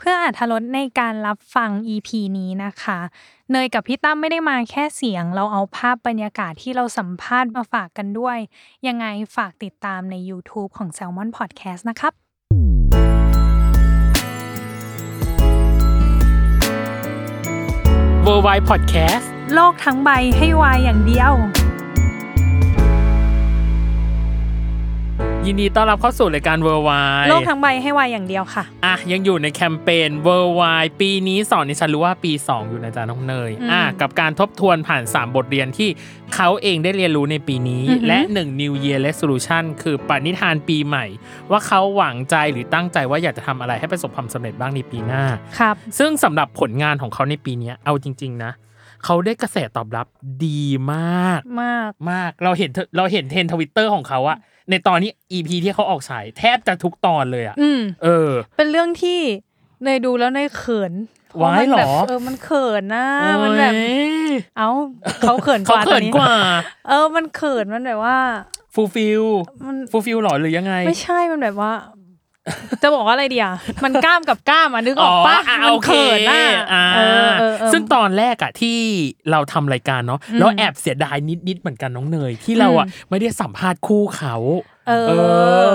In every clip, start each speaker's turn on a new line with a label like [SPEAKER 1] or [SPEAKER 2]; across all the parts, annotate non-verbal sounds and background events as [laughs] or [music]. [SPEAKER 1] เพื่ออาธรสในการรับฟัง EP นี้นะคะ เนยกับพี่ตั้มไม่ได้มาแค่เสียง เราเอาภาพบรรยากาศที่เราสัมภาษณ์มาฝากกันด้วย ยังไงฝากติดตามใน YouTube ของ Salmon Podcast นะครับ
[SPEAKER 2] w o r l d w i d e Podcast
[SPEAKER 1] โลกทั้งใบให้วายอย่างเดียว
[SPEAKER 2] ยินดีต้อนรับเข้าสู่รายการ w o r l d w i d e
[SPEAKER 1] โลกทั้งใบให้วายอย่างเดียวค่ะ
[SPEAKER 2] อ่ะยังอยู่ในแคมเปญ w o r l d w i d e ปีนี้สอนในฉันรู้ว่าปี 2 อยู่นะจ๊ะน้องเนย
[SPEAKER 1] อืม
[SPEAKER 2] อ่ะกับการทบทวนผ่าน 3 บทเรียนที่เขาเองได้เรียนรู้ในปีนี้
[SPEAKER 1] อือหือ
[SPEAKER 2] และ 1 New Year Resolution คือปณิธานปีใหม่ ว่าเขาหวังใจหรือตั้งใจว่าอยากจะทำอะไรให้ประสบความสำเร็จบ้างในปีหน้า
[SPEAKER 1] ครับ
[SPEAKER 2] ซึ่งสำหรับผลงานของเขาในปีเนี้ยเอาจริง ๆ นะ เขาได้กระแสตอบรับดีมาก
[SPEAKER 1] มาก
[SPEAKER 2] มากเราเห็นเทเราเห็นเทรนทวิตเตอร์ของเขาอะในตอนนี้ EP ที่เขาออกฉายแทบจะทุกตอนเลยอะ
[SPEAKER 1] อืม
[SPEAKER 2] เออ
[SPEAKER 1] เป็นเรื่องที่เนยดูแล้วเนยเขินพะ
[SPEAKER 2] ว้าย
[SPEAKER 1] มันแบบ
[SPEAKER 2] เหรอ
[SPEAKER 1] เออมันเขินนะ
[SPEAKER 2] เอ้ย
[SPEAKER 1] มันแบบ เอ้าเขาเขินก
[SPEAKER 2] เขา
[SPEAKER 1] ว่าตอ
[SPEAKER 2] เขิ
[SPEAKER 1] น
[SPEAKER 2] น
[SPEAKER 1] นี้
[SPEAKER 2] กว่า
[SPEAKER 1] เออมันเขินมันแบบว่า
[SPEAKER 2] ฟูลฟิล
[SPEAKER 1] มัน
[SPEAKER 2] ฟูลฟิลหรอหรือยังไง
[SPEAKER 1] ไม่ใช่ มัน
[SPEAKER 2] [laughs]
[SPEAKER 1] แบบว่า จะบอกว่าอะไรดีอ่ะ มันกล้ามกับกล้ามอ่ะนึกออกปะมั
[SPEAKER 2] อ๋ออ่ะโอเค
[SPEAKER 1] เขินอ่ะ
[SPEAKER 2] อ่า
[SPEAKER 1] เออเออเออ
[SPEAKER 2] ซึ่งตอนแรกอะที่เราทำรายการเนาะแล้วแอบเสียดายนิดๆเหมือนกันน้องเนย ที่เราอะไม่ได้สัมภาษณ์คู่เขา
[SPEAKER 1] เออ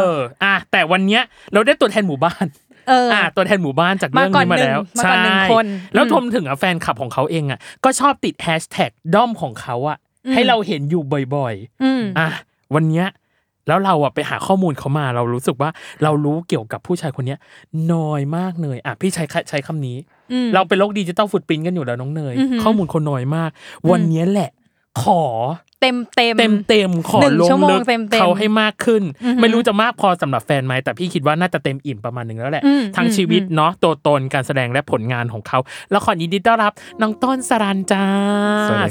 [SPEAKER 2] ออ่ะแต่วันเนี้ยเราได้ตัวแทนหมู่บ้าน
[SPEAKER 1] เออ
[SPEAKER 2] อ่าตัวแทนหมู่บ้านจากเรื่องนี้
[SPEAKER 1] มาก่อน
[SPEAKER 2] มาแล้ว
[SPEAKER 1] หนึ่งมาก่อนหนึ่ง
[SPEAKER 2] ใช่
[SPEAKER 1] คน
[SPEAKER 2] แล้ว
[SPEAKER 1] อืม
[SPEAKER 2] ทมถึงอ่ะแฟนคลับของเขาเองอ่ะก็ชอบติดแฮชแท็กด้อมของเขาอ่ะ
[SPEAKER 1] อืม
[SPEAKER 2] ให้เราเห็นอยู่บ่อย
[SPEAKER 1] อืม
[SPEAKER 2] ๆอ่ะวันเนี้ยแล้วเราอ่ะไปหาข้อมูลเขามา เรารู้สึกว่าเรารู้เกี่ยวกับผู้ชายคนเนี้ยน้อยมากเลยอ่ะพี่ใช้ใช้คำนี้
[SPEAKER 1] อืม
[SPEAKER 2] เราเป็นโลกดิจิตอลฟุตปรินกันอยู่แล้วน้องเนย
[SPEAKER 1] อือหือ
[SPEAKER 2] ข้อมูลคนน้อยมาก วันเนี้ยแหละ ขอ
[SPEAKER 1] เต็มเต็ม
[SPEAKER 2] เต็มเต็มๆขอ
[SPEAKER 1] หนึ่ง
[SPEAKER 2] ลง
[SPEAKER 1] ชั่วโมง
[SPEAKER 2] ลึก
[SPEAKER 1] เต็มๆ
[SPEAKER 2] เขาให้มากขึ้น
[SPEAKER 1] อือหือ
[SPEAKER 2] ไม่รู้จะมากพอสำหรับแฟนไหมแต่พี่คิดว่าน่าจะเต็มอิ่มประมาณหนึ่งแล้วแหละ
[SPEAKER 1] อืม
[SPEAKER 2] ทั้ง
[SPEAKER 1] อืม
[SPEAKER 2] ชีวิต
[SPEAKER 1] อืม
[SPEAKER 2] เนาะตัวตนการแสดงและผลงานของเขาละครยินดีต้อนรับน้องต้นสรันจ้า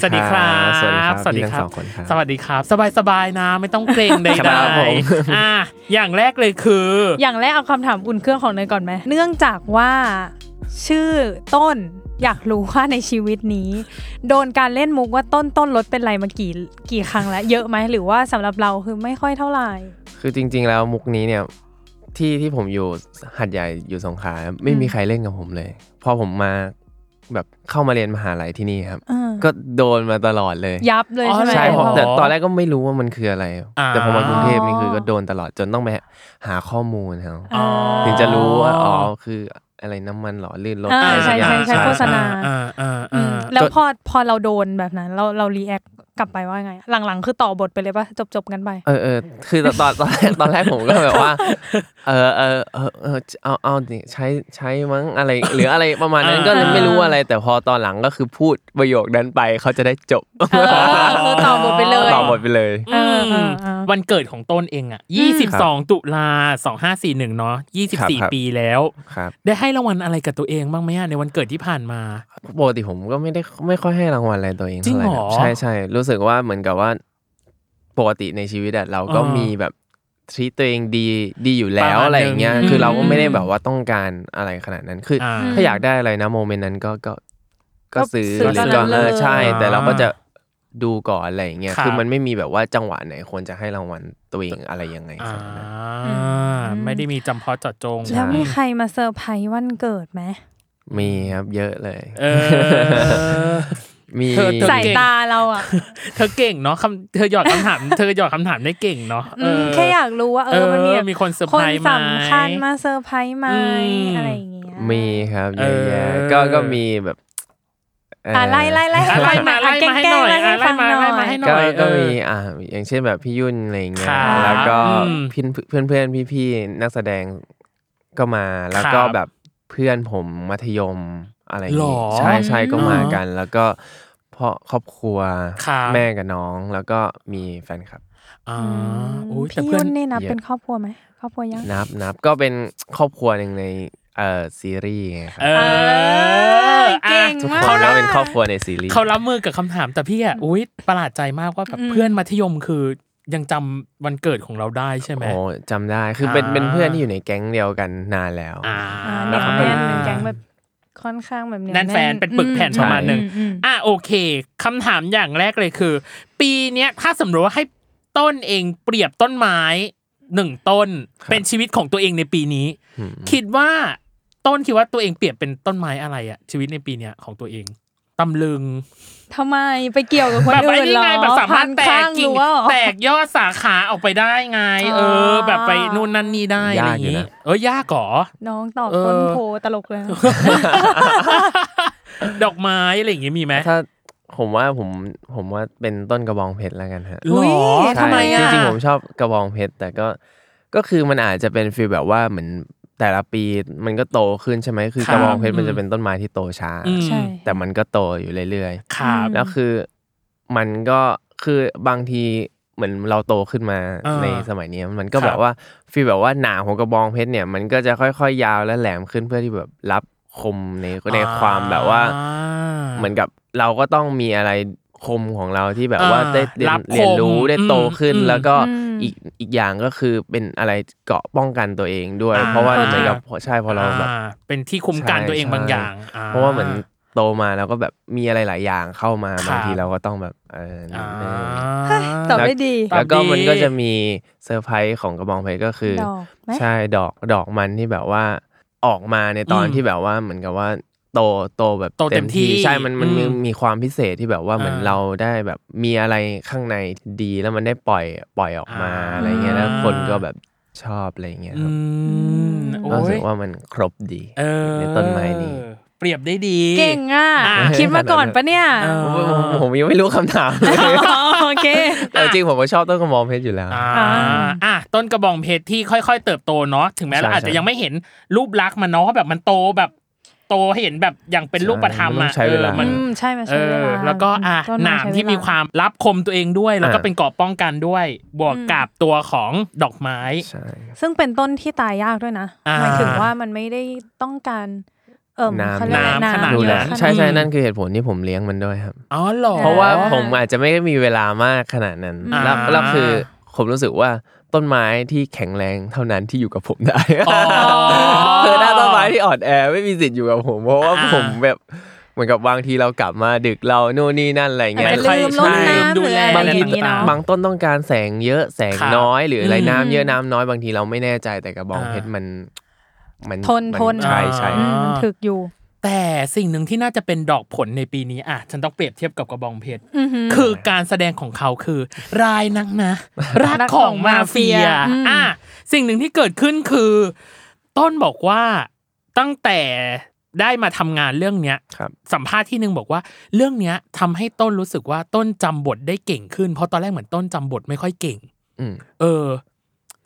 [SPEAKER 3] สวัสดีครับ
[SPEAKER 2] สวัสดีครับ
[SPEAKER 3] สวัสดีครับพี่ทั้งสองคนครับ
[SPEAKER 2] สวัสดีครับ สบายสบายๆนะ ไม่ต้องเกรงใด
[SPEAKER 3] ครับผม
[SPEAKER 2] ๆอ่ะอย่างแรกเลยคือ
[SPEAKER 1] อย่างแรกเอาคำถามอุ่นเครื่องของเนยก่อนไหม เนื่องจากว่า ชื่อต้นอยากรู้ว่าในชีวิตนี้ โดนการเล่นมุกว่าต้นต้นรถเป็นไรมากี่กี่ครั้งแล้ว เยอะไหมหรือว่าสำหรับเราคือไม่ค่อยเท่าไหร่
[SPEAKER 3] คือจริง ๆ แล้วมุกนี้เนี่ยที่ที่ผมอยู่หัดใหญ่อยู่สงขลาไม่มีใครเล่นกับผมเลย พอผมมาแบบเข้ามาเรียนมหาลัยที่นี่ครับ
[SPEAKER 1] อ่า
[SPEAKER 3] ก็โดนมาตลอดเลย
[SPEAKER 1] ยับเลย
[SPEAKER 2] อ๋อ
[SPEAKER 1] ใช่ไหม
[SPEAKER 3] ใช่ผม
[SPEAKER 2] เหรอ
[SPEAKER 3] แต่ตอนแรกก็ไม่รู้ว่ามันคืออะไร
[SPEAKER 2] อ่า
[SPEAKER 3] แต่พอมากรุงเทพนี่คือก็โดนตลอดจนต้องไปหาข้อมูลครับ
[SPEAKER 1] อ๋อ
[SPEAKER 3] ถึงจะรู้ว่าอ๋อคืออะไรน้ำมันหล่อลื่นรถ
[SPEAKER 1] อ่า
[SPEAKER 3] อะ
[SPEAKER 1] ใช่
[SPEAKER 3] ไรสักอย่า
[SPEAKER 1] ใช่
[SPEAKER 3] ง
[SPEAKER 1] ใช่โฆษณา
[SPEAKER 2] อ่าอ่า
[SPEAKER 1] อื
[SPEAKER 2] อ่าม อ่า
[SPEAKER 1] แล้วพอพอเราโดนแบบนั้น เราเรารีแอคกลับไปว่าไง หลังๆ คือต่อบทไปเลยปะจบจบๆกันไป
[SPEAKER 3] เออเออคือตอนต [laughs] อนตอนแรกตอนแรกผมก็แบบว่า เออเออเออเออเอาเอานี่ใช้ใช้มั้งอะไร หรืออะไรประมาณนั้นก็เลยไม่รู้อะไร แต่พอตอนหลังก็คือพูดประโยคนั้นไปเขาจะได้จบ
[SPEAKER 1] เออคือต่อบทไปเลย
[SPEAKER 3] ต่อหมดไปเลย
[SPEAKER 1] เออเออเออ
[SPEAKER 2] วันเกิดของต้นเองอ่ะ 22 ตุลา 2541 เนาะ
[SPEAKER 3] ครับครับ
[SPEAKER 2] 24 ปีแล้ว
[SPEAKER 3] ครับ
[SPEAKER 2] ได้ให้รางวัลอะไรกับตัวเองบ้างไหมอะในวันเกิดที่ผ่านมา
[SPEAKER 3] ปกติผมก็ไม่ได้ไม่ค่อยให้รางวัลอะไรตัวเองเท่าไหร่
[SPEAKER 2] จริงเหรอ
[SPEAKER 3] นะใช่ใช่รู้สึกว่าเหมือนกับว่าปกติในชีวิตอะเราก็
[SPEAKER 2] อ่ามี
[SPEAKER 3] มีแบบทีตัวเองดีดีอยู่แล้
[SPEAKER 2] ป
[SPEAKER 3] ว
[SPEAKER 2] ระมาณ
[SPEAKER 3] อะไรอย่างเงี้ย
[SPEAKER 2] หนึ่ง
[SPEAKER 3] คือเราก็ไม่ได้
[SPEAKER 1] อืม
[SPEAKER 3] แบบว่าต้องการอะไรขนาดนั้นคือ
[SPEAKER 2] อ่า
[SPEAKER 3] ถ้าอยากได้อะไรนะโมเมนต์นั้นก็ก็ก็
[SPEAKER 1] ก็
[SPEAKER 3] ซื้อ
[SPEAKER 1] ซื้อ
[SPEAKER 3] หรื
[SPEAKER 1] ตอน
[SPEAKER 3] อ
[SPEAKER 1] นั้
[SPEAKER 3] ก็
[SPEAKER 1] น
[SPEAKER 3] เออ
[SPEAKER 1] เลย
[SPEAKER 3] ใช่ แต่เราก็
[SPEAKER 2] อ่า
[SPEAKER 3] จะดูก่อนอะไรอย่างเงี้
[SPEAKER 2] ค
[SPEAKER 3] ย
[SPEAKER 2] รับ
[SPEAKER 3] คือมันไม่มีแบบว่าจังหวะไหนควรจะให้รางวัลตัวเองอะไรยังไง
[SPEAKER 2] อ่า
[SPEAKER 3] ขนาดนั้น
[SPEAKER 2] ไม่ได้มีจำเพาะเจาะจง
[SPEAKER 3] ใช่
[SPEAKER 1] แล้วมีใครมาเซอร์ไพรส์วันเกิดไหม
[SPEAKER 3] มีครับเยอะเลย
[SPEAKER 2] เออ [laughs]
[SPEAKER 3] มี
[SPEAKER 2] เธอเธอ
[SPEAKER 1] สายตาเราอ่ะ
[SPEAKER 2] เธอเก่งเนาะคำเธอหยอดคำถาม เธอหยอดคำถามได้เก่งเนาะเ
[SPEAKER 1] อืมแค่อยากรู้ว่าเออมันมีแบบ
[SPEAKER 2] มีคนเซอร์
[SPEAKER 1] ค
[SPEAKER 2] ไพร
[SPEAKER 1] น
[SPEAKER 2] ส์ไหม
[SPEAKER 1] สำคัญมาเซอร์ไพรส์ไหม
[SPEAKER 2] อืม
[SPEAKER 1] อะไรอย่างเงี้ย
[SPEAKER 3] มีครับเยอะแยะ
[SPEAKER 2] เออ
[SPEAKER 3] ก็ก็มีแบบเ
[SPEAKER 1] อ่ะไล่ไล่ไล่
[SPEAKER 2] อ่ะไล่มาไล่
[SPEAKER 1] แกล้
[SPEAKER 2] มางให้
[SPEAKER 1] แกล้
[SPEAKER 2] ห
[SPEAKER 1] ง
[SPEAKER 2] น่อย
[SPEAKER 1] ไล่ให้
[SPEAKER 2] อ่ะไล่
[SPEAKER 1] ฟัง
[SPEAKER 2] มา
[SPEAKER 1] หน่
[SPEAKER 2] ไล่มา
[SPEAKER 1] อย
[SPEAKER 2] ให้ห
[SPEAKER 3] ก็
[SPEAKER 2] น่อย
[SPEAKER 3] ก็
[SPEAKER 2] เออ
[SPEAKER 3] มีอ่าอย่างเช่นแบบพี่ยุ่นอะไรอย่างเงี้ย
[SPEAKER 2] ครับ
[SPEAKER 3] แล้วก็
[SPEAKER 2] อืม
[SPEAKER 3] เพื่อนเพื่อนเพื่อนพี่พี่นักแสดงก็มาแล้วก็
[SPEAKER 2] ครับ
[SPEAKER 3] แบบเพื่อนผมมัธยมอะไรอย่างงี้
[SPEAKER 2] หรอ
[SPEAKER 3] ใช่ใช่ก็มา
[SPEAKER 2] อืม
[SPEAKER 3] กัน แล้วก็พ่อครอบครัว
[SPEAKER 2] ครับ
[SPEAKER 3] แม่กับน้องแล้วก็มีแฟนคลับ
[SPEAKER 2] อ่า
[SPEAKER 1] อืม
[SPEAKER 2] โอ้ยแต่
[SPEAKER 1] พี่
[SPEAKER 2] เพื่อ
[SPEAKER 1] ยุ่
[SPEAKER 2] น
[SPEAKER 1] นนี่นับ
[SPEAKER 3] เยอะ
[SPEAKER 1] เป็นครอบครัวไหมครอบครัวยัง
[SPEAKER 3] นับนับก็เป็นครอบครัวหนึ่งในเอ่อซีรีส์ไงครับ
[SPEAKER 2] เออ
[SPEAKER 1] เก่ง
[SPEAKER 3] ทุก
[SPEAKER 2] อ่ะ
[SPEAKER 3] คน
[SPEAKER 1] มาก
[SPEAKER 3] ก็เป็นครอบครัวในซีรีส์
[SPEAKER 2] เขารับมือกับคำถามแต่พี่อ่ะอุ้ยประหลาดใจมากว่าแบบ
[SPEAKER 1] อืม
[SPEAKER 2] เพื่อนมัธยมคือยังจำวันเกิดของเราได้ใช่ไหม
[SPEAKER 3] โอ้จำได้คือเป็น
[SPEAKER 2] อ่า
[SPEAKER 3] เป็นเพื่อนที่อยู่ในแก๊งเดียวกันนานแล้ว
[SPEAKER 2] อ่า
[SPEAKER 1] อ่า
[SPEAKER 3] แล้
[SPEAKER 1] แน่
[SPEAKER 3] วน เขา
[SPEAKER 1] แน่น
[SPEAKER 3] ก็
[SPEAKER 1] เป็นแก๊งแบบค่อนข้างแบบเหย
[SPEAKER 2] แน่นแฟนเป็นปึกแผ่นประมาณหนึ่ง
[SPEAKER 1] อือืม
[SPEAKER 2] อ่ะโอเคคำถามอย่างแรกเลยคือ ปีเนี้ยถ้าสมมติว่าให้ต้นเองเปรียบต้นไม้หนึ่งต้นเป็นชีวิตของตัวเองในปีนี้
[SPEAKER 3] อืม
[SPEAKER 2] คิดว่าต้นคิดว่าตัวเองเปรียบเป็นต้นไม้อะไรอะชีวิตในปีเนี้ยของตัวเองตำลึง
[SPEAKER 1] ทำไมไปเกี่ยวกับคน
[SPEAKER 2] แบบ
[SPEAKER 1] อื่
[SPEAKER 2] ไอ้
[SPEAKER 1] นเห
[SPEAKER 2] นี่
[SPEAKER 1] รอ
[SPEAKER 2] ไงแบบสามารถแต
[SPEAKER 1] พันข้
[SPEAKER 2] ก
[SPEAKER 1] ง
[SPEAKER 2] กิ่ง
[SPEAKER 1] รั้วเหรอ
[SPEAKER 2] แตกยอดสาขาออกไปได้ไง
[SPEAKER 1] อ๋อ
[SPEAKER 2] เออ แบบไปนู่นนั่นนี่ได้อะไรอย่างงี้เออยากเหรอ [laughs]
[SPEAKER 1] น้องตอบ
[SPEAKER 2] เออ
[SPEAKER 1] ต้นโพตลกเลย
[SPEAKER 2] ดอกไม้อะไรอย่างงี้มีไหม
[SPEAKER 3] ถ้าผมว่าผมผมว่าเป็นต้นกระบองเพชรแล้วกันฮะ
[SPEAKER 2] หรอ
[SPEAKER 1] อุ๊ย
[SPEAKER 3] ใช่
[SPEAKER 2] ทำไม
[SPEAKER 3] จ
[SPEAKER 2] อ่ะ
[SPEAKER 3] ริงๆผมชอบกระบองเพชรแต่ก็ก็คือมันอาจจะเป็นฟีลแบบว่าเหมือนแต่ละปีมันก็โตขึ้นใช่ไหมคือ
[SPEAKER 2] ครับ
[SPEAKER 3] กระบองเพชรมัน
[SPEAKER 2] อืม
[SPEAKER 3] จะเป็นต้นไม้ที่โตช้า
[SPEAKER 2] อืม
[SPEAKER 1] ใช่
[SPEAKER 3] แต่มันก็โตอยู่เรื่อยๆ
[SPEAKER 2] ครับ
[SPEAKER 1] อืม
[SPEAKER 3] แล้วคือมันก็คือบางทีเหมือนเราโตขึ้นมา
[SPEAKER 2] เออ
[SPEAKER 3] ในสมัยเนี้ยมันก็
[SPEAKER 2] ครับ
[SPEAKER 3] แบบว่าฟีลแบบว่าหนาของกระบองเพชรเนี่ย มันก็จะค่อยๆยาวและแหลมขึ้นเพื่อที่แบบรับคมในในความแบบว่า
[SPEAKER 2] อ่า
[SPEAKER 3] เหมือนกับเราก็ต้องมีอะไรคมของเราที่แบบว่า
[SPEAKER 2] อ่า
[SPEAKER 3] ได้เรีย
[SPEAKER 2] รั
[SPEAKER 3] น
[SPEAKER 2] บคม
[SPEAKER 3] เรียนรู้ได้โตขึ้น
[SPEAKER 2] อืม
[SPEAKER 3] แล้วก็
[SPEAKER 1] อืม
[SPEAKER 3] อีกอีกอย่างก็คือเป็นอะไรเกราะป้องกันตัวเองด้วย
[SPEAKER 2] อ่า
[SPEAKER 3] เพราะว่าเหมือนกับใช่เพอเราแบบ
[SPEAKER 2] อ่เป็นที่คุ้มกันตัวเองบางอย่างอ่
[SPEAKER 3] เพราะว่าเหมือนโตมาแล้วก็แบบมีอะไรหลายอย่างเข้ามา
[SPEAKER 2] ครับ
[SPEAKER 3] บางทีเราก็ต้องแบบเออนิ
[SPEAKER 2] อ่า
[SPEAKER 3] ดนึง
[SPEAKER 1] ตอบได้ดี
[SPEAKER 3] แล้วก็
[SPEAKER 2] ตอบดี
[SPEAKER 3] มันก็จะมีเซอร์ไพรส์ของกระบองเพชรก็คือ
[SPEAKER 1] ดอกไหม
[SPEAKER 3] ใช่ดอกดอกมันที่แบบว่าออกมาในตอนที่แบบว่าเหมือนกับว่าโตโตแบบ
[SPEAKER 2] โตเต็มที่
[SPEAKER 3] ใช่มันมันมี
[SPEAKER 2] อืม
[SPEAKER 3] มีความพิเศษที่แบบว่าเหมือน
[SPEAKER 2] อ่า
[SPEAKER 3] เราได้แบบมีอะไรข้างในดีแล้วมันได้ปล่อยปล่อยออกมา
[SPEAKER 2] อ่า
[SPEAKER 3] อะไรเงี้ยแล้วคนก็แบบชอบอะไรเงี้ย
[SPEAKER 2] อื
[SPEAKER 3] ครั
[SPEAKER 2] ม
[SPEAKER 3] บ
[SPEAKER 2] โอ้
[SPEAKER 3] ก็รู้สึ
[SPEAKER 2] ย
[SPEAKER 3] กว่ามันครบดี
[SPEAKER 2] เออ
[SPEAKER 3] ในต้นไม้นี้
[SPEAKER 2] เปรียบได้ดี
[SPEAKER 1] เก่งอ่ะ
[SPEAKER 2] อ่ะ
[SPEAKER 1] คิดมาก่อนปะเนี่ย
[SPEAKER 2] เออ
[SPEAKER 3] ผมผมผมยังไม่รู้คำถามเลย
[SPEAKER 1] อ๋อโอเค
[SPEAKER 3] แต่จริงผมก็ชอบต้นกระบองเพชรอยู่แล้ว
[SPEAKER 2] อ่าอ่ะต้นกระบองเพชรที่ค่อยๆ เติบโตเนาะถึงแม้
[SPEAKER 3] ใช่
[SPEAKER 2] เราอาจจะ
[SPEAKER 3] ใช่
[SPEAKER 2] ยังไม่เห็นรูปลักษณ์มันเนาะว่าแบบมันโตแบบโตให้เห็นแบบอย่างเป็นรูปธรรม
[SPEAKER 3] นต้อ
[SPEAKER 2] อ่ะ
[SPEAKER 3] งใช้เวลา
[SPEAKER 2] ออมัน
[SPEAKER 1] อืมใช่มา
[SPEAKER 2] เอ
[SPEAKER 1] ใช้เว
[SPEAKER 2] อ
[SPEAKER 1] ลา
[SPEAKER 2] แล้วก็อ่ะ
[SPEAKER 1] ต้ไ
[SPEAKER 2] หนามที่มีความรับคมตัวเองด้วย แล้วก็เป็นเกราะป้องกันด้วย บวกกับตัวของดอกไม้
[SPEAKER 3] ใช่
[SPEAKER 1] ซึ่งเป็นต้นที่ตายยากด้วยนะ
[SPEAKER 2] อ่า
[SPEAKER 1] หมายถึงว่ามันไม่ได้ต้องการเอิ่มเขาเรียกอะไร
[SPEAKER 3] น้ำ
[SPEAKER 1] น้ำ
[SPEAKER 2] ำ
[SPEAKER 3] ดู
[SPEAKER 1] เย
[SPEAKER 3] แล
[SPEAKER 1] อะขนาด
[SPEAKER 3] ใช่ใช่
[SPEAKER 1] นั้น
[SPEAKER 3] นั่นคือเหตุผลที่ผมเลี้ยงมันด้วยครับ
[SPEAKER 2] อ๋อหรอ
[SPEAKER 1] อ่า
[SPEAKER 3] เพราะว่าผมอาจจะไม่ได้มีเวลามากขนาดนั้น
[SPEAKER 2] อ่า
[SPEAKER 3] แล้วแล้วคือผมรู้สึกว่าต้นไม้ที่แข็งแรงเท่านั้นที่อยู่กับผมได้
[SPEAKER 2] อ๋
[SPEAKER 3] [laughs]
[SPEAKER 2] อ
[SPEAKER 3] เธอหน้าต้นไม้ที่อ่อนแอไม่มีสิทธิ์อยู่กับผม เพราะว่า
[SPEAKER 2] อ่า
[SPEAKER 3] ผมแบบเหมือนกับบางทีเรากลับมาดึกเราโน่นนี่นั่นอะไรอย่างเงี้ย
[SPEAKER 1] อาจจะลืมรดน้ำหรืออะไร
[SPEAKER 3] บางที
[SPEAKER 1] อย่างนี้เนอะ
[SPEAKER 3] บางต้นต้องการแสงเยอะแสง
[SPEAKER 2] ครับ
[SPEAKER 3] น้อยหรืออะไร
[SPEAKER 2] อืม
[SPEAKER 3] น้ำเยอะน้ำน้อยบางทีเราไม่แน่ใจแต่กระบอง
[SPEAKER 2] อ่า
[SPEAKER 3] เพชรมัน มัน
[SPEAKER 1] ทน
[SPEAKER 3] มั
[SPEAKER 1] ทน
[SPEAKER 3] ใช่ใช่
[SPEAKER 2] อ่า
[SPEAKER 1] อืมมันถึกอยู่
[SPEAKER 2] แต่สิ่งหนึ่งที่น่าจะเป็นดอกผลในปีนี้อ่ะฉันต้องเปรียบเทียบกับกระบองเพชร
[SPEAKER 1] อือหือ
[SPEAKER 2] คือการแสดงของเขาคือ รายนักนะรัก
[SPEAKER 1] [laughs] รัก
[SPEAKER 2] ข
[SPEAKER 1] ข
[SPEAKER 2] อ
[SPEAKER 1] อง ง
[SPEAKER 2] มา
[SPEAKER 1] มาเฟี
[SPEAKER 2] เฟีย
[SPEAKER 1] ยอืม
[SPEAKER 2] อ่ะสิ่งหนึ่งที่เกิดขึ้นคือ ต้นบอกว่าตั้งแต่ได้มาทำงานเรื่องเนี้ย
[SPEAKER 3] ครับ
[SPEAKER 2] สัมภาษณ์ที่หนึ่งบอกว่า เรื่องเนี้ยทำให้ต้นรู้สึกว่าต้นจำบทได้เก่งขึ้น เพราะตอนแรกเหมือนต้นจำบทไม่ค่อยเก่ง
[SPEAKER 3] อืม
[SPEAKER 2] เออ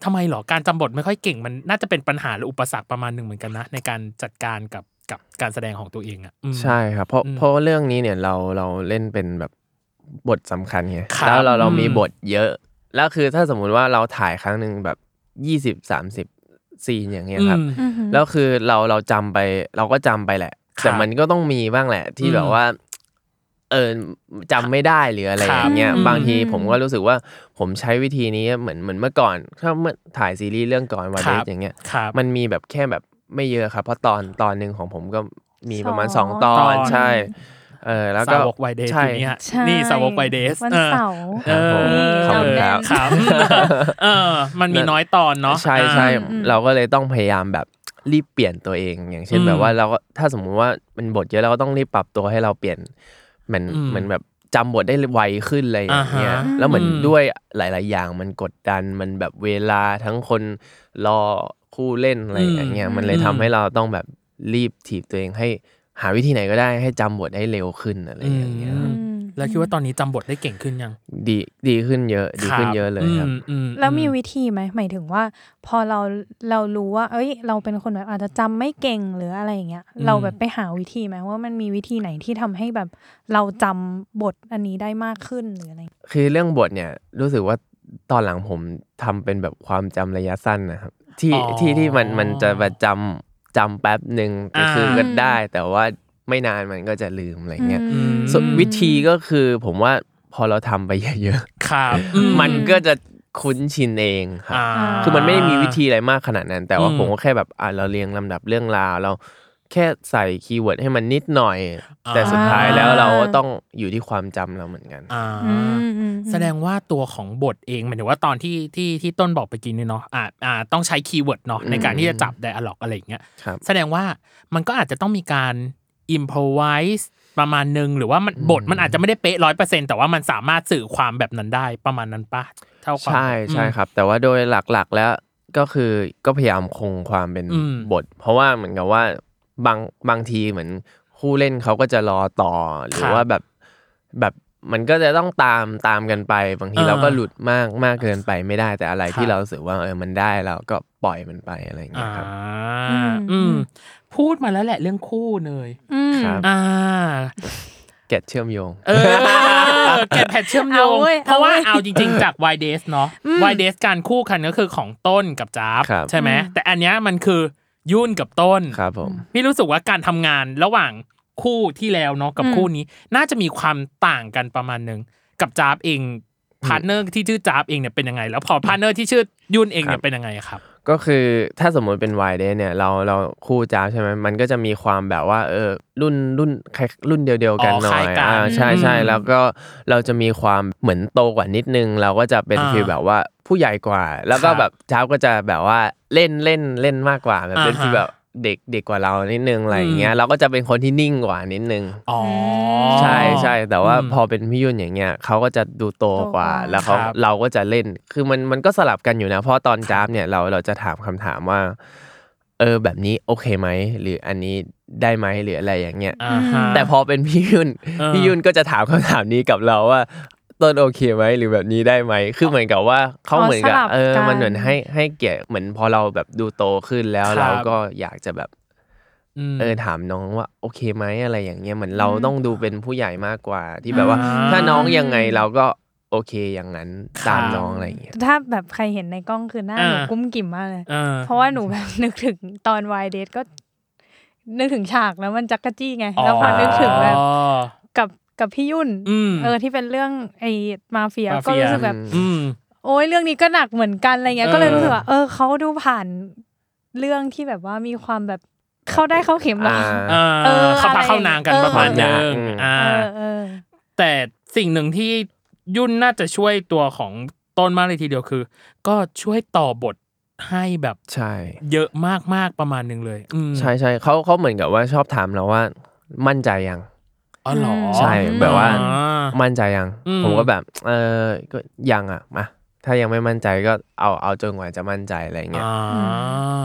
[SPEAKER 2] ทำไมหรอการจำบทไม่ค่อยเก่ง มันน่าจะเป็นปัญหาหรืออุปสรรคประมาณหนึ่งเหมือนกันนะในการจัดการกับกับการแสดงของตัวเองอ่ะอืม
[SPEAKER 3] ใช่ครับ เพราะ
[SPEAKER 2] อืม
[SPEAKER 3] เพราะว่าเรื่องนี้เนี่ยเราเราเล่นเป็นแบบบทสำคัญไง
[SPEAKER 2] ครับ
[SPEAKER 3] แล้วเราเรา
[SPEAKER 2] อืม
[SPEAKER 3] มีบทเยอะ แล้วคือถ้าสมมุติว่าเราถ่ายครั้งหนึ่งแบบยี่สิบสามสิบซีนอย่างเงี้ยครับ
[SPEAKER 2] อืม
[SPEAKER 1] อือหือ
[SPEAKER 3] แล้วคือเราเราจำไปเราก็จำไปแหละ
[SPEAKER 2] ครับ
[SPEAKER 3] แต่มันก็ต้องมีบ้างแหละ ที่
[SPEAKER 2] อืม
[SPEAKER 3] แบบว่า เออจำไม่ได้หรืออะไร
[SPEAKER 2] ครั
[SPEAKER 3] อบ ย่างเงี้ย
[SPEAKER 2] อืม
[SPEAKER 3] บางที
[SPEAKER 1] อืม
[SPEAKER 3] ผมก็รู้สึกว่าผมใช้วิธีนี้เหมือนเหมือนเมื่อก่อนถ้าเมื่อถ่ายซีรีส์เรื่องก่อนวา
[SPEAKER 2] ค
[SPEAKER 3] เด
[SPEAKER 2] รับ
[SPEAKER 3] สอย่างเงี้ย
[SPEAKER 2] ครับ
[SPEAKER 3] มันมีแบบแค่แบบไม่เยอะครับ เพราะตอนตอนหนึ่งของผมก็มีประมาณ
[SPEAKER 1] ส
[SPEAKER 3] ส
[SPEAKER 1] อ
[SPEAKER 3] อง งตอ
[SPEAKER 2] ตอน น
[SPEAKER 3] ใช่ เออ แล้วก็
[SPEAKER 2] สาวกไวเดย์
[SPEAKER 3] ใช่
[SPEAKER 2] อยู่นี่ฮะ
[SPEAKER 1] ใช่
[SPEAKER 2] นี่สาวกไวเดย์
[SPEAKER 1] วันเสาร์
[SPEAKER 2] เออ
[SPEAKER 3] ขอบคุณครับ
[SPEAKER 2] ครับเออ มันมีน้อยตอนเนาะ
[SPEAKER 3] ใช่ใช่
[SPEAKER 1] อืมอืม
[SPEAKER 3] เราก็เลยต้องพยายามแบบรีบเปลี่ยนตัวเอง อย่างเช่น
[SPEAKER 2] อืม
[SPEAKER 3] แบบว่าเราก็ถ้าสมมุติว่ามันบทเยอะเราก็ต้องรีบปรับตัวให้เราเปลี่ยน เหมือน
[SPEAKER 2] อืม
[SPEAKER 3] เหมือนแบบจำบทได้ไวขึ้นอะไรอย่างเงี้ย
[SPEAKER 2] อ่าฮะ
[SPEAKER 3] แล้วเหมือน
[SPEAKER 2] อืม
[SPEAKER 3] ด้วยหลาย ๆ อย่างมันกดดันมันแบบเวลาทั้งคนรอคู่เล่นอะไรอย่างเงี้ยมันเลยทำให้เราต้องแบบรีบถีบตัวเองให้หาวิธีไหนก็ได้ให้จำบทให้เร็วขึ้นอะไรอย่างเงี้ย
[SPEAKER 2] อืม
[SPEAKER 1] อืม
[SPEAKER 2] แล้วคิดว่าตอนนี้จำบทได้เก่งขึ้นยัง
[SPEAKER 3] ดีดีขึ้นเยอะดีขึ้นเยอะเลยครับ
[SPEAKER 2] อืมอือื
[SPEAKER 1] แล้วมีวิธีไหมหมายถึงว่า พอเราเรารู้ว่า เอ้ย เราเป็นคนแบบอาจจะจำไม่เก่งหรืออะไรอย่างเงี้ย เราแบบไปหาวิธีไหมว่ามันมีวิธีไหนที่ทำให้แบบเราจำบทอันนี้ได้มากขึ้นหรืออะไรอย่างเงี้ย
[SPEAKER 3] คือเรื่องบทเนี่ยรู้สึกว่าตอนหลังผมทำเป็นแบบความจำระยะสั้นนะครับ ที่ที่ที่มันมันจะแบบจำจำแป๊บหนึ่งก็คือก็ได้ แต่ว่าไม่นานมันก็จะลืมอะไรเงี้ย
[SPEAKER 1] อืม
[SPEAKER 2] อืม
[SPEAKER 3] ส่วนวิธีก็คือผมว่าพอเราทำไปเยอะ
[SPEAKER 2] ครับ
[SPEAKER 3] ๆมันก็จะคุ้นชินเองครับ
[SPEAKER 2] า
[SPEAKER 3] คือมันไม่ได้มีวิธีอะไรมากขนาดนั้น แต่ว่า
[SPEAKER 2] อืม
[SPEAKER 3] ผมก็แค่แบบอ่ะเราเรียงลำดับเรื่องราวเราแค่ใส่คีย์เวิร์ดให้มันนิดหน่อย แต่สุดท้ายแล้วเราก็ต้องอยู่ที่ความจำเราเหมือนกัน
[SPEAKER 2] อ่า
[SPEAKER 1] อืมอืมอืม
[SPEAKER 2] แสดงว่าตัวของบทเองหมายถึงว่าตอนที่ที่ที่ต้นบอกไปกินนี่เนาะอ่าอ่าต้องใช้คีย์เวิร์ดเนาะ
[SPEAKER 3] อืม
[SPEAKER 2] ในการที่จะจับไดอะล็อกอะไรอย่างเงี้ย
[SPEAKER 3] ครับ
[SPEAKER 2] แสดงว่ามันก็อาจจะต้องมีการอิมพอไวส์ประมาณหนึ่งหรือว่ามันบทมันอาจจะไม่ได้เป๊ะร้อยเปอร์เซ็นแต่ว่ามันสามารถสื่อความแบบนั้นได้ประมาณนั้นปะเท่าความ
[SPEAKER 3] ใช่ใช่ครับ แต่ว่าโดยหลักๆแล้วก็คือก็พยายามคงความเป็น
[SPEAKER 2] อืม
[SPEAKER 3] บท เพราะว่าเหมือนกับว่าบางบางทีเหมือนคู่เล่นเขาก็จะรอต่อ หรือ
[SPEAKER 2] ครับ
[SPEAKER 3] ว่าแบบแบบมันก็จะต้องตามตามกันไป บางที
[SPEAKER 2] อ่า
[SPEAKER 3] เราก็หลุดมากมากเกินไปไม่ได้แต่อะไรที่เรารู้สึกว่าเออมันได้เราก็ปล่อยมันไปอะไรอย่างเงี้
[SPEAKER 2] อ่าย
[SPEAKER 3] ครับ
[SPEAKER 1] ม
[SPEAKER 2] อืมพูดมาแล้วแหละเรื่องคู่เนย
[SPEAKER 1] อืม
[SPEAKER 3] ครับ
[SPEAKER 2] อ่า
[SPEAKER 3] แกะเชื่อมโยง
[SPEAKER 2] เออ [laughs] แกนแพทเชื่อมโย
[SPEAKER 1] เอา
[SPEAKER 2] ง
[SPEAKER 1] เว้ย
[SPEAKER 2] เพราะว่า
[SPEAKER 1] เอา
[SPEAKER 2] เอา
[SPEAKER 1] เว้ย
[SPEAKER 2] จริงๆ จาก y d a y s เนาะ y d a y s การคู่กันก็คือของต้นกับจ๊าบ
[SPEAKER 3] ครับ
[SPEAKER 2] ใช่ไหมแต่อันเนี้ยมันคือยุ่นกับต้น
[SPEAKER 3] ครับผม
[SPEAKER 2] พี่รู้สึกว่าการทำงานระหว่างคู่ที่แล้วเนาะกับคู่นี้ น่าจะมีความต่างกันประมาณหนึ่งกับจ๊าบเองพาร์ทเนอร์ที่ชื่อจ๊าบเองเนี่ยเป็นยังไง แล้วพอพาร์ทเนอร์ที่ชื่อยุ่นเองเนี่
[SPEAKER 3] ครั
[SPEAKER 2] ย
[SPEAKER 3] บ
[SPEAKER 2] เป็นยังไงครับ
[SPEAKER 3] ก็คือถ้าสมมติเป็นวายเดย์เนี่ยเราเราคู่จ้าบใช่ไหมมันก็จะมีความแบบว่าเออรุ่นรุ่นใครรุ่นเดียวๆกัน
[SPEAKER 2] อ๋อ
[SPEAKER 3] หน่
[SPEAKER 2] ค
[SPEAKER 3] อ
[SPEAKER 2] ล้าย
[SPEAKER 3] ย
[SPEAKER 2] กัน
[SPEAKER 3] อ่าใช่ใช่
[SPEAKER 2] อืม
[SPEAKER 3] แล้วก็เราจะมีความเหมือนโตกว่านิดนึง เราก็จะเป็น
[SPEAKER 2] อ่า
[SPEAKER 3] ฟีลแบบว่าผู้ใหญ่กว่า แล้วก็
[SPEAKER 2] ครับ
[SPEAKER 3] แบบจ้าบก็จะแบบว่าเล่นเล่นเล่นมากกว่าแบบเป็น
[SPEAKER 2] อ่าฮะ
[SPEAKER 3] ฟีลแบบเด็กเด็กกว่าเรานิดนึงอะไรอย่างเงี้
[SPEAKER 2] อื
[SPEAKER 3] ย
[SPEAKER 2] ม
[SPEAKER 3] เราก็จะเป็นคนที่นิ่งกว่านิดนึง
[SPEAKER 2] อ๋อ
[SPEAKER 3] ใช่ใช่แต่ว่า
[SPEAKER 2] อืม
[SPEAKER 3] พอเป็นพี่ยุ่นอย่างเงี้ยเขาก็จะดูโตกว่า
[SPEAKER 1] โตกว่า
[SPEAKER 3] แล้วเขา
[SPEAKER 2] ครับ
[SPEAKER 3] เราก็จะเล่นคือมันมันก็สลับกันอยู่นะเพราะตอนจ้าบเนี่ยเราเราจะถามคำถามว่า เออแบบนี้โอเคไหมหรืออันนี้ได้ไหมหรืออะไรอย่างเงี้ย
[SPEAKER 2] อ่าฮะ
[SPEAKER 3] แต่พอเป็นพี่ยุ่น
[SPEAKER 2] เออ
[SPEAKER 3] พี่ยุ่นก็จะถามคำถามนี้กับเราว่าต้นโอเคไหมหรือแบบนี้ได้ไหมคือเหมือนกับว่าเขาเหมือนกับ
[SPEAKER 1] อ๋อสลับ
[SPEAKER 3] เออ
[SPEAKER 1] กัน
[SPEAKER 3] มันเหมือนให้ให้เกียรติเหมือนพอเราแบบดูโตขึ้นแล้ว
[SPEAKER 2] ครับ
[SPEAKER 3] เราก็อยากจะแบบ
[SPEAKER 2] ม
[SPEAKER 3] เออถามน้องว่าโอเคไหมอะไรอย่างเงี้ยเหมือนเราต้องดูเป็นผู้ใหญ่มากกว่าที่แบบว่า
[SPEAKER 2] อ่า
[SPEAKER 3] ถ้าน้องยังไงเราก็โอเคอย่างนั้นตาม
[SPEAKER 2] ครับ
[SPEAKER 3] น้องอะไรอย่างเงี้ย
[SPEAKER 1] ถ้าแบบใครเห็นในกล้องคือหน้าหนู
[SPEAKER 2] อ่า
[SPEAKER 1] กุ้มกิ่มมากเลย
[SPEAKER 2] เออ
[SPEAKER 1] เพราะว่าหนูแบบ นึกถึงตอนวายเดทก็ นึกถึงฉากแล้วมันจักกะจี้ไง แล้วพอนึกถึงแบบ
[SPEAKER 2] อ๋อ
[SPEAKER 1] กับกับพี่ยุ่น
[SPEAKER 2] อืม
[SPEAKER 1] เออที่เป็นเรื่องไอ้มาเฟีย
[SPEAKER 2] มา
[SPEAKER 1] ก็
[SPEAKER 2] เฟีย
[SPEAKER 1] รู้สึกแบบ
[SPEAKER 2] อืม
[SPEAKER 1] โอ้ยเรื่องนี้ก็หนักเหมือนกันอะไรเงี้ย
[SPEAKER 2] เออ
[SPEAKER 1] ก็เลยรู้สึกว่าเออเขาดูผ่านเรื่องที่แบบว่ามีความแบบเข้าได้เข้าเข็มหรอ
[SPEAKER 2] า
[SPEAKER 1] เออ
[SPEAKER 2] เขาพาเข้านางกัน
[SPEAKER 1] เออ
[SPEAKER 2] ประมาณหนึ
[SPEAKER 3] เออ
[SPEAKER 2] งอ่า
[SPEAKER 1] เออเออ
[SPEAKER 2] แต่สิ่งหนึ่งที่ยุ่นน่าจะช่วยตัวของต้นมากเลยทีเดียวคือ ก็ช่วยต่อบทให้แบบ
[SPEAKER 3] ใช่
[SPEAKER 2] เยอะมากๆประมาณหนึงเลยอืม
[SPEAKER 3] ใช่ใช่เขาเขาเหมือนกับว่าชอบถามเราว่า มั่นใจยัง
[SPEAKER 2] อ๋อเหรอ
[SPEAKER 3] ใช่แบบว่า
[SPEAKER 2] อ่
[SPEAKER 3] มั่นใจยัง
[SPEAKER 2] อืม
[SPEAKER 3] ผมก็แบบ เออก็ยังอ่ะมาถ้ายังไม่มั่นใจก็เอาเอาจนกว่าจะมั่นใจอะไรอย่างเงี้ย
[SPEAKER 2] อ่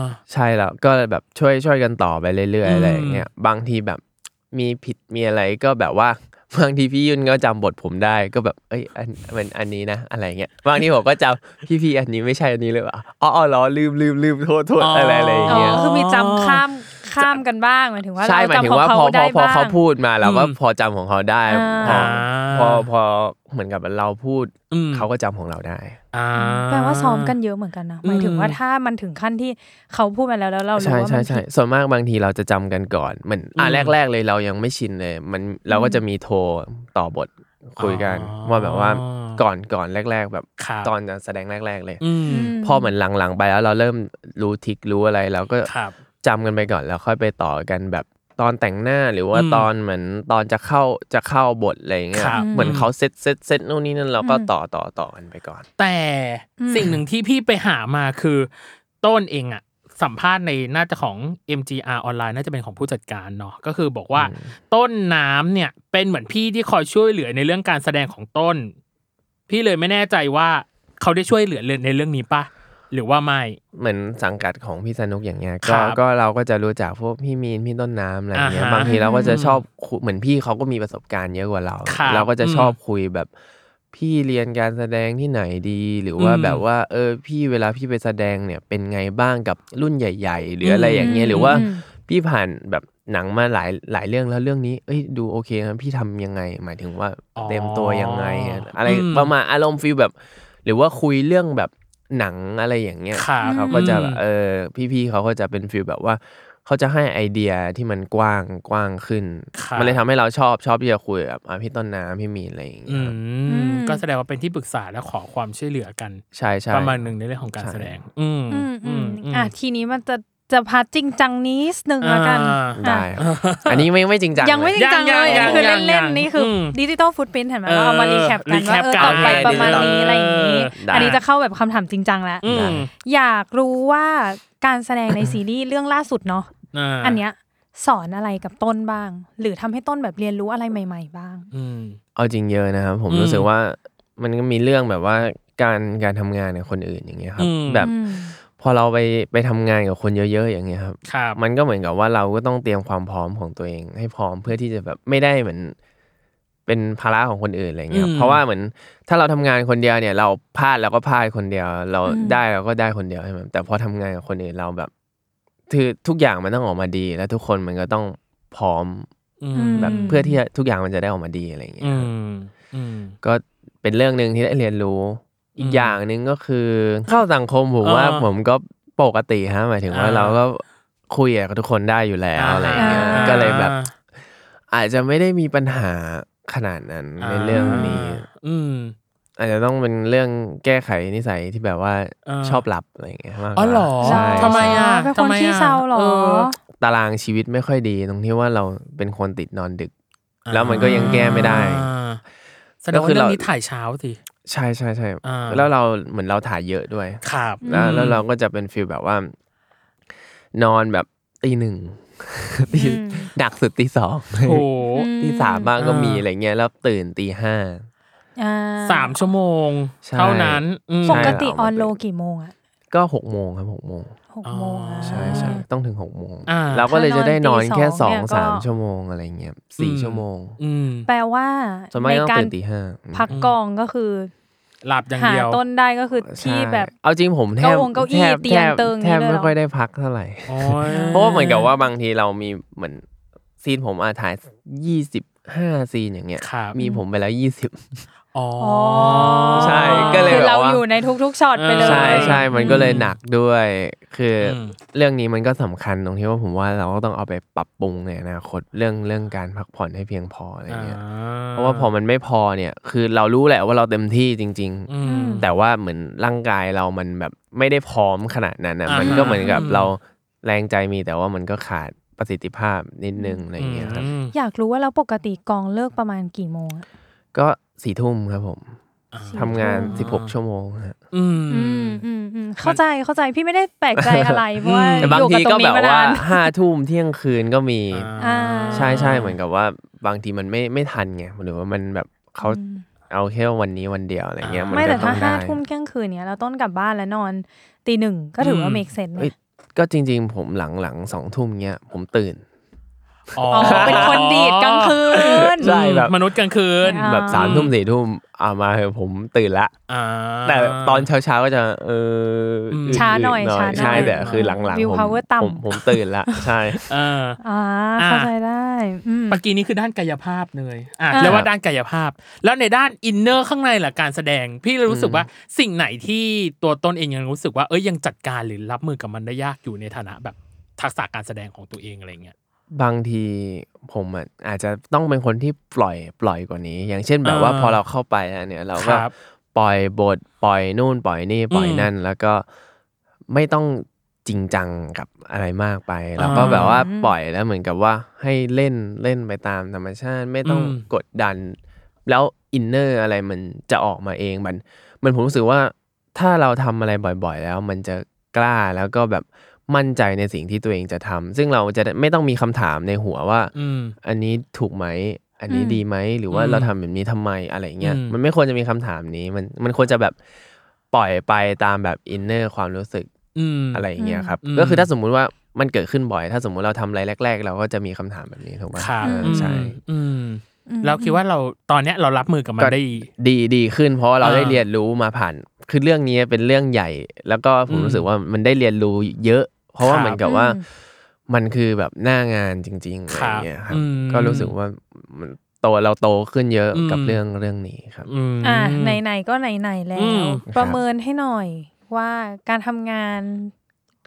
[SPEAKER 2] า
[SPEAKER 3] ใช่แล้วก็แบบช่วยช่วยกันต่อไปเรื่อย
[SPEAKER 2] อืม
[SPEAKER 3] ๆอะไรอย่างเงี้ยบางทีแบบมีผิดมีอะไรก็แบบว่า [laughs] บางทีพี่ยุ่นก็จำบทผมได้ก็แบบเอ้ยอันมันอันนี้นะอะไรเงี้ยบางทีผมก็จำ [laughs] พี่พี่อันนี้ไม่ใช่อันนี้เลยว่ะอ๋ออ๋อเหรอลืมลืมลืมโทษโทษอะไรอะไรอย่าง
[SPEAKER 1] อ๋อ
[SPEAKER 3] เงี้ย
[SPEAKER 1] คือมีจำข้ามข้ามกันบ้างหมายถึงว่า
[SPEAKER 3] ใช่
[SPEAKER 1] เรา
[SPEAKER 3] หมาย
[SPEAKER 1] จำ
[SPEAKER 3] ถึง
[SPEAKER 1] ของ
[SPEAKER 3] ว่า
[SPEAKER 1] เขา
[SPEAKER 3] พอพ
[SPEAKER 1] ได้
[SPEAKER 3] อพอ
[SPEAKER 1] บ้าง
[SPEAKER 3] เขาพูดมาเราก็
[SPEAKER 2] อืม
[SPEAKER 3] พอจำของเขาได้พ
[SPEAKER 1] อ่า
[SPEAKER 3] อพอพอเหมือนกับเราพูด
[SPEAKER 2] อืม
[SPEAKER 3] เขาก็จำของเราได้
[SPEAKER 2] อ่า
[SPEAKER 1] แปลว่าซ้อมกันเยอะเหมือนกันนะหมายถึงว่าถ้ามันถึงขั้นที่เขาพูดมาแล้วแล้วเรารู้
[SPEAKER 3] ใช่
[SPEAKER 1] ว่า
[SPEAKER 3] ใช่
[SPEAKER 1] มัน
[SPEAKER 3] ใช่ส่วนมากบางทีเราจะจำกันก่อนเหมือนอ่ะ
[SPEAKER 2] อืม
[SPEAKER 3] แรก ๆเลยเรายังไม่ชินเลย มันเราก็จะมีโทรต่อบทคุยกัน
[SPEAKER 2] อ๋อ
[SPEAKER 3] ว่าแบบว่าก่อนก่อนแรก ๆ แบบ
[SPEAKER 2] ครับ
[SPEAKER 3] ตอนจะแสดงแรก ๆ เลย
[SPEAKER 2] อืม
[SPEAKER 3] พอเหมือนหลังๆไปแล้วเราเริ่มรู้ทิกรู้อะไรเราก็
[SPEAKER 2] ครับ
[SPEAKER 3] จำกันไปก่อนแล้วค่อยไปต่อกันแบบตอนแต่งหน้าหรือว่า
[SPEAKER 2] อืม
[SPEAKER 3] ตอนเหมือนตอนจะเข้าจะเข้าบทอะไรอย่างเงี้ย
[SPEAKER 2] ครับ
[SPEAKER 3] เหมือนเขาเซตเซตเซตนู่นนี่นั่นเราก็ต่อต่อต่อกันไปก่อน
[SPEAKER 2] แต่สิ่งหนึ่งที่พี่ไปหามาคือ ต้นเองอะ สัมภาษณ์ในน่าจะของ MGR ออนไลน์น่าจะเป็นของผู้จัดการเนาะก็คือบอกว่า ต้นน้ำเนี่ยเป็นเหมือนพี่ที่คอยช่วยเหลือในเรื่องการแสดงของต้น พี่เลยไม่แน่ใจว่าเขาได้ช่วยเหลือในเรื่องนี้ปะหรือว่าไม่
[SPEAKER 3] เหมือนสังกัดของพี่สนุกอย่างเงี้ย
[SPEAKER 2] ครั
[SPEAKER 3] ก็
[SPEAKER 2] บ
[SPEAKER 3] ก็เราก็จะรู้จักพวกพี่มีนพี่ต้นน้ำอะไรเงี้ย
[SPEAKER 2] อ่าฮะ
[SPEAKER 3] บางทีเราก็จะชอบคุยเหมือนพี่เขาก็มีประสบการณ์เยอะกว่าเรา
[SPEAKER 2] ครับ
[SPEAKER 3] เราก็จะชอบคุยแบบพี่เรียนการแสดงที่ไหนดี หรือว่า
[SPEAKER 2] อืม
[SPEAKER 3] แบบว่าเออพี่เวลาพี่ไปแสดงเนี่ยเป็นไงบ้างกับรุ่นใหญ่ ๆ หรืออะไรอย่างเงี้ยหรือว่า
[SPEAKER 1] อืม
[SPEAKER 3] พี่ผ่านแบบหนังมาหลายหลายเรื่องแล้วเรื่องนี้ เอ้ยดูโอเคนะพี่ทำยังไง หมายถึงว่า
[SPEAKER 2] อ๋อ
[SPEAKER 3] เต็มตัวยังไงอะไร
[SPEAKER 2] อืม
[SPEAKER 3] ประมาณอารมณ์ฟีลแบบ หรือว่าคุยเรื่องแบบหนังอะไรอย่างเงี้ย
[SPEAKER 2] ครับ
[SPEAKER 3] เขาก็จะแบบเออพี่ๆเขาก็จะเป็นฟิลแบบว่า เขาจะให้ไอเดียที่มันกว้างกว้างขึ้น
[SPEAKER 2] ครับ
[SPEAKER 3] มันเลยทำให้เราชอบชอบที่จะคุยกับอ่ะพี่ต้นน้ำพี่มีนอะไรอย่าง
[SPEAKER 2] อื
[SPEAKER 3] เงี้ย
[SPEAKER 2] ม
[SPEAKER 1] อืม
[SPEAKER 2] ก็แสดงว่าเป็นที่ปรึกษาและขอความช่วยเหลือกัน
[SPEAKER 3] ใช่ใช่
[SPEAKER 2] ประมาณหนึ่งในเรื่องของการ
[SPEAKER 3] ใช่
[SPEAKER 2] แสดง อืม
[SPEAKER 1] อืมอืม
[SPEAKER 2] อืม
[SPEAKER 1] อ่ะทีนี้มันจะจะพาร์ทจริงจังนิดนึงละกันอ่
[SPEAKER 2] อ่า
[SPEAKER 1] ะ
[SPEAKER 3] ได้ครับอันนี้ไม่ไม่จริงจัง
[SPEAKER 1] ยังไม่จ
[SPEAKER 3] เล
[SPEAKER 1] ริงจังเลย
[SPEAKER 2] ยังยัง
[SPEAKER 1] คือ
[SPEAKER 2] ยัง
[SPEAKER 1] เล่น
[SPEAKER 2] ยัง
[SPEAKER 1] ๆนี่คืออ
[SPEAKER 2] ม
[SPEAKER 1] ดิจิตอลฟุตพิ้นเห็นไหมว่าเอามา
[SPEAKER 2] เออ
[SPEAKER 1] รีแคปกันว่า
[SPEAKER 2] recap
[SPEAKER 1] เออ
[SPEAKER 2] กัน
[SPEAKER 1] ต่อไป
[SPEAKER 3] ได้
[SPEAKER 1] ประมาณนี้อะ
[SPEAKER 3] ได้
[SPEAKER 1] ไรอย่างนี้
[SPEAKER 3] ได้
[SPEAKER 1] อันนี้จะเข้าแบบคำถามจริงจังแล้ว
[SPEAKER 2] อืม
[SPEAKER 1] อยากรู้ว่าการแสดงในซีรีส์เรื่องล่าสุดเนาะ
[SPEAKER 2] า
[SPEAKER 1] อันเนี้ยสอนอะไรกับต้นบ้าง หรือทำให้ต้นแบบเรียนรู้อะไรใหม่ ๆ บ้าง
[SPEAKER 2] อืม
[SPEAKER 3] เอาจริงเยอะนะครับผม
[SPEAKER 2] อืม
[SPEAKER 3] รู้สึกว่ามันก็มีเรื่องแบบว่าการการทำงานกับคนอื่นอย่างเงี้ยครั
[SPEAKER 2] อื
[SPEAKER 3] บ
[SPEAKER 2] ม
[SPEAKER 3] แบบ
[SPEAKER 1] อืม
[SPEAKER 3] พอเราไปไปทำงานกับคนเยอะ ๆ อย่างเงี้ยครับ
[SPEAKER 2] ครับ
[SPEAKER 3] มันก็เหมือนกับว่าเราก็ต้องเตรียมความพร้อมของตัวเอง ให้พร้อมเพื่อที่จะแบบไม่ได้เหมือนเป็นภาระของคนอื่นอะไรเงี้ย
[SPEAKER 2] อืม
[SPEAKER 3] เพราะว่าเหมือนถ้าเราทำงานคนเดียวเนี่ย เราพลาดเราก็พลาดคนเดียว เรา
[SPEAKER 1] อืม
[SPEAKER 3] ได้เราก็ได้คนเดียวใช่ไหมแต่พอทำงานกับคนอื่นเราแบบคือทุกอย่างมันต้องออกมาดี แล้วทุกคนมันก็ต้องพร้อมแบบ
[SPEAKER 1] ม
[SPEAKER 3] เพื่อที่จะทุกอย่างมันจะได้ออกมาดีอะไรเงี้ย
[SPEAKER 2] อืมอืม
[SPEAKER 3] ก็เป็นเรื่องหนึ่งที่ได้เรียนรู้ อี
[SPEAKER 2] อื
[SPEAKER 3] ก
[SPEAKER 2] ม
[SPEAKER 3] อย่างหนึ่งก็คือ เข้าสังคมผมว่า
[SPEAKER 2] อ่า
[SPEAKER 3] ผมก็ปกติฮะหมายถึงว่า
[SPEAKER 2] อ่า
[SPEAKER 3] เราก็คุยกับทุกคนได้อยู่แล้วอะไรเงี้ย
[SPEAKER 1] อ่า
[SPEAKER 3] ก็เลยแบบ อาจจะไม่ได้มีปัญหาขนาดนั้นในเรื่องนี้
[SPEAKER 2] อืม
[SPEAKER 3] อาจจะต้องเป็นเรื่องแก้ไขนิสัยที่แบบว่า
[SPEAKER 2] อ่า
[SPEAKER 3] ชอบหลับอะไรอย่างเงี้ยมากกว่า
[SPEAKER 2] อ๋อเหรอ
[SPEAKER 3] ใช่
[SPEAKER 2] ทำไมอ่ะ
[SPEAKER 1] เป็นคน
[SPEAKER 2] ทำไม
[SPEAKER 1] ขี้
[SPEAKER 2] อ่ะ
[SPEAKER 1] เศร้าเหรอ
[SPEAKER 2] เ
[SPEAKER 3] ตารางชีวิตไม่ค่อยดีตรงที่ว่าเราเป็นคนติดนอนดึก แล้วมันก็ยังแก้ไม่ได้
[SPEAKER 2] อ่าแสดงว่าเรื่องนี้ถ่ายเช้าสิ
[SPEAKER 3] ใช่ใช่ใช่
[SPEAKER 2] อ่า
[SPEAKER 3] แล้วเราเหมือนเราถ่ายเยอะด้วย
[SPEAKER 2] ครับ
[SPEAKER 3] แล้วแล้วเราก็จะเป็นฟีลแบบว่า นอนแบบตีหนึ่งตี
[SPEAKER 1] อืม
[SPEAKER 3] หนักสุดตีสอง
[SPEAKER 2] โอ้โห
[SPEAKER 3] ตีสามบ้างก็มี
[SPEAKER 2] อ่า
[SPEAKER 3] อะไรเงี้ยแล้วตื่นตีห้า
[SPEAKER 1] อ่
[SPEAKER 2] สามชั่วโมง
[SPEAKER 3] ใช่
[SPEAKER 2] เท่านั้นอืม
[SPEAKER 1] ปกติอ
[SPEAKER 3] ใช่เอามา
[SPEAKER 1] อนโล
[SPEAKER 3] เป็น
[SPEAKER 1] กี่โมงอะ
[SPEAKER 3] ก็หกโมงครับหกโมง
[SPEAKER 1] หกโมงอะ
[SPEAKER 3] ใช่ใช่ต้องถึงหกโมง
[SPEAKER 2] อ่า
[SPEAKER 3] เราก็เลยจะได้นอนแค่
[SPEAKER 1] ถ้านอนตี
[SPEAKER 3] สอง
[SPEAKER 1] สอ
[SPEAKER 3] สาง
[SPEAKER 1] เนี่ย
[SPEAKER 3] ม
[SPEAKER 1] ก็
[SPEAKER 3] ชั่วโมงอะไรเงี้ยสี่ชั่วโมง
[SPEAKER 2] อืม
[SPEAKER 1] แปลว่า
[SPEAKER 3] ส่วนมาก
[SPEAKER 1] ใน
[SPEAKER 3] ต้อง
[SPEAKER 1] การ
[SPEAKER 3] ตื่นตีห้าอืม
[SPEAKER 1] พักกองก็คือ
[SPEAKER 2] หลับอย่าง
[SPEAKER 1] หา
[SPEAKER 2] เดียว
[SPEAKER 1] ต้นได้ก็คือที่แบบ
[SPEAKER 3] ใช่เอาจริงผมแทบ
[SPEAKER 1] เก้าองเก้าอี้
[SPEAKER 3] แทบ
[SPEAKER 1] เตียงเติง
[SPEAKER 3] แทบ
[SPEAKER 1] นี่ด้วยเหรอ
[SPEAKER 3] ไม่ค่อยได้พักเท่าไหร่
[SPEAKER 2] โอ้ย
[SPEAKER 3] เพราะว่าเหมือนกับว่าบางทีเรามีเหมือนซีนผมอาถ่ายยี่สิบห้าซีนอย่างเงี้ย
[SPEAKER 2] ครับ
[SPEAKER 3] มีผมไปแล้วยี่สิบ
[SPEAKER 2] อ๋อ
[SPEAKER 3] ใช่ก็เลย
[SPEAKER 1] คือ
[SPEAKER 3] แบบ
[SPEAKER 1] เรา
[SPEAKER 3] ว่า
[SPEAKER 1] อยู่ในทุกๆช็อตไปเลย
[SPEAKER 3] ใช่ใช่มันก็เลยหนักด้วย คืออ
[SPEAKER 2] ม
[SPEAKER 3] เรื่องนี้มันก็สำคัญตรงที่ว่าผมว่าเราก็ต้องเอาไปปรับปรุงในอนาคตเรื่องเรื่องการพักผ่อนให้เพียงพออะไร
[SPEAKER 2] อ่า
[SPEAKER 3] เงี้ย เพราะว่าพอมันไม่พอเนี่ย คือเรารู้แหละว่าเราเต็มที่จริง
[SPEAKER 2] อืม
[SPEAKER 3] ๆ แต่ว่าเหมือนร่างกายเรามันแบบไม่ได้พร้อมขนาดนั้นนะ
[SPEAKER 2] อ่ามั
[SPEAKER 3] มันก็เหมือนกับ
[SPEAKER 2] อืม
[SPEAKER 3] เราแรงใจมีแต่ว่ามันก็ขาดประสิทธิภาพนิดนึงอะไรอย่างเงี้ยครับ
[SPEAKER 2] อืม
[SPEAKER 1] อยากรู้ว่าแล้วปกติกองเลิกประมาณกี่โมงอะ
[SPEAKER 3] ก็สี่ทุ่มครับผม
[SPEAKER 1] สี่
[SPEAKER 3] ทำงาน
[SPEAKER 1] ทุ่ม
[SPEAKER 3] 16 ชั่วโมงฮะ
[SPEAKER 2] อืม
[SPEAKER 1] อืมอืมอืมเข้าใจเข้าใจพี่ไม่ได้แปลกใจ
[SPEAKER 3] [laughs]
[SPEAKER 1] อะไรเพราะว่า
[SPEAKER 2] อืม
[SPEAKER 3] แต่บาง
[SPEAKER 1] อยู่กับ
[SPEAKER 3] ที
[SPEAKER 1] ตร
[SPEAKER 3] ก็
[SPEAKER 1] ง
[SPEAKER 3] แบ
[SPEAKER 1] นี้
[SPEAKER 3] บ
[SPEAKER 1] มา
[SPEAKER 3] ว่าน
[SPEAKER 1] าน
[SPEAKER 3] ห้าทุ่มเที่ยงคืนก็มี
[SPEAKER 1] อ่า
[SPEAKER 3] ใช่ใช่เหมือนกับว่าบางทีมันไม่ไม่ทันไงหรือว่ามันแบบเขาเอาแค่วันนี้วันเดียวอะไรเงี้ยมัน
[SPEAKER 1] ไม่
[SPEAKER 3] ก็
[SPEAKER 1] แต่
[SPEAKER 3] ต้อ
[SPEAKER 1] ถ้าง ห้า
[SPEAKER 3] ได้
[SPEAKER 1] ทุ่มเที่ยงคืนเนี้ยเราต้นกลับบ้านแล้วนอนตีหนึ่งก็ถือว่าเมกเซนไหม
[SPEAKER 3] เอ้ย ก็จริง ๆ ผมหลังหลังสองทุ่มเงี้ยผมตื่น
[SPEAKER 2] อ๋อ
[SPEAKER 1] อ๋อเป็นคนดีดกลางคืน
[SPEAKER 3] ใช่แบบ
[SPEAKER 2] มนุษย์กลางคืน
[SPEAKER 1] อ่า
[SPEAKER 3] แบบสามทุ่มสี่ทุ่มเอามาเถอะผมตื่นละ
[SPEAKER 2] อ่า
[SPEAKER 3] แต่ตอนเช้าเช้าๆก็จะเออ
[SPEAKER 2] อืม
[SPEAKER 3] ดๆ
[SPEAKER 1] ช้าหน่อยช้าหน่อย
[SPEAKER 3] ใช่แต่คือหลัง
[SPEAKER 1] วิว
[SPEAKER 3] ๆผม
[SPEAKER 1] power ต่ำ
[SPEAKER 3] ผมผมตื่นละใช่
[SPEAKER 2] เออ
[SPEAKER 1] อ่าเข้าใจได้อืม
[SPEAKER 2] เมื่อกี้นี้คือด้านกายภาพเลยอ่ะ
[SPEAKER 1] อ่า
[SPEAKER 2] เรียกว่าด้านกายภาพ แล้วในด้านอินเนอร์ข้างในล่ะการแสดง พี่เลยรู้สึกว่าสิ่งไหนที่ตัวตนเองยังรู้สึกว่าเอ้ยยังจัดการหรือรับมือกับมันได้ยากอยู่ในฐานะแบบทักษะการแสดงของตัวเองอะไรเงี้ย
[SPEAKER 3] บางทีผมอะอาจจะต้องเป็นคนที่ปล่อยปล่อยกว่านี้ อย่างเช่นแบบว่า
[SPEAKER 2] อ่า
[SPEAKER 3] พอเราเข้าไปแล้วเนี่ย เราก็
[SPEAKER 2] ครับ
[SPEAKER 3] ปล่อยบทปล่อยนู่นปล่อยนี่ปล่อย
[SPEAKER 2] อืม
[SPEAKER 3] นั่น แล้วก็ไม่ต้องจริงจังกับอะไรมากไปเราก็แบบว่าปล่อยแล้วเหมือนกับว่าให้เล่นเล่นไปตามธรรมชาติ ไม่ต้อง
[SPEAKER 2] อืม
[SPEAKER 3] กดดัน แล้วอินเนอร์อะไรมันจะออกมาเองมัน มันผมรู้สึกว่าถ้าเราทำอะไรบ่อยๆ แล้ว มันจะกล้าแล้วก็แบบ มั่นใจในสิ่งที่ตัวเองจะทำซึ่งเราจะได้ไม่ต้องมีคำถามในหัวว่า
[SPEAKER 2] อืม
[SPEAKER 3] อันนี้ถูกไหม อันนี้
[SPEAKER 1] อืม
[SPEAKER 3] ดีไหม หรือว่า
[SPEAKER 2] อืม
[SPEAKER 3] เราทำแบบนี้ทำไมอะไรเงี้ย
[SPEAKER 2] อืม
[SPEAKER 3] มันไม่ควรจะมีคำถามนี้ มันมันควรจะแบบปล่อยไปตามแบบอินเนอร์ความรู้สึก
[SPEAKER 2] อืม
[SPEAKER 3] อะไรเงี้ยครับ
[SPEAKER 2] อืม
[SPEAKER 3] ก็คือถ้าสมมุติว่ามันเกิดขึ้นบ่อย ถ้าสมมุติเราทำอะไรแรก ๆ เราก็จะมีคำถามแบบนี้ถูกไหม
[SPEAKER 2] ครับ
[SPEAKER 3] เออใช่
[SPEAKER 2] อืมอืมเราคิดว่าเราตอนเนี้ยเรารับมือกับมัน
[SPEAKER 3] ก็
[SPEAKER 2] ได้ดี
[SPEAKER 3] ดีดีขึ้นเพราะว่าเรา
[SPEAKER 2] อ่า
[SPEAKER 3] ได้เรียนรู้มาผ่าน คือเรื่องนี้เป็นเรื่องใหญ่ แล้วก็ผม
[SPEAKER 2] อืม
[SPEAKER 3] รู้สึกว่ามันได้เรียนรู้เยอะ เพราะว่า
[SPEAKER 2] ครับ
[SPEAKER 3] เหมือนกับว่า มันคือแบบหน้างานจริงๆอะไรเงี้ยครั
[SPEAKER 2] ครับอื
[SPEAKER 3] บ
[SPEAKER 2] ม
[SPEAKER 3] ก็รู้สึกว่ามันโตเราโตขึ้นเยอะกับ
[SPEAKER 2] อืม
[SPEAKER 3] เรื่องเรื่องนี้ครับ
[SPEAKER 2] อืม
[SPEAKER 1] อ่ะไหนๆก็ไหนๆแล้
[SPEAKER 2] อืม
[SPEAKER 1] ว ประเมินให้หน่อยว่าการทำงาน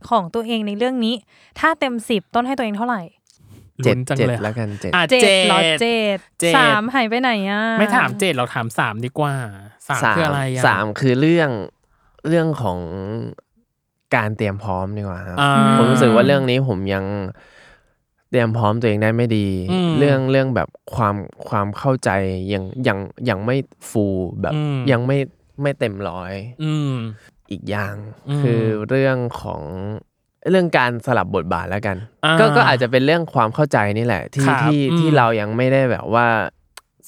[SPEAKER 1] ของตัวเองในเรื่องนี้ ถ้าเต็มสิบต้นให้ตัวเองเท่าไหร่
[SPEAKER 3] เจ็ด
[SPEAKER 2] ลุ้นจัง
[SPEAKER 3] เจ็ด
[SPEAKER 2] เลยอะ
[SPEAKER 3] แล้วกันเจ็ด
[SPEAKER 2] อ่ะ
[SPEAKER 1] เจ็ด
[SPEAKER 2] เจ็ด
[SPEAKER 1] เหรอเจ็ด
[SPEAKER 2] เจ็ด
[SPEAKER 1] สามหายไปไหนอ่ะ
[SPEAKER 2] ไม่ถามเจ็ดเราถามสามดีกว่าสามคืออะไรอ่ะ
[SPEAKER 3] สามคือเรื่องเรื่องของการเตรียมพร้อมดีกว่าครับ
[SPEAKER 2] อ่า
[SPEAKER 3] ผมรู้สึกว่าเรื่องนี้ผมยังเตรียมพร้อมตัวเองได้ไม่ดี
[SPEAKER 2] อืม
[SPEAKER 3] เรื่องเรื่องแบบความความเข้าใจยังยังยังไม่ฟูแบบ
[SPEAKER 2] อืม
[SPEAKER 3] ยังไม่ไม่เต็มร้อย
[SPEAKER 2] อืม
[SPEAKER 3] อีกอย่าง
[SPEAKER 2] อืม
[SPEAKER 3] คือเรื่องของเรื่องการสลับบทบาทแล้วกัน
[SPEAKER 2] อ่า
[SPEAKER 3] ก็ก็อาจจะเป็นเรื่องความเข้าใจนี่แหละ ที่
[SPEAKER 2] ครับ
[SPEAKER 3] ที่
[SPEAKER 2] อืม
[SPEAKER 3] ที่เรายังไม่ได้แบบว่า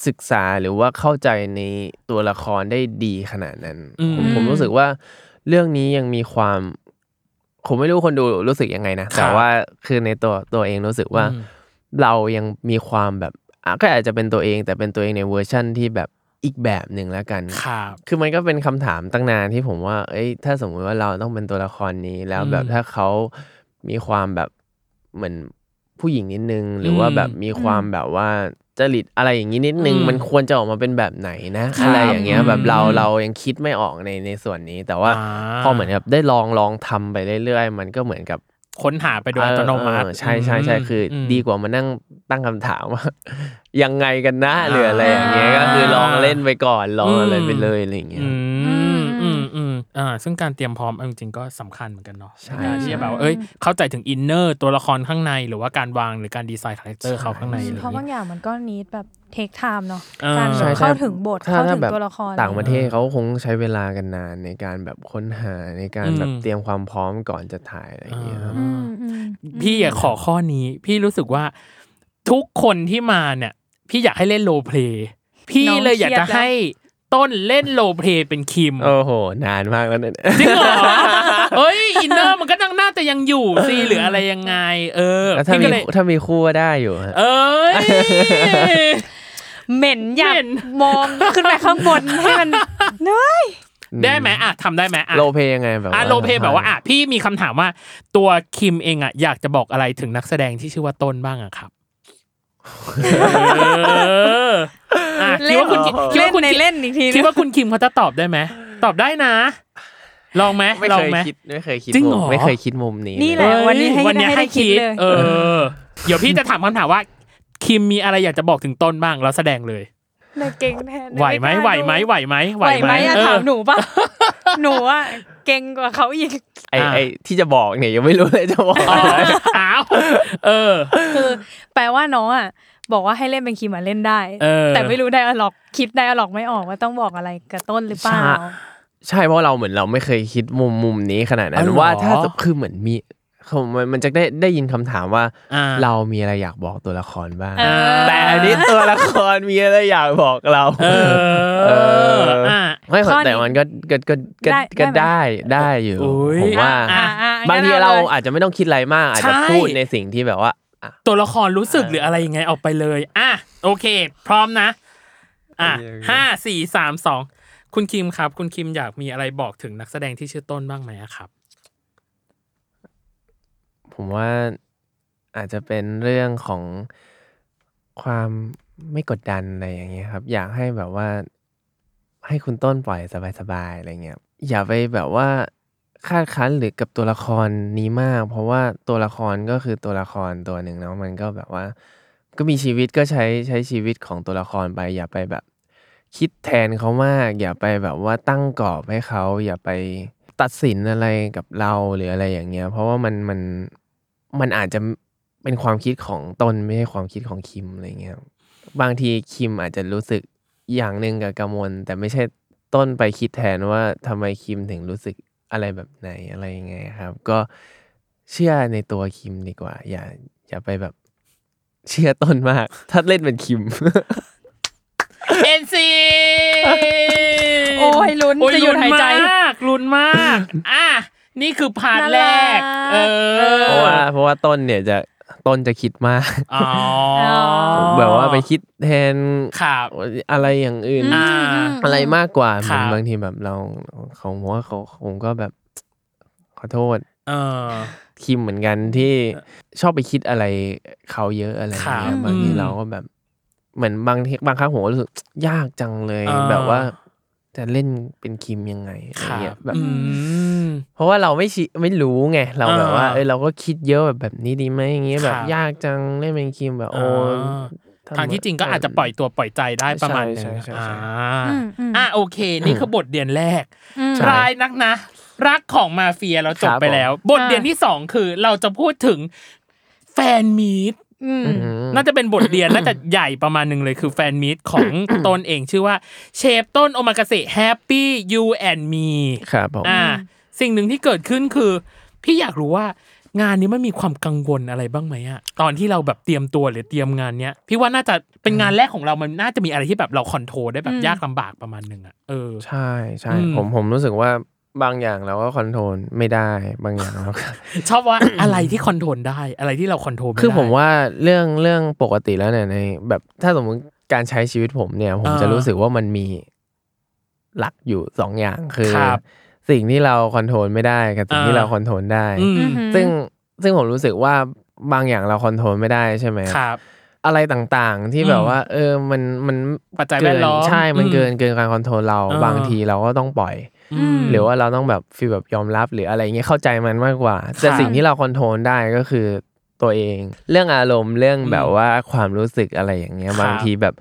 [SPEAKER 3] ศึกษาหรือว่าเข้าใจในตัวละครได้ดีขนาดนั้น
[SPEAKER 2] อืม
[SPEAKER 3] ผมผมรู้สึกว่าเรื่องนี้ยังมีความผมไม่รู้คนดูรู้สึกยังไงนะ
[SPEAKER 2] ครับ
[SPEAKER 3] แต่ว่าคือในตัวตัวเองรู้สึกว่า
[SPEAKER 2] อืม
[SPEAKER 3] เรายังมีความแบบอ่ะก็อาจจะเป็นตัวเอง แต่เป็นตัวเองในเวอร์ชั่นที่แบบอีกแบบหนึ่งแล้วกัน
[SPEAKER 2] ครับ
[SPEAKER 3] คือมันก็เป็นคำถามตั้งนานที่ผมว่า เอ้ย ถ้าสมมุติว่าเราต้องเป็นตัวละครนี้ แล้ว
[SPEAKER 2] อืม
[SPEAKER 3] แบบถ้าเขามีความแบบเหมือนผู้หญิงนิดนึง หรือว่าแบบมีความแบบว่าจริตอะไรอย่างนี้นิดนึง
[SPEAKER 2] อืม
[SPEAKER 3] มันควรจะออกมาเป็นแบบไหนนะ
[SPEAKER 2] ครับ
[SPEAKER 3] อะไรอย่างเงี้ย แบบเรา
[SPEAKER 2] อืม
[SPEAKER 3] เรายังคิดไม่ออกในในส่วนนี้ แต่ว่า
[SPEAKER 2] อ่า
[SPEAKER 3] พอเหมือนแบบได้ลองลองทำไปเรื่อยๆ มันก็เหมือนกับ
[SPEAKER 2] ค้นหาไปโดยอัตโนมัติ
[SPEAKER 3] เออเออใช่ใช่ใช่คืออ
[SPEAKER 2] ม
[SPEAKER 3] ดีกว่ามานั่งตั้งคำถามว่า [laughs] ยังไงกันนะหรืออะไรอย่างเงี้ยก็คือลองเล่นไปก่อนลองอะไรไปเลยอะไรอย่างเงี้ย
[SPEAKER 2] อืมอืมอืมอ่าซึ่งการเตรียมพร้อมเอาจริงๆก็สำคัญเหมือนกันเนาะ
[SPEAKER 3] ใช่
[SPEAKER 2] นการที่จะแบบว่าเอ้ย เข้าใจถึงอินเนอร์ตัวละครข้างในหรือว่าการวางหรือการดีไซน์คาแรคเตอร์เขาข้างใน
[SPEAKER 1] อืม
[SPEAKER 2] อะไร
[SPEAKER 1] เพ
[SPEAKER 2] อบ
[SPEAKER 1] ราะา
[SPEAKER 2] ย่าง
[SPEAKER 1] ง
[SPEAKER 2] เงี้ย
[SPEAKER 1] อย่างมันก็นิดแบบเทคไทม์เนาะ
[SPEAKER 2] เออ
[SPEAKER 1] การ
[SPEAKER 3] ใช่ใช่
[SPEAKER 1] เข้าถึงบท
[SPEAKER 3] ถ้
[SPEAKER 1] เข้าถึง
[SPEAKER 3] แบบ
[SPEAKER 1] ตัวละคร
[SPEAKER 3] ต่างประเทศเขาคงใช้เวลากันนานในการแบบค้นหาในการแบบ
[SPEAKER 2] อืม
[SPEAKER 3] เตรียมความพร้อมก่อนจะถ่ายอะไรอย่างเงี้ยครับ
[SPEAKER 1] อืมอืม
[SPEAKER 2] พี่อยากขอข้อนี้ พี่รู้สึกว่าทุกคนที่มาเนี่ย พี่อยากให้เล่นโรลเพลย์พี่เลยอยากจะให้ต้นเล่นโรลเพลย์เป็นคิม
[SPEAKER 3] โอ้โห นานมากแล้วเนี่ย
[SPEAKER 2] จริงเหรอเอ้ยอินเนอร์มันก็น่าจะยังอยู่สิหรืออะไรยังไง เออ
[SPEAKER 3] แล้วถ้า
[SPEAKER 2] พี่
[SPEAKER 3] มี
[SPEAKER 2] ก็เลย
[SPEAKER 3] ถ้ามีคู่ก็ได้อยู่ฮะ
[SPEAKER 2] เอ้ย
[SPEAKER 1] เหม็นอยาก
[SPEAKER 2] เหม็น
[SPEAKER 1] มองขึ้นไปข้างบนให้มันเนื้อย
[SPEAKER 2] ได้ไหมอ่ะทำได้ไหมอ่ะ
[SPEAKER 3] โรลเพลย์ยังไงแบบ
[SPEAKER 2] อ่ะ
[SPEAKER 3] ว่า
[SPEAKER 2] โลเพแบบว่าอ่ะพี่มีคำถามว่าตัวคิมเองอ่ะอยากจะบอกอะไรถึงนักแสดงที่ชื่อว่าต้นบ้างอะครับเอออ่ะคิดว่าคุณคิด
[SPEAKER 1] เล่น
[SPEAKER 2] ว่าคุณ
[SPEAKER 1] ใน
[SPEAKER 2] คิด
[SPEAKER 1] เล่นอีกที
[SPEAKER 2] คิด
[SPEAKER 1] นะ
[SPEAKER 2] ว่าคุณคิมเขาจะตอบได้ไหมตอบได้นะ ลองไหม
[SPEAKER 3] ไม่
[SPEAKER 2] ลอ
[SPEAKER 3] เค
[SPEAKER 2] ง
[SPEAKER 3] ย
[SPEAKER 2] ไหม
[SPEAKER 3] คิดไม่เคยคิด
[SPEAKER 2] จริง
[SPEAKER 3] มุ
[SPEAKER 2] เหร
[SPEAKER 3] ม
[SPEAKER 2] อ
[SPEAKER 3] ไม่เคยคิดมุมนี้
[SPEAKER 1] นี่แห
[SPEAKER 3] เย
[SPEAKER 1] ละ
[SPEAKER 2] เอ้ย
[SPEAKER 1] วันนี้ให้
[SPEAKER 2] วันเนี้ย
[SPEAKER 1] ให้
[SPEAKER 2] ให้
[SPEAKER 1] ได้คิด
[SPEAKER 2] คิด
[SPEAKER 1] เลย
[SPEAKER 2] เออ เดี๋ยวพี่จะถามคำถามว่า คิมมีอะไรอยากจะบอกถึงต้นบ้างแล้วแสดงเลย
[SPEAKER 1] เลยเก่งแทน
[SPEAKER 2] ไหวไหมไหวไหมไหวไหม
[SPEAKER 1] ไหวไหมอะ
[SPEAKER 2] เออ
[SPEAKER 1] ถามหนูป่ะ หนูอ่ะเก่งกว่าเขาอีก
[SPEAKER 3] ไอ
[SPEAKER 2] อ่า
[SPEAKER 3] ไอที่จะบอกเนี่ยยังไม่รู้เลยจะบอก
[SPEAKER 2] อ๋ออ้าวเออ
[SPEAKER 1] คือแปลว่าน้องอ่ะบอกว่าให้เล่นเป็นคีมาเล่นได้
[SPEAKER 2] เออ
[SPEAKER 1] แต่ไม่รู้ได้อะล็อกคิดได้อะล็อกไม่ออกว่าต้องบอกอะไรกับต้นหรือเปล่า
[SPEAKER 3] ใช่เพราะเราเหมือนเราไม่เคยคิดมุมมุมนี้ขนาดนั้
[SPEAKER 2] อ๋
[SPEAKER 3] น
[SPEAKER 2] อเหรอ
[SPEAKER 3] ว่าถ้าจะคือเหมือนมีเขามันมันจะได้ได้ยินคำถามว่า
[SPEAKER 2] อ่า
[SPEAKER 3] เรามีอะไรอยากบอกตัวละครบ้าง
[SPEAKER 1] เออ
[SPEAKER 3] แต่อันนี้ตัวละครมีอะไรอยากบอกเรา
[SPEAKER 2] เอ
[SPEAKER 3] เอ
[SPEAKER 2] อ
[SPEAKER 3] อ
[SPEAKER 2] อ่ะ
[SPEAKER 3] ไม่
[SPEAKER 1] ข้อนี้
[SPEAKER 3] แต่มันก็ก็ก็ก็
[SPEAKER 1] ได้
[SPEAKER 3] ก็
[SPEAKER 1] ได้
[SPEAKER 3] ได้ได้อยู่
[SPEAKER 2] โอ้ย
[SPEAKER 3] ผมว่า
[SPEAKER 2] อ่ะ
[SPEAKER 1] อ่ะ
[SPEAKER 3] บางที
[SPEAKER 1] งั้น
[SPEAKER 3] เรา
[SPEAKER 1] เอาเลย
[SPEAKER 3] อาจจะไม่ต้องคิดอะไรมาก อาจจะพูดในสิ่งที่แบบว่าอ่ะ
[SPEAKER 2] ตัวละครรู้สึกหรืออะไรยังไงออกไปเลย อ่ะโอเค พร้อมนะ อ่ะ
[SPEAKER 3] โอเคโอเค
[SPEAKER 2] ห้าสี่สามสองคุณคิมครับ คุณคิมอยากมีอะไรบอกถึงนักแสดงที่ชื่อต้นบ้างไหมอะครับ
[SPEAKER 3] ผมว่าอาจจะเป็นเรื่องของความไม่กดดันอะไรอย่างเงี้ยครับ อยากให้แบบว่า ให้คุณต้นปล่อยสบายๆอะไรเงี้ยอย่าไปแบบว่าคาดคั้นหรือกับตัวละครนี้มาก เพราะว่าตัวละครก็คือตัวละครตัวหนึ่งเนาะมันก็แบบว่า ก็มีชีวิตก็ใช้ใช้ชีวิตของตัวละครไป อย่าไปแบบ คิดแทนเขามาก อย่าไปแบบว่าตั้งกรอบให้เขา อย่าไปตัดสินอะไรกับเราหรืออะไรอย่างเงี้ย เพราะว่ามันมันมันอาจจะเป็นความคิดของตนไม่ใช่ความคิดของคิมอะไรเงี้ยบางทีคิมอาจจะรู้สึกอย่างหนึ่งกับกมลแต่ไม่ใช่ต้นไปคิดแทนว่าทำไมคิมถึงรู้สึกอะไรแบบไหนอะไรยังไงครับ ก็ เชื่อในตัวคิมดีกว่า อย่า อย่าไปแบบ เชื่อต้นมาก [laughs] ถ้าเล่นเป็นคิม
[SPEAKER 2] เอ็น [laughs] ซี
[SPEAKER 1] โอ้ยลุ้นจะหยุดหายใจ
[SPEAKER 2] มากลุ้นมากอ่ะนี่คือพาร์ท
[SPEAKER 1] น่ารัก
[SPEAKER 2] แรก เอ
[SPEAKER 3] เพราะ
[SPEAKER 2] อ
[SPEAKER 3] ว่าเพราะว่าต้นเนี่ยจะต้นจะคิดมาก
[SPEAKER 2] อ๋อ
[SPEAKER 3] แบบว่าไปคิดแทน
[SPEAKER 2] ครับ
[SPEAKER 3] อะไรอย่างอื่น
[SPEAKER 2] อ่า
[SPEAKER 3] อะไรมากกว่าเห
[SPEAKER 2] ครั
[SPEAKER 3] มือบ นบางทีแบบเราเขาผมว่าเขาผมก็แบบ ขอโทษ
[SPEAKER 2] เออ
[SPEAKER 3] คิมเหมือนกันที่ชอบไปคิดอะไรเขาเยอะอะไรอย่างเงี้
[SPEAKER 2] ครับบ
[SPEAKER 3] ยางที
[SPEAKER 2] อืม
[SPEAKER 3] เราก็แบบ เหมือนบางทีบางครั้งผมก็รู้สึกยากจังเลย
[SPEAKER 2] อ่า
[SPEAKER 3] แบบว่า จะเล่นเป็นคิมยังไงอะไรเงี้ยแบบ
[SPEAKER 2] อืม
[SPEAKER 3] เพราะว่าเราไม่ชิไม่รู้ไงเราแบบว่า
[SPEAKER 2] อ่า
[SPEAKER 3] เออเราก็คิดเยอะแบบแบบนี้ดีไหมอย่างเงี้ย
[SPEAKER 2] ค
[SPEAKER 3] แบ
[SPEAKER 2] รับ
[SPEAKER 3] บยากจังเล่นเป็นคิมแบบ
[SPEAKER 2] อ่
[SPEAKER 3] โอ้
[SPEAKER 2] า
[SPEAKER 3] ทำ
[SPEAKER 2] ทางที่จริงก็อาจจะปล่อยตัวปล่อยใจได้ประมาณหนึง
[SPEAKER 3] ใช่ใช่ใช่
[SPEAKER 2] อ่า
[SPEAKER 3] ใช่
[SPEAKER 1] อืมอืม
[SPEAKER 2] อ่ะโอเค นี่คือบทเรียนแรก
[SPEAKER 1] อืม
[SPEAKER 3] ใช่
[SPEAKER 2] รายนักนะ รักของมาเฟียเราจบไปแล้ว บทเรียนที่สองคือเราจะพูดถึงแฟนมีต
[SPEAKER 1] อืม
[SPEAKER 3] อืม
[SPEAKER 2] น่าจะเป็นบทเรี
[SPEAKER 3] [coughs]
[SPEAKER 2] ยน น่าจะใหญ่ประมาณหนึ่งเลยคือแฟนมีตของตนเองชื่อว่าเชฟต้นโอมากาเสะแฮปปี้ยูแอนด์มี
[SPEAKER 3] ครับผม
[SPEAKER 2] อ่าสิ่งหนึ่งที่เกิดขึ้นคือ พี่อยากรู้ว่างานนี้มันมีความกังวลอะไรบ้างไหมอะตอนที่เราแบบเตรียมตัวหรือเตรียมงานเนี้ยพี่ว่าน่าจะเป็นงานแรกของเรามันน่าจะมีอะไรที่แบบเราคอนโทรลได้แบบ
[SPEAKER 1] อืม
[SPEAKER 2] ยากลำบากประมาณหนึ่งอะเออ
[SPEAKER 3] ใช่ใช่
[SPEAKER 2] อืม
[SPEAKER 3] ผมผมรู้สึกว่าบางอย่างเราก็คอนโทรลไม่ได้บางอย่างเรา
[SPEAKER 2] [laughs]
[SPEAKER 3] ก็
[SPEAKER 2] ชอบว่า อะไรที่คอนโทรลได้อะไรที่เราคอนโทรลไได้
[SPEAKER 3] คือผมว่าเรื่องเรื่องปกติแล้วเนี่ยในแบบถ้าสมมติการใช้ชีวิตผมเนี่ย ผม
[SPEAKER 2] อ่า
[SPEAKER 3] จะรู้สึกว่ามันมีหลักอยู่สองอย่างคือ
[SPEAKER 2] ครับ
[SPEAKER 3] สิ่งที่เราคอนโทรลไม่ได้กับสิ่งที่
[SPEAKER 2] อ่า
[SPEAKER 3] เราคอนโทรลได้
[SPEAKER 2] อืม
[SPEAKER 3] ซึ่งซึ่งผมรู้สึกว่าบางอย่างเราคอนโทรลไม่ได้ใช่ไหม
[SPEAKER 2] ครับ
[SPEAKER 3] อะไรต่างๆที่แบบว่า เออมันมัน
[SPEAKER 2] ปัจจัยแวดล้อม
[SPEAKER 3] เกินใช่มัน
[SPEAKER 2] อืม
[SPEAKER 3] เกินเกินการคอนโทรลเรา
[SPEAKER 2] อ่า
[SPEAKER 3] บางทีเราก็ต้องปล่อย
[SPEAKER 2] อืม
[SPEAKER 3] หรือว่าเราต้องแบบฟีลแบบยอมรับหรืออะไรเงี้ยเข้าใจมันมากกว่า แต่
[SPEAKER 2] ค่ะ
[SPEAKER 3] สิ่งที่เราคอนโทรลได้ก็คือตัวเอง เรื่องอารมณ์เรื่อง
[SPEAKER 2] อืม
[SPEAKER 3] แบบว่าความรู้สึกอะไรอย่างเงี้ย
[SPEAKER 2] ค่ะ
[SPEAKER 3] บางทีแบบ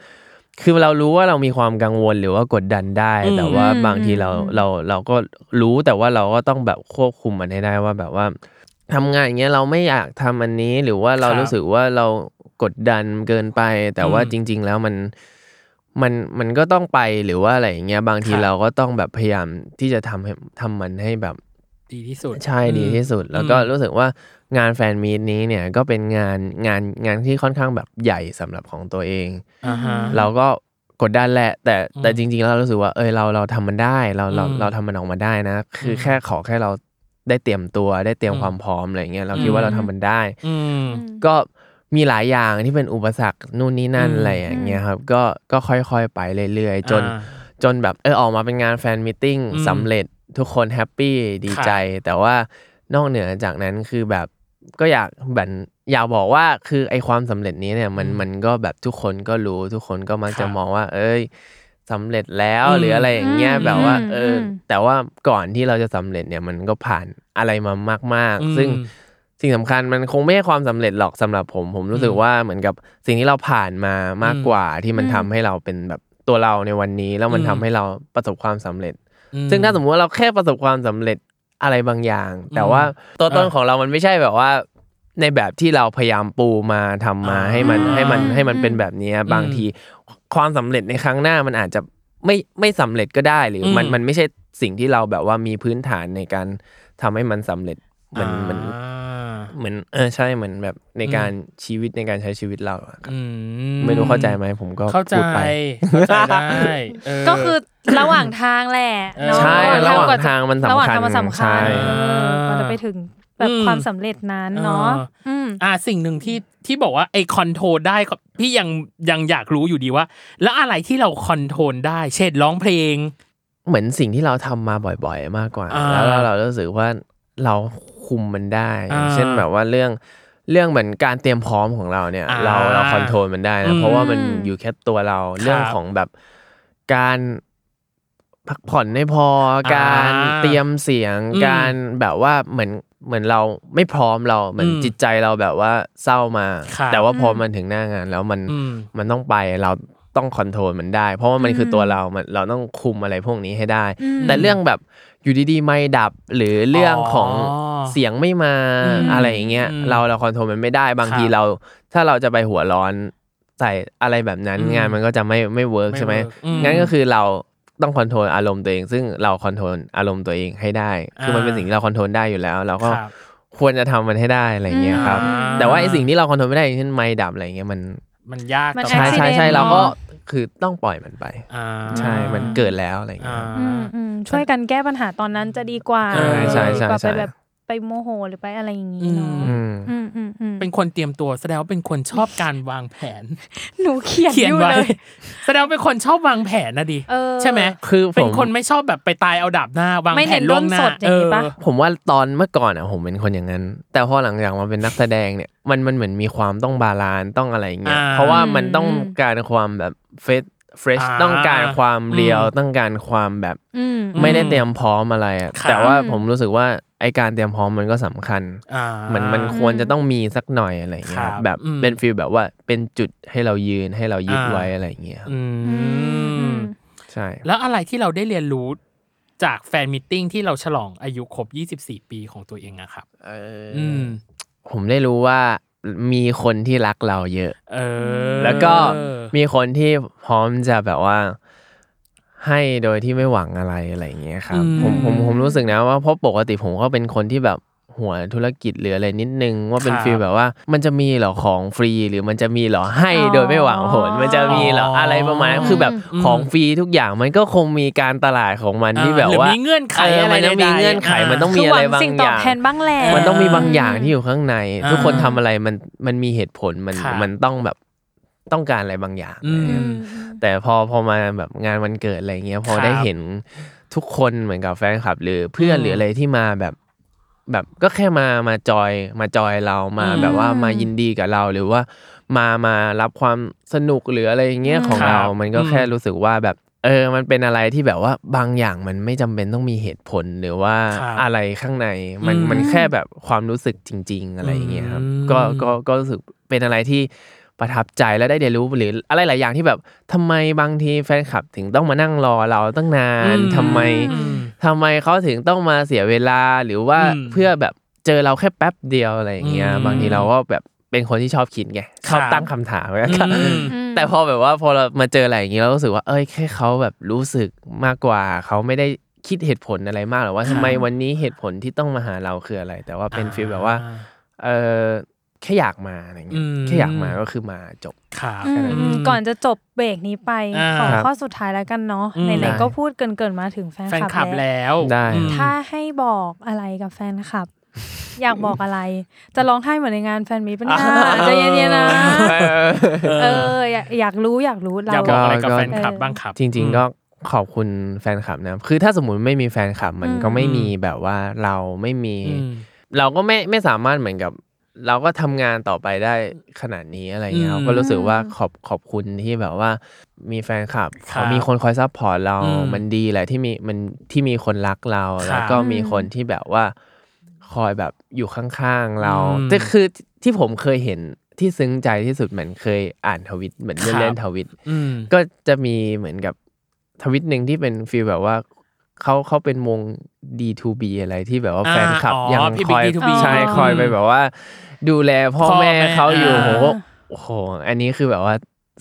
[SPEAKER 3] คือเรารู้ว่าเรามีความกังวลหรือว่ากดดันได้
[SPEAKER 2] อืม
[SPEAKER 3] แต่ว่า
[SPEAKER 1] อืม
[SPEAKER 3] บางทีเรา
[SPEAKER 1] อืม
[SPEAKER 3] เราเราก็รู้แต่ว่าเราก็ต้องแบบควบคุมมันให้ได้ว่าแบบว่าทำงานอย่างเงี้ยเราไม่อยากทำอันนี้หรือว่าเรารู้สึกว่าเรากดดันเกินไป แต่ว่า
[SPEAKER 2] อืม
[SPEAKER 3] จริง ๆ แล้วมันมันมันก็ต้องไปหรือว่าอะไรอย่างเงี้ยบางที
[SPEAKER 2] ครับ
[SPEAKER 3] เราก็ต้องแบบพยายามที่จะทำให้ทำมันให้แบบ
[SPEAKER 2] ดีที่สุด
[SPEAKER 3] ใช่ดีที่สุด แล้วก็รู้สึกว่างานแฟนมีตนี้เนี่ยก็เป็นงานงานงานที่ค่อนข้างแบบใหญ่สำหรับของตัวเอง
[SPEAKER 2] อ่าฮะ
[SPEAKER 3] เราก็กดดันแหละ แต่แต่
[SPEAKER 2] อืม
[SPEAKER 3] จริงๆแล้วเรารู้สึกว่าเอยเราเราทำมันได้เราเรา
[SPEAKER 2] อืม
[SPEAKER 3] เราทำมันออกมาได้นะ คืออ
[SPEAKER 2] ม
[SPEAKER 3] แค่ขอแค่เราได้เตรียมตัวได้เตรียม
[SPEAKER 2] อืม
[SPEAKER 3] ความพร้อมอะไรเงี้ยเรา
[SPEAKER 2] อืม
[SPEAKER 3] คิดว่าเราทำมันได้
[SPEAKER 2] อืม
[SPEAKER 3] ก็มีหลายอย่างที่เป็นอุปสรรคนู่นนี่นั่น
[SPEAKER 2] อืม
[SPEAKER 3] อะไรอย่างเงี้ยครับ ก็ก็ค่อยๆไปเรื่อยๆ จน
[SPEAKER 2] อ่า
[SPEAKER 3] จนแบบเออออกมาเป็นงานแฟนมิทติ้ง
[SPEAKER 2] อืม
[SPEAKER 3] สำเร็จทุกคนแฮปปี้ดีใจ แต่ว่านอกเหนือจากนั้นคือแบบก็อยากแบบอยากบอกว่าคือไอความสำเร็จนี้เนี่ยมัน
[SPEAKER 2] อืม
[SPEAKER 3] มันก็แบบทุกคนก็รู้ทุกคนก็มัก
[SPEAKER 2] ครับ
[SPEAKER 3] จะมองว่า เอ้ยสำเร็จแล้ว
[SPEAKER 2] อืม
[SPEAKER 3] หรืออะไรอย่างเงี้ย
[SPEAKER 1] อืม
[SPEAKER 3] แบบว่า
[SPEAKER 1] อืม
[SPEAKER 3] เอออ
[SPEAKER 1] ม
[SPEAKER 3] แต่ว่าก่อนที่เราจะสำเร็จเนี่ยมันก็ผ่านอะไรมามาก
[SPEAKER 2] อืม
[SPEAKER 3] ๆ ซึ่งสิ่งสำคัญมันคงไม่ใช่ความสำเร็จหรอกสำหรับผม ผมรู้สึก
[SPEAKER 2] อืม
[SPEAKER 3] ว่าเหมือนกับสิ่งที่เราผ่านมามาก
[SPEAKER 2] อืม
[SPEAKER 3] กว่าที่มัน
[SPEAKER 1] อืม
[SPEAKER 3] ทำให้เราเป็นแบบตัวเราในวันนี้ แล้วมัน
[SPEAKER 2] อืม
[SPEAKER 3] ทำให้เราประสบความสำเร็จ
[SPEAKER 2] อื
[SPEAKER 3] ซึ่งถ้าสมมติว่าเราแค่ประสบความสำเร็จอะไรบางอย่าง
[SPEAKER 2] อืม
[SPEAKER 3] แต่ว่าตัวตน
[SPEAKER 2] อ่ะ
[SPEAKER 3] ของเรามันไม่ใช่แบบว่า ในแบบที่เราพยายามปูมาทำมา
[SPEAKER 2] อ่า
[SPEAKER 3] ให้มันให้มันให้มัน
[SPEAKER 1] อืม
[SPEAKER 3] เป็นแบบเนี้ยบางทีความสำเร็จในครั้งหน้ามันอาจจะไม่ไม่สำเร็จก็ได้หรืออ
[SPEAKER 2] ม
[SPEAKER 3] มันมันไม่ใช่สิ่งที่เราแบบว่ามีพื้นฐานในการทำให้มันสำเร็จเหมือนเหมือนเหมือนเออใช่เหมือนแบบใน
[SPEAKER 2] อืม
[SPEAKER 3] การชีวิตในการใช้ชีวิตเราอะครับ
[SPEAKER 2] อื
[SPEAKER 3] ไม่รู้เข้าใจไหมผมก็
[SPEAKER 2] เข้าใจ
[SPEAKER 3] พูดไป
[SPEAKER 2] เข้าใจได้เ
[SPEAKER 1] ก็คือระหว่างทางแหละเนอะ
[SPEAKER 3] ใช่ระหว่าง
[SPEAKER 1] กจ
[SPEAKER 3] ทางมันสำคัญ
[SPEAKER 1] ระหว่างทางมันสำคัญ
[SPEAKER 3] ใช่
[SPEAKER 1] เออกว่าจะไปถึงแบบ
[SPEAKER 2] อืม
[SPEAKER 1] ความสำเร็จนั้นเนาะ
[SPEAKER 2] เออ
[SPEAKER 1] อืม
[SPEAKER 2] อ่าสิ่งหนึ่งที่ที่บอกว่าไอคอนโทรได้ก็พี่ยังยังอยากรู้อยู่ดีว่า แล้วอะไรที่เราคอนโทรได้ เช่นร้องเพลง
[SPEAKER 3] เหมือนสิ่งที่เราทำมาบ่อยๆมากกว่า
[SPEAKER 2] อ่า
[SPEAKER 3] แล้วเราเรารู้สึกว่าเราคุมมันได้
[SPEAKER 2] อ่า
[SPEAKER 3] อย่างเช่นแบบว่าเรื่องเรื่องเหมือนการเตรียมพร้อมของเราเนี่ย
[SPEAKER 2] อ่า
[SPEAKER 3] เราเราคอนโทรลมันได้
[SPEAKER 2] อื
[SPEAKER 3] นะ
[SPEAKER 2] ม
[SPEAKER 3] เพราะว่ามันอยู่แค่ตัวเราเรื่องของแบบการพักผ่อนไม่พออา การเตรียมเสียง
[SPEAKER 2] อืม
[SPEAKER 3] การแบบว่าเหมือนเหมือนเราไม่พร้อมเราเหมือน
[SPEAKER 2] อืม
[SPEAKER 3] จิตใจเราแบบว่าเศร้ามา
[SPEAKER 2] ครับ
[SPEAKER 3] แต่ว่าพออ
[SPEAKER 1] ม
[SPEAKER 3] มันถึงหน้างานแล้วมัน
[SPEAKER 2] อืม
[SPEAKER 3] มันต้องไปเราต้องคอนโทรลมันได้ เพราะว่ามันคืออ
[SPEAKER 1] ม
[SPEAKER 3] ตัวเรามันเราต้องคุมอะไรพวกนี้ให้ได้
[SPEAKER 1] อืม
[SPEAKER 3] แต่เรื่องแบบอยู่ดีๆไม่ดับหรือเรื่องของ
[SPEAKER 2] อ๋อ
[SPEAKER 3] เสียงไม่มา
[SPEAKER 2] อืม
[SPEAKER 3] อะไรอย่างเงี้ย
[SPEAKER 2] อืม
[SPEAKER 3] เราเราคอนโทรลมันไม่ได้บางที
[SPEAKER 2] ครับ
[SPEAKER 3] เรา ถ้าเราจะไปหัวร้อนใส่อะไรแบบนั้น
[SPEAKER 2] อืม
[SPEAKER 3] งานมันก็จะไม่ไม่เวิร์ก
[SPEAKER 2] ไม่
[SPEAKER 3] ใช่ไหม
[SPEAKER 2] work อืม
[SPEAKER 3] งั้นก็คือเราต้องคอนโทรลอารมณ์ตัวเอง ซึ่งเราคอนโทรลอารมณ์ตัวเองให้ได้ คือมันเป็น
[SPEAKER 2] อ่า
[SPEAKER 3] สิ่งที่เราคอนโทรลได้อยู่แล้ว เราก็
[SPEAKER 2] ครับ
[SPEAKER 3] ควรจะทำมันให้ได้อะไรอย่างเงี้ยครับ
[SPEAKER 2] อืม
[SPEAKER 3] แต่ว่าไอสิ่งที่เราคอนโทรลไม่ได้อย่างเช่นไมค์ดับอะไรอย่างเงี้ยมัน
[SPEAKER 2] มันยาก
[SPEAKER 1] มัน
[SPEAKER 2] ต่อ
[SPEAKER 3] ใช่
[SPEAKER 2] การ
[SPEAKER 3] ใช่
[SPEAKER 1] accident
[SPEAKER 3] ใช่
[SPEAKER 1] เนอะ
[SPEAKER 3] เราก็คือต้องปล่อยมันไป
[SPEAKER 2] อ่า
[SPEAKER 3] ใช่มันเกิดแล้วอะไรอย่าง
[SPEAKER 2] อ่า
[SPEAKER 1] อื
[SPEAKER 3] เงี้ย
[SPEAKER 1] มอืมช่วยกันแก้ปัญหาตอนนั้นจะดีกว่า
[SPEAKER 2] เออใช่
[SPEAKER 3] ใช่
[SPEAKER 1] ดีกว่า
[SPEAKER 3] ใช่
[SPEAKER 1] ไปแบบไปโมโหหรือไปอะไรอย่างงี้เนาะ
[SPEAKER 3] อืม
[SPEAKER 1] อืมอืมอืม
[SPEAKER 2] เป็นคนเตรียมตัวแสดงว่าเป็นคนชอบการวางแผน
[SPEAKER 1] หนูเขียน
[SPEAKER 2] เขีย
[SPEAKER 1] อน ยู่
[SPEAKER 2] ไว้
[SPEAKER 1] เลย
[SPEAKER 2] แสดงว่าเป็นคนชอบวางแผนนะดิ
[SPEAKER 1] เออ
[SPEAKER 2] ใช่ไหม
[SPEAKER 3] คือผม
[SPEAKER 2] เป็นคนไม่ชอบแบบไปตายเอาดับหน้าวาง
[SPEAKER 1] ไม่
[SPEAKER 2] แผ
[SPEAKER 1] เน้
[SPEAKER 2] น
[SPEAKER 1] น
[SPEAKER 2] ล่วงหน้า
[SPEAKER 1] ด้นสดอย่างนี้ปะ
[SPEAKER 2] เออ
[SPEAKER 3] ผมว่าตอนเมื่อก่อนอ่ะผมเป็นคนอย่างนั้น แต่พอหลังจากมาเป็นนักแสดงเนี่ยมันมันเหมือนมีความต้องบาลานซ์ต้องอะไรอย่างเงี้ย
[SPEAKER 2] อ่า
[SPEAKER 3] เพราะว่ามันต้องการความแบบเฟสเฟรช
[SPEAKER 2] อ่า
[SPEAKER 3] ต้องการความเรียว
[SPEAKER 2] อืม
[SPEAKER 3] ต้องการความแบบ
[SPEAKER 1] อืม
[SPEAKER 3] ไม่ได้เตรียมพร้อมอะไรอะ
[SPEAKER 2] ครับ
[SPEAKER 3] แต่ว่าผมรู้สึกว่าไอการเตรียมพร้อมมันก็สำคัญ
[SPEAKER 2] อ่า
[SPEAKER 3] เหมือนมันควรจะต้องมีสักหน่อยอะไรอย่างเงี้ย
[SPEAKER 2] ครับ
[SPEAKER 3] แบบ
[SPEAKER 2] อืม
[SPEAKER 3] เป็นฟีลแบบว่าเป็นจุดให้เรายืนให้เรายึดไว้อะไรอย่างเงี้ยครับ
[SPEAKER 2] อืม
[SPEAKER 3] ใช่
[SPEAKER 2] แล้วอะไรที่เราได้เรียนรู้จากแฟนมิทติ้งที่เราฉลองอายุครบ 24 ปีของตัวเองอะครับ
[SPEAKER 3] เอออ
[SPEAKER 2] อืม
[SPEAKER 3] ผมได้รู้ว่ามีคนที่รักเราเยอะ
[SPEAKER 2] เออ
[SPEAKER 3] แล้วก็มีคนที่พร้อมจะแบบว่า ให้โดยที่ไม่หวังอะไรอะไรอย่างเงี้ยครับผมผมผมรู้สึกนะว่าเพราะปกติผมก็เป็นคนที่แบบหัวธุรกิจหรืออะไรนิดนึง ว่าเป็นฟีลแบบว่า มันจะมีเหรอของฟรีหรือมันจะมีเหรอให้โดยไม่หวังผล มันจะมีเหรออะไรประมาณนั้นคือแบบของฟรีทุกอย่างมันก็คงมีการตลาดของมันที่แบบว่า
[SPEAKER 2] หรือมีเงื่อนไข
[SPEAKER 3] เ
[SPEAKER 2] อะไร
[SPEAKER 3] มันต้องมี
[SPEAKER 2] ใดๆ
[SPEAKER 3] เงื่อนไขมันต้อง
[SPEAKER 1] คื
[SPEAKER 3] มี
[SPEAKER 1] อห
[SPEAKER 3] อะ
[SPEAKER 1] วั
[SPEAKER 3] ไรง บาง
[SPEAKER 1] สิ่ง
[SPEAKER 3] อ
[SPEAKER 1] ตอบ
[SPEAKER 3] ย่าง
[SPEAKER 1] แทนบ้างแหละ
[SPEAKER 3] มันต้องมีบางอย่างที่อยู่ข้างใน
[SPEAKER 2] อ่า
[SPEAKER 3] ทุกคนทำอะไรมันมันมีเหตุผลมัน
[SPEAKER 2] ครับ
[SPEAKER 3] มันต้องแบบต้องการอะไรบางอย่าง
[SPEAKER 2] อืม
[SPEAKER 3] อะไรเงี้ยแต่พอพอมาแบบงานวันเกิดอะไรเงี้ยพอ
[SPEAKER 2] ครับ
[SPEAKER 3] ได้เห็นทุกคนเหมือนกับแฟนคลับ หรือเพื่อน
[SPEAKER 2] อืม
[SPEAKER 3] หรืออะไรที่มาแบบ แบบก็แค่มามาจอยมาจอยเรามา
[SPEAKER 2] อืม
[SPEAKER 3] แบบว่ามายินดีกับเราหรือว่า มามารับความสนุกหรืออะไรอย่างเงี้ยของ
[SPEAKER 2] ครับ
[SPEAKER 3] เรา มันก็
[SPEAKER 2] อืม
[SPEAKER 3] แค่รู้สึกว่าแบบเออ มันเป็นอะไรที่แบบว่าบางอย่างมันไม่จำเป็นต้องมีเหตุผลหรือว่า
[SPEAKER 2] ครับ
[SPEAKER 3] อะไรข้างในมัน
[SPEAKER 2] อืม
[SPEAKER 3] มันแค่แบบความรู้สึกจริง ๆ อะไรอย่างเงี้ยครับ
[SPEAKER 2] อืม
[SPEAKER 3] ก็ก็ก็รู้สึกเป็นอะไรที่ประทับใจและได้เรียนรู้หรืออะไรหลายอย่างที่แบบทำไมบางทีแฟนคลับถึงต้องมานั่งรอเราตั้งนาน
[SPEAKER 2] อืม
[SPEAKER 3] ทำไม
[SPEAKER 2] อืม
[SPEAKER 3] ทำไมเขาถึงต้องมาเสียเวลาหรือว่า
[SPEAKER 2] อืม
[SPEAKER 3] เพื่อแบบเจอเราแค่แป๊บเดียวอะไรอย่างเงี้ย
[SPEAKER 2] อืม
[SPEAKER 3] บางทีเราก็แบบเป็นคนที่ชอบคิดไงชอบ
[SPEAKER 2] ครับ
[SPEAKER 3] ตั้งคำถามไว้
[SPEAKER 2] อืม
[SPEAKER 3] แต่พอแบบว่าพอเรามาเจออะไรอย่างนี้เรารู้สึกว่าเอ้ยแค่เขาแบบรู้สึกมากกว่าเขาไม่ได้คิดเหตุผลอะไรมากหรอกว่าทำไมวันนี้เหตุผลที่ต้องมาหาเราคืออะไร แต่ว่าเป็นฟีลแบบว่าเออแค่อยากมาอะไรเงี้ย
[SPEAKER 2] อืม
[SPEAKER 3] แค่อยากมาก็คือมาจบ
[SPEAKER 2] ครับ
[SPEAKER 1] อืมอืมก่อนจะจบเบรกนี้ไป
[SPEAKER 2] อ่า
[SPEAKER 1] ขอข้อสุดท้ายแล้วกันเนาะ
[SPEAKER 2] อืม
[SPEAKER 1] ไหน
[SPEAKER 3] ได้
[SPEAKER 1] ๆก็พูดเกินเกินๆมาถึงแฟน
[SPEAKER 2] แฟนค
[SPEAKER 1] คลั
[SPEAKER 2] ลั
[SPEAKER 1] บบ แล้ว
[SPEAKER 2] แล้ว
[SPEAKER 3] ได้
[SPEAKER 2] อืม
[SPEAKER 1] ถ้าให้บอกอะไรกับแฟนคลับ อยากบอกอะไร จะร้องไห้เหมือนในงานแฟนมีตปัญหาใจเย็นๆนะ เอออยากอยากรู้อยากรู้เรา
[SPEAKER 2] อยากบอกอะไรกับ
[SPEAKER 3] ก็
[SPEAKER 2] แฟนคลับบ้างครับ
[SPEAKER 3] จริง ๆ ก็ขอบคุณแฟนคลับนะคือถ้าสมมติไม่มีแฟนคลับมัน
[SPEAKER 1] อืม
[SPEAKER 3] ก็ไม่มีแบบว่าเราไม่มี
[SPEAKER 2] อืม
[SPEAKER 3] เราก็ไม่ไม่สามารถเหมือนกับ เราก็ทำงานต่อไปได้ขนาดนี้อะไรเงี้ย
[SPEAKER 2] อืม
[SPEAKER 3] เราก็รู้สึกว่าขอบขอบคุณที่แบบว่า มีแฟนคลับ
[SPEAKER 2] ครับ
[SPEAKER 3] เขามีคนคอยซัพพอร์ตเรา
[SPEAKER 2] อืม
[SPEAKER 3] มันดีแหละที่มีมันที่มีคนรักเรา
[SPEAKER 2] ครับ
[SPEAKER 3] แล้วก็มีคนที่แบบว่า คอยแบบอยู่ข้างๆเรา
[SPEAKER 2] อืม
[SPEAKER 3] แต่คือที่ผมเคยเห็นที่ซึ้งใจที่สุดเหมือนเคยอ่านทวิตเหมือน
[SPEAKER 2] ครับ
[SPEAKER 3] เล่นๆทวิต
[SPEAKER 2] อืม
[SPEAKER 3] ก็จะมีเหมือนกับทวิตหนึ่งที่เป็นฟีลแบบว่าเขาเขาเป็นวง D2B อะไรที่แบบว่า
[SPEAKER 2] อ่า
[SPEAKER 3] แฟนคลับ
[SPEAKER 2] อ๋อ
[SPEAKER 3] ยัง
[SPEAKER 2] พี่
[SPEAKER 3] คอย
[SPEAKER 2] Big D2B
[SPEAKER 3] ใช่
[SPEAKER 1] อ๋อ
[SPEAKER 3] คอยไปแบบว่า ดูแลพ่อ
[SPEAKER 2] พ่อแม่
[SPEAKER 3] แม่เขาอยู่
[SPEAKER 2] อ่า
[SPEAKER 3] ผมก็โอ้โห อันนี้คือแบบว่า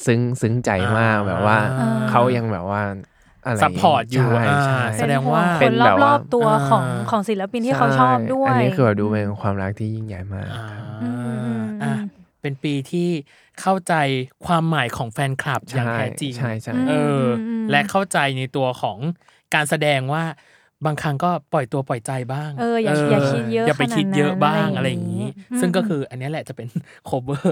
[SPEAKER 3] ซึ้งซึ้งใจมาก
[SPEAKER 2] อ่า
[SPEAKER 3] แบบว่า
[SPEAKER 1] อ่า
[SPEAKER 3] เขายังแบบว่าอะไร
[SPEAKER 2] ซัพพอร์ตอยู่
[SPEAKER 3] ใช่
[SPEAKER 2] อ่า
[SPEAKER 3] ใช่
[SPEAKER 2] แสดงว่า
[SPEAKER 1] เป็นห่วงคนรอบๆตัว
[SPEAKER 2] อ่า
[SPEAKER 1] ของของศิลปินที่เขาชอบด้วย
[SPEAKER 3] อันนี้คือแบบดูเป็นความรักที่ยิ่งใหญ่มาก
[SPEAKER 2] อ่า
[SPEAKER 1] อืมอืมอืม
[SPEAKER 2] อ่ะเป็นปีที่เข้าใจความหมายของแฟนคลับอย่างแท้จริง
[SPEAKER 3] ใช่ใช่
[SPEAKER 1] อืม
[SPEAKER 2] เอออ
[SPEAKER 1] ม
[SPEAKER 2] และเข้าใจในตัวของการแสดงว่าบางครั้งก็ปล่อยตัวปล่อยใจบ้าง
[SPEAKER 1] เอออย่าอย่าคิดเยอะ
[SPEAKER 2] อย่าไปคิดเยอะบ้าง
[SPEAKER 1] ขนาดนั้น
[SPEAKER 2] อะไรอย่างนี้
[SPEAKER 1] อืม
[SPEAKER 2] ซึ่งก็คืออันเนี้ยแหละจะเป็น
[SPEAKER 1] [laughs]
[SPEAKER 2] cover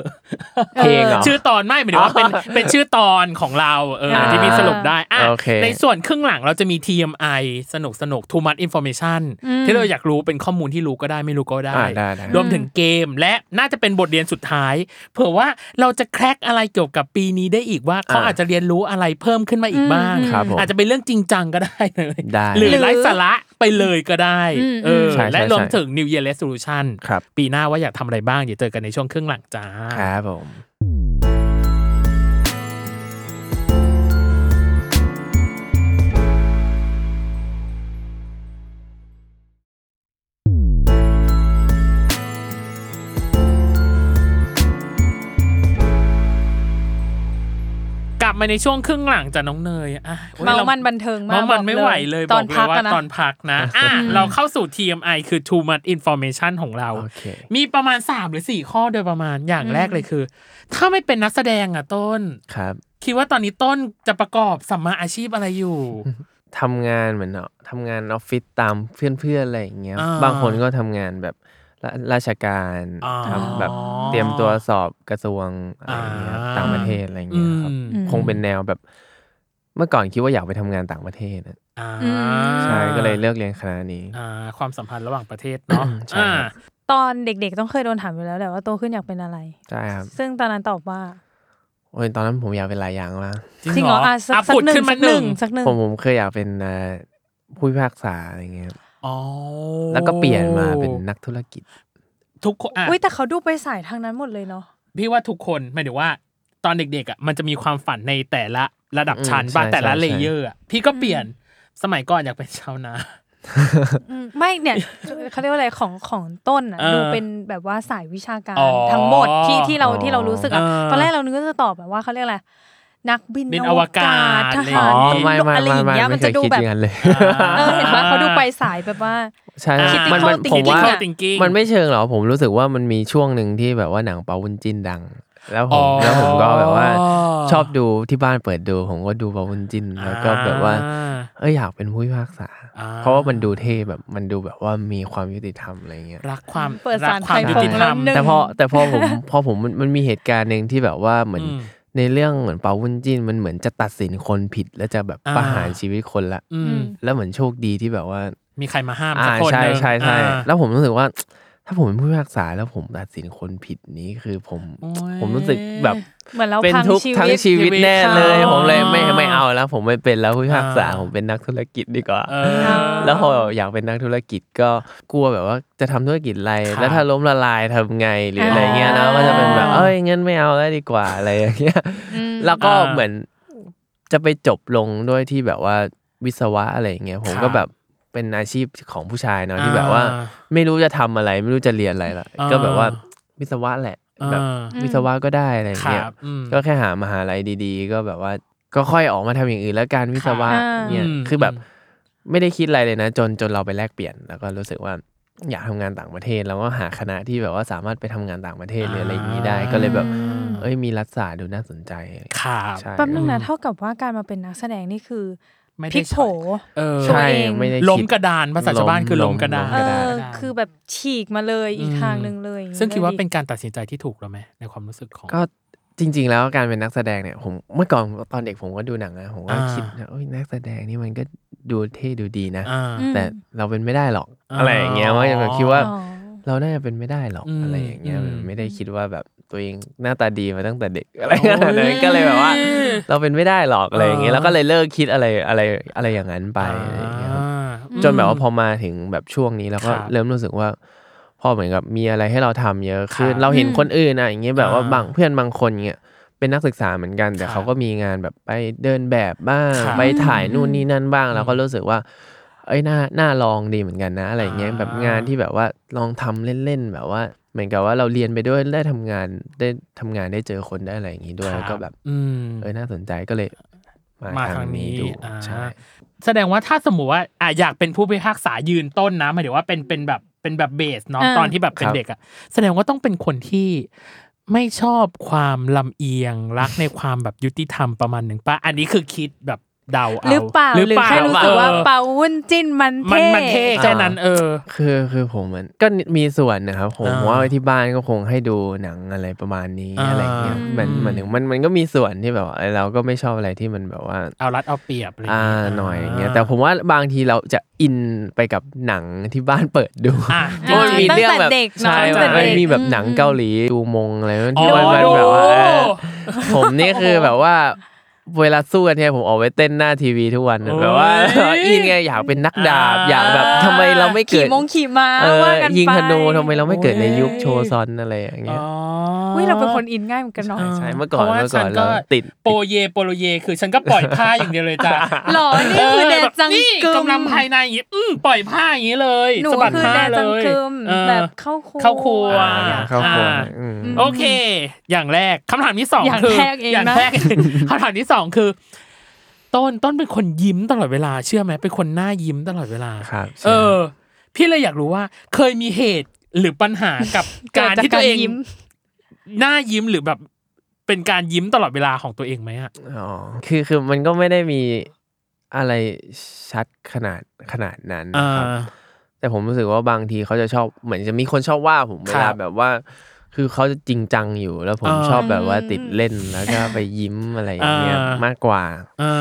[SPEAKER 3] เพลงเหรอ
[SPEAKER 2] ชื่อตอนไม่หมายถึงว่าเป็น [laughs] เป็นชื่อตอนของเราเอออาที่พี่สรุปได้อ่ะ
[SPEAKER 3] โอเค
[SPEAKER 2] ในส่วนครึ่งหลังเราจะมี TMI สนุกสนุก too much information
[SPEAKER 1] อืม
[SPEAKER 2] ที่เราอยากรู้เป็นข้อมูลที่รู้ก็ได้ไม่รู้ก็ได้
[SPEAKER 3] อ่าได้ได้
[SPEAKER 2] รวมถึงเกมและน่าจะเป็นบทเรียนสุดท้าย เผื่อว่าเราจะแครกอะไรเกี่ยวกับปีนี้ได้อีกว่าเขา
[SPEAKER 3] อ่า
[SPEAKER 2] อาจจะเรียนรู้อะไรเพิ่มขึ้นมาอีกบ้าง
[SPEAKER 3] ครับผม
[SPEAKER 2] อาจจะเป็นเรื่องจริงจังก็ได้เลย
[SPEAKER 3] ได้
[SPEAKER 2] หรือ
[SPEAKER 1] หรือ
[SPEAKER 2] ไร้สาระไปเลยก็ได้
[SPEAKER 1] อืม
[SPEAKER 2] เออ
[SPEAKER 3] ใช่ใช่
[SPEAKER 2] และรวม
[SPEAKER 3] ใช่
[SPEAKER 2] ถึง New Year Resolution
[SPEAKER 3] ครับ
[SPEAKER 2] ปีหน้าว่าอยากทำอะไรบ้างเดี๋ยวเจอกันในช่วงครึ่งหลังจ้า
[SPEAKER 3] ครับผม
[SPEAKER 2] ก ลับมาในช่วงครึ่งหลังจากน้องเนยอ่ะโอ้ย
[SPEAKER 1] เมา
[SPEAKER 2] เรา
[SPEAKER 1] มันบันเทิงมาก
[SPEAKER 2] เมามันไม่
[SPEAKER 1] บอก
[SPEAKER 2] ไหวเลย
[SPEAKER 1] ต
[SPEAKER 2] บ
[SPEAKER 1] อ
[SPEAKER 2] อน กเล
[SPEAKER 1] พั
[SPEAKER 2] ย
[SPEAKER 1] ก
[SPEAKER 2] ว่า
[SPEAKER 1] อะนะ
[SPEAKER 2] ตอนพักนะอ่ะเราเข้าสู่ TMI คือ too much information ของเรา
[SPEAKER 3] โอเค
[SPEAKER 2] มีประมาณ 3 หรือ 4 ข้อโดยประมาณอย่างแรกเลยคือ ถ้าไม่เป็นนักแสดงอ่ะต้น
[SPEAKER 3] ครับ
[SPEAKER 2] คิดว่าตอนนี้ต้นจะประกอบสัมมาอาชีพอะไรอยู่
[SPEAKER 3] ทำงานเหมือนเนาะทำงานออฟฟิศตามเพื่อนๆอะไรอย่างเงี้ย
[SPEAKER 2] อ่า
[SPEAKER 3] บางคนก็ทำงานแบบราราชการ
[SPEAKER 2] อ๋อ
[SPEAKER 3] ทำแบบเตรียมตัวสอบกระทรวงอะไร
[SPEAKER 2] อ่า
[SPEAKER 3] อย่างเงี้ยครับต่างประเทศอะไรอย่าง
[SPEAKER 2] อื
[SPEAKER 3] เงี้ยครับ
[SPEAKER 2] ม
[SPEAKER 1] ม
[SPEAKER 3] คงเป็นแนวแบบ เมื่อก่อนคิดว่าอยากไปทำงานต่างประเทศนะ
[SPEAKER 2] อ่า
[SPEAKER 1] อืม
[SPEAKER 3] ใช่ก็เลยเลือกเรียนคณะนี้
[SPEAKER 2] อ่า ความสัมพันธ์ระหว่างประเทศเนาะ
[SPEAKER 3] ใช่
[SPEAKER 2] อ่า
[SPEAKER 3] ครับ
[SPEAKER 1] ตอนเด็กๆต้องเคยโดนถามอยู่แล้วแหละว่าโตขึ้นอยากเป็นอะไร
[SPEAKER 3] ใช่ครับ
[SPEAKER 1] ซึ่งตอนนั้นตอบว่า
[SPEAKER 3] โอ้ยตอนนั้นผมอยากเป็นหลายอย่างมาก
[SPEAKER 1] จริงเหรออ่ะสักสัก
[SPEAKER 2] ผุด
[SPEAKER 1] หนึ่
[SPEAKER 2] ขึ้
[SPEAKER 1] ง
[SPEAKER 2] นมา
[SPEAKER 1] สักห
[SPEAKER 2] หนึ่
[SPEAKER 1] นึ่
[SPEAKER 2] ง
[SPEAKER 1] งสักหนึ่ง
[SPEAKER 3] ผมผมเคยอยากเป็นเอ่อผู้พิพากษาอะไรเงี้ยครับ
[SPEAKER 2] อ๋อ
[SPEAKER 3] แล้วก็เปลี่ยนมาเป็นนักธุรกิจ
[SPEAKER 2] ทุกคนอ่ะ
[SPEAKER 1] อุ้ยแต่เขาดูไปสายทางนั้นหมดเลยเนาะ
[SPEAKER 2] พี่ว่าทุกคนหมายถึงว่า ตอนเด็กๆอ่ะมันจะมีความฝันในแต่ละระดับชั้น
[SPEAKER 3] อืม
[SPEAKER 2] บ้าง
[SPEAKER 3] ใช่
[SPEAKER 2] แต่ละ
[SPEAKER 3] ใช่
[SPEAKER 2] เลเยอร์อ่ะพี่ก็เปลี่ยนสมัยก่อนอยากเป็นชาวนา
[SPEAKER 1] ไม่
[SPEAKER 2] [laughs]
[SPEAKER 1] เนี่ย เขาเรียกว่าอะไรของของต้นอ่ะ
[SPEAKER 2] เออ
[SPEAKER 1] ดูเป็นแบบว่าสายวิชาการ
[SPEAKER 2] อ๋อ
[SPEAKER 1] ทั้งหมดที่ที่เราที่เรารู้สึกอ่ะ
[SPEAKER 2] เออ
[SPEAKER 1] ตอนแรกเรานึกว่าจะตอบแบบว่าเขาเรียกอะไรนักบิน
[SPEAKER 2] บินอวกาศ
[SPEAKER 1] ท
[SPEAKER 2] อ๋
[SPEAKER 1] หา
[SPEAKER 2] อ
[SPEAKER 1] ร
[SPEAKER 2] เปลี่ยน
[SPEAKER 3] ไม่ไม่
[SPEAKER 1] อะไร
[SPEAKER 3] ไม่
[SPEAKER 1] อย่างเงี้ย
[SPEAKER 3] ไม่ไม่
[SPEAKER 1] มัน
[SPEAKER 3] เค
[SPEAKER 1] จะ
[SPEAKER 3] ย
[SPEAKER 1] ดู
[SPEAKER 3] คิด
[SPEAKER 1] แบ
[SPEAKER 3] อบ ย่างนั้นเลย
[SPEAKER 1] เออเห็นว่าเขาดูไปสายแบบว่า
[SPEAKER 3] ใช่
[SPEAKER 2] อ่า
[SPEAKER 3] ใช่มันมัน
[SPEAKER 1] critical
[SPEAKER 3] ผมว่า
[SPEAKER 1] thinking อะ
[SPEAKER 2] thinking
[SPEAKER 3] มันไม่เชิงหรอกผมรู้สึกว่ามันมีช่วงหนึ่งที่แบบว่าหนังเปาวุ้นจินดัง แล้วผ
[SPEAKER 2] อ๋
[SPEAKER 3] ม
[SPEAKER 2] อ
[SPEAKER 3] แล้วผมก็แบบว่า ชอบดูที่บ้านเปิดดู ผมก็ดูเปาวุ้นจินแล้วก็แบบว่า
[SPEAKER 2] อ่
[SPEAKER 3] เอยอยากเป็นผู้พิพากษา
[SPEAKER 2] อ่า
[SPEAKER 3] เพราะว่ามันดูเท่แบบมันดูแบบว่ามีความยุติธรรมอะไรเงี้ย
[SPEAKER 2] รักความ
[SPEAKER 1] เปิดสาร
[SPEAKER 2] กความ
[SPEAKER 1] ไทย
[SPEAKER 2] ยุติธรรม
[SPEAKER 1] ฟังล้วหนึ่ง
[SPEAKER 3] แต่พอแต่พอผม พอผมมันมันมีเหตุการณ์หนึ่งที่แบบว่าเหมือน
[SPEAKER 2] อืม
[SPEAKER 3] ในเรื่องเหมือนเปาวุ้นจินมันเหมือนจะตัดสินคนผิด แล้วจะแบบ
[SPEAKER 2] อ่า
[SPEAKER 3] ประหารชีวิตคนละ
[SPEAKER 2] อืม
[SPEAKER 3] แล้วเหมือนโชคดีที่แบบว่า
[SPEAKER 2] มีใครมาห้าม
[SPEAKER 3] อ่า
[SPEAKER 2] สักคน
[SPEAKER 3] ใช่
[SPEAKER 2] หนึ่ง
[SPEAKER 3] ใช่ใช่
[SPEAKER 2] อ่า
[SPEAKER 3] แล้วผมรู้สึกว่า ถ้าผมเป็นผู้พิพากษาแล้วผมตัดสินคนผิดนี้คือผม
[SPEAKER 2] โอ้ย
[SPEAKER 3] ผมรู้สึกแบบ
[SPEAKER 1] เหมือนเรา
[SPEAKER 3] เป็น
[SPEAKER 1] พัง
[SPEAKER 3] ทุกข์
[SPEAKER 1] ชี
[SPEAKER 3] ทั้ง
[SPEAKER 1] วิต
[SPEAKER 3] ชีวิตแน่เล
[SPEAKER 1] ชี
[SPEAKER 3] ย
[SPEAKER 1] วิตเขา
[SPEAKER 3] ผมเลยไม่ไม่เอาแล้ว ผมไม่เป็นแล้วผู้พิพากษา
[SPEAKER 2] อ่า
[SPEAKER 3] ผมเป็นนักธุรกิจดีกว่า
[SPEAKER 2] เออ
[SPEAKER 3] แล้วพออยากเป็นนักธุรกิจก็กลัวแบบว่าจะทำธุรกิจอะไร
[SPEAKER 2] ครับ
[SPEAKER 3] แล้วถ้าล้มละลายทำไงหรืออะไร
[SPEAKER 1] อ่า
[SPEAKER 3] เงี้ยนะก็จะเป็นแบบ เอ้ยงั้นไม่เอาแล้วดีกว่าอะไรอย่างเงี้ยแล้วก็
[SPEAKER 2] อ่า
[SPEAKER 3] เหมือนจะไปจบลงด้วยที่แบบว่าวิศวะอะไรอย่างเงี้ยผ
[SPEAKER 2] ค
[SPEAKER 3] ม
[SPEAKER 2] รับ
[SPEAKER 3] ก็แบบเป็นอาชีพของผู้ชายเนาะที่แบบว่า
[SPEAKER 2] อ่า
[SPEAKER 3] ไม่รู้จะทำอะไรไม่รู้จะเรียนอะไรละ
[SPEAKER 2] อ่า
[SPEAKER 3] ก็แบบว่าวิศวะแหละแบบ
[SPEAKER 2] อ่า
[SPEAKER 3] วิศวะก็ได้อะไรอย่างเงี้ย
[SPEAKER 2] ครับอืม
[SPEAKER 3] ก็แค่หามหาลัยดีๆ ก็แบบว่าก็ค่อยออกมาทำอย่างอื่นแล้วการวิศวะ
[SPEAKER 1] ครับ
[SPEAKER 3] เนี่ย
[SPEAKER 2] อืม
[SPEAKER 3] คือแบบ
[SPEAKER 2] อื
[SPEAKER 3] ไม่ได้คิดอะไรเลยนะ จนจนเราไปแลกเปลี่ยนแล้วก็รู้สึกว่าอยากทำงานต่างประเทศ แล้วก็หาคณะที่แบบว่าสามารถไปทำงานต่างประเทศหรืออะไรอย่างนี้ได้ ก็เลยแบบ เอ้ยมีรัฐศาสตร์ดูน่าสนใจ
[SPEAKER 2] ครับ
[SPEAKER 3] ใช่
[SPEAKER 1] แป๊บนึงนะเท่ากับว่าการมาเป็นนักแสดงนี่คือ
[SPEAKER 2] ไม่
[SPEAKER 1] พลิ
[SPEAKER 2] ได้
[SPEAKER 1] ก
[SPEAKER 2] ใช้
[SPEAKER 1] โผ
[SPEAKER 2] เออ
[SPEAKER 1] ตัว
[SPEAKER 3] ใช่
[SPEAKER 1] เอง
[SPEAKER 3] ไม่ได้คิ
[SPEAKER 2] ล้มกระดานภาษาชาวบ้านคือ
[SPEAKER 3] ล้
[SPEAKER 2] ล้ม
[SPEAKER 3] ม
[SPEAKER 2] กระดาน
[SPEAKER 1] เอ
[SPEAKER 3] ล้มกระดาน
[SPEAKER 1] อคือแบบฉีกมาเลยอีกทางหนึ่งเลยอย่
[SPEAKER 2] ซึ่งคิดว่า
[SPEAKER 1] ลย
[SPEAKER 2] เป็นการตัดสินใจที่ถูกแล้วไหมในความรู้สึกของ
[SPEAKER 3] ก็จริง ๆ แล้วการเป็นนักแสดงเนี่ยผมเมื่อก่อนตอนเด็กผมก็ดูหนังนะผมก็
[SPEAKER 2] อ่า
[SPEAKER 3] คิดนะเอ้ยนักแสดงนี่มันก็ดูเท่ดูดีนะ
[SPEAKER 2] อ่า
[SPEAKER 1] อืม
[SPEAKER 3] แต่เราเป็นไม่ได้หรอก
[SPEAKER 2] อ๋ออ
[SPEAKER 3] อะไรอย่างเงี้ยว่าแบบคิดว่า
[SPEAKER 1] อ๋อ
[SPEAKER 3] เราน่าจะเป็นไม่ได้หรอก
[SPEAKER 2] อืม
[SPEAKER 3] อะไรอย่างเงี้ย
[SPEAKER 2] อืม
[SPEAKER 3] แบบไม่ได้คิดว่าแบบตัวเองหน้าตาดีมาตั้งแต่เด็กอะไรขนาดนั้นก็เลยแบบว่า เราเป็นไม่ได้หรอกอะไรอย่างเงี้ยแล้วก็เลยเลิกคิดอะไรอะไรอะไรอย่างนั้นไปอะไรอย่างเงี้ยครับ
[SPEAKER 2] อ่า
[SPEAKER 3] จนแบบว่าพอมาถึงแบบช่วงนี้เราก็
[SPEAKER 2] ครับ
[SPEAKER 3] เริ่มรู้สึกว่า พอเหมือนกับมีอะไรให้เราทำเยอะขึ้
[SPEAKER 2] คน รับ
[SPEAKER 3] เราเห็นคนอื่นอะอย่างเงี้ยแบบว่า
[SPEAKER 2] อ่า
[SPEAKER 3] บางเพื่อนบางคนเงี้ยเป็นนักศึกษาเหมือนกัน แต่
[SPEAKER 2] ครับ
[SPEAKER 3] เขาก็มีงานแบบไปเดินแบบบ้าง
[SPEAKER 2] ครับ
[SPEAKER 3] ไปถ่ายนู่นนี่นั่นบ้าง
[SPEAKER 2] อืม
[SPEAKER 3] เราก็รู้สึกว่า เอ้ยน่าน่าลองดีเหมือนกันนะอะไรอย่างเงี้ย
[SPEAKER 2] อ่า
[SPEAKER 3] แบบงานที่แบบว่าลองทำเล่นๆแบบว่า เหมือนกับว่าเราเรียนไปด้วยได้ทำงานได้ทำงานได้เจอคนได้อะไรอย่างงี้ด้วย
[SPEAKER 2] ครั
[SPEAKER 3] แล้วก็แบบ
[SPEAKER 2] อืม
[SPEAKER 3] เอ้ยน่าสนใจก็เลย
[SPEAKER 2] มา
[SPEAKER 3] มา
[SPEAKER 2] ทา
[SPEAKER 3] ทาง ง
[SPEAKER 2] นี้
[SPEAKER 3] นี้ดู
[SPEAKER 2] อ่า
[SPEAKER 3] ใช่
[SPEAKER 2] แสดงว่าถ้าสมมติว่าอ่ะอยากเป็นผู้พิพากษายืนต้นนะหมายถึงว่าเป็นเป็นแบบเป็นแบบเบสเนาะ
[SPEAKER 1] อ่า
[SPEAKER 2] ตอนที่แบบเป็น
[SPEAKER 3] ครับ
[SPEAKER 2] เด็กอะแสดงว่าต้องเป็นคนที่ไม่ชอบความลำเอียงรักในความแบบยุติธรรมประมาณหนึ่งป่ะอันนี้คือคิดแบบเดาเอา
[SPEAKER 1] หรือเปล่าหรือแค่รู้สึกว่าเปาวุ้นจิ้นมันเท่
[SPEAKER 2] มันมันเท่แค่นั้นเออ
[SPEAKER 3] คือคือผมมันก็มีส่วนนะครับผม
[SPEAKER 2] อ่า
[SPEAKER 3] ว่าที่บ้านก็คงให้ดูหนังอะไรประมาณนี้
[SPEAKER 2] อ่า
[SPEAKER 3] อะไรอย่างเงี้ยเหมันเหมันถึงมันมันก็มีส่วนที่แบบว่าเอ้ยเราก็ไม่ชอบอะไรที่มันแบบว่า
[SPEAKER 2] เอารัดเอาเปรียบอะไรย่าง
[SPEAKER 3] อ่า
[SPEAKER 2] เงี้ย
[SPEAKER 3] หน่อยอย่างเงี้ยแต่ผมว่าบางทีเราจะอินไปกับหนังที่บ้านเปิดดู
[SPEAKER 2] อ่ะ
[SPEAKER 3] เพราะมันมีเรื่องแบบ
[SPEAKER 1] ตั้งแต่เด็กเนอะ
[SPEAKER 3] ใช่
[SPEAKER 1] ตั้งแต่
[SPEAKER 3] มัน
[SPEAKER 1] เด็ก
[SPEAKER 3] มีแบบ
[SPEAKER 1] อืม
[SPEAKER 3] หนังเกาหลีดูมงอะไรนั่นที่
[SPEAKER 2] อ๋อ
[SPEAKER 3] มันมัน
[SPEAKER 2] ดู
[SPEAKER 3] แบบว่าเออผมนี่คือแบบว่าเวลาสู้กันเนี่ยผมออกไปเต้นหน้าทีวีทุกวัน
[SPEAKER 2] โอ้ย
[SPEAKER 3] แบบว่า [laughs] อินไงอยากเป็นนักดาบ
[SPEAKER 2] อ่า
[SPEAKER 3] อยากแบบทำไมเราไม่เกิ
[SPEAKER 1] ขี่
[SPEAKER 3] ด
[SPEAKER 1] มงขี่ม้า
[SPEAKER 3] เออ
[SPEAKER 1] ว่ากันไป
[SPEAKER 3] ยิงธนูทำไมเราไม่เกิดในยุคโชซอนอะไรอย่าง
[SPEAKER 2] อ๋
[SPEAKER 3] เงี้ย
[SPEAKER 2] อ
[SPEAKER 1] อุ้ยเราเป็นคนอินง่ายเหมือนกันเนาะ
[SPEAKER 3] ใช่ใช่เมื่อก่อน
[SPEAKER 2] พราะว่า
[SPEAKER 3] เมื่อก่อน
[SPEAKER 2] ฉั
[SPEAKER 3] เราติด
[SPEAKER 2] โปรเยโปรเย คือฉันก็ปล่อยผ้าอย่างเดียวเลยจ้ะ
[SPEAKER 1] หล่อนี่คือแดนจัง
[SPEAKER 2] นี่
[SPEAKER 1] กึม
[SPEAKER 2] กำลังภายในอย่างนี้อืมปล่อยผ้าอย่างนี้เลย
[SPEAKER 1] หนู
[SPEAKER 2] สะบัด
[SPEAKER 1] คือ
[SPEAKER 2] ผ้า
[SPEAKER 1] แดน
[SPEAKER 2] เล
[SPEAKER 1] จัง
[SPEAKER 2] ย
[SPEAKER 1] กึม
[SPEAKER 2] เออ
[SPEAKER 1] แบบ แบบเข้าครัว
[SPEAKER 2] เข้าครัว
[SPEAKER 3] อ่าเข้าครัว
[SPEAKER 2] อ่า
[SPEAKER 3] อืม
[SPEAKER 2] โอเค อย่างแรกคำถามที่สอง
[SPEAKER 1] อย่าง
[SPEAKER 2] คือ
[SPEAKER 1] แรกเองนะ
[SPEAKER 2] ย่างแรก [laughs] คำถามที่สองคือ ต้นต้นเป็นคนยิ้มตลอดเวลา เชื่อไหมเป็นคนหน้ายิ้มตลอดเวลา
[SPEAKER 3] ครับ
[SPEAKER 2] เออ พี่เลยอยากรู้ว่า เคยมีเหตุหรือปัญหากับ การที่ตัวเอง
[SPEAKER 1] กิดจยิ้ม
[SPEAKER 2] หน้ายิ้มหรือแบบ เป็นการยิ้มตลอดเวลาของตัวเองไหมอะ
[SPEAKER 3] อ๋อคือคือมันก็ไม่ได้มีอะไรชัดขนาดขนาดนั้น
[SPEAKER 2] อ่
[SPEAKER 3] นะครับ
[SPEAKER 2] า
[SPEAKER 3] แต่ผมรู้สึกว่าบางทีเขาจะชอบเหมือนจะมีคนชอบว่าผม
[SPEAKER 2] ค
[SPEAKER 3] เว
[SPEAKER 2] รับ
[SPEAKER 3] ลาแบบว่า คือเขาจะจริงจังอยู่แล้วผม
[SPEAKER 2] อ่า
[SPEAKER 3] ชอบแบบว่าติดเล่นแล้วก็ไปยิ้มอะไรอย่างเงี้ย
[SPEAKER 2] อ่าม
[SPEAKER 3] มากกว่า
[SPEAKER 2] อ่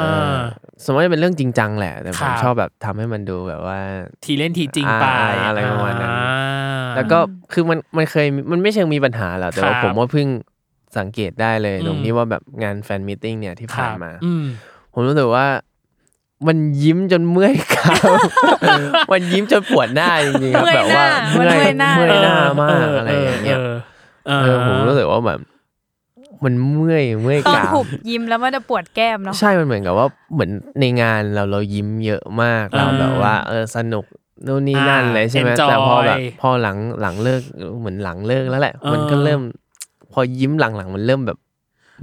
[SPEAKER 3] เออา สมมติจะเป็นเรื่องจริงจังแหละ แต่ผ
[SPEAKER 2] ครั
[SPEAKER 3] ม
[SPEAKER 2] บ
[SPEAKER 3] ชอบแบบทำให้มันดูแบบว่า
[SPEAKER 2] ทีเล่นทีจริงไป
[SPEAKER 3] อ่าอะไรประมาณนั้น
[SPEAKER 2] อ่
[SPEAKER 3] แล้วก็คือมันมันเคยมันไม่เชิงมีปัญหาหรอกแต่ว่า
[SPEAKER 2] ครับ
[SPEAKER 3] ผมว่าเพิ่งสังเกตได้เลย
[SPEAKER 2] อืม
[SPEAKER 3] ตรงที่ว่าแบบงานแฟนมิทติ้งเนี่ยที่
[SPEAKER 2] ครั
[SPEAKER 3] ผ่าน
[SPEAKER 2] บ
[SPEAKER 3] มา
[SPEAKER 2] อืม
[SPEAKER 3] ผมรู้สึกว่ามันยิ้มจนเมื่อยกราม มันยิ้มจนปวดหน้าจริงๆครับ
[SPEAKER 1] เมื่อย
[SPEAKER 3] แบบว่า
[SPEAKER 1] หน้ามันเมื่อยหน้า
[SPEAKER 3] เมื่อยหน้ามากอะไรอย่างเงี้ย
[SPEAKER 2] เอ
[SPEAKER 3] เอ
[SPEAKER 2] อ
[SPEAKER 3] อผมรู้สึกว่าแบบมันเมื่อยเมื่อย
[SPEAKER 1] ตอก น
[SPEAKER 3] ราม
[SPEAKER 1] หุบยิ้มแล้วมันจะปวดแก้มเนาะ
[SPEAKER 3] ใช่มันเหมือนกับว่าเหมือนในงานเราเรายิ้มเยอะมากเราแบบว่า เออสนุกนู่นนี่นั่น
[SPEAKER 2] อ่า
[SPEAKER 3] เลยใช่ไหม
[SPEAKER 2] enjoy
[SPEAKER 3] แต่พอแบบพอหลังหลังเลิกเหมือนหลังเลิกแล้วแหละ
[SPEAKER 2] เออ
[SPEAKER 3] มันก็เริ่ม พอยิ้มหลังๆมันเริ่มแบบ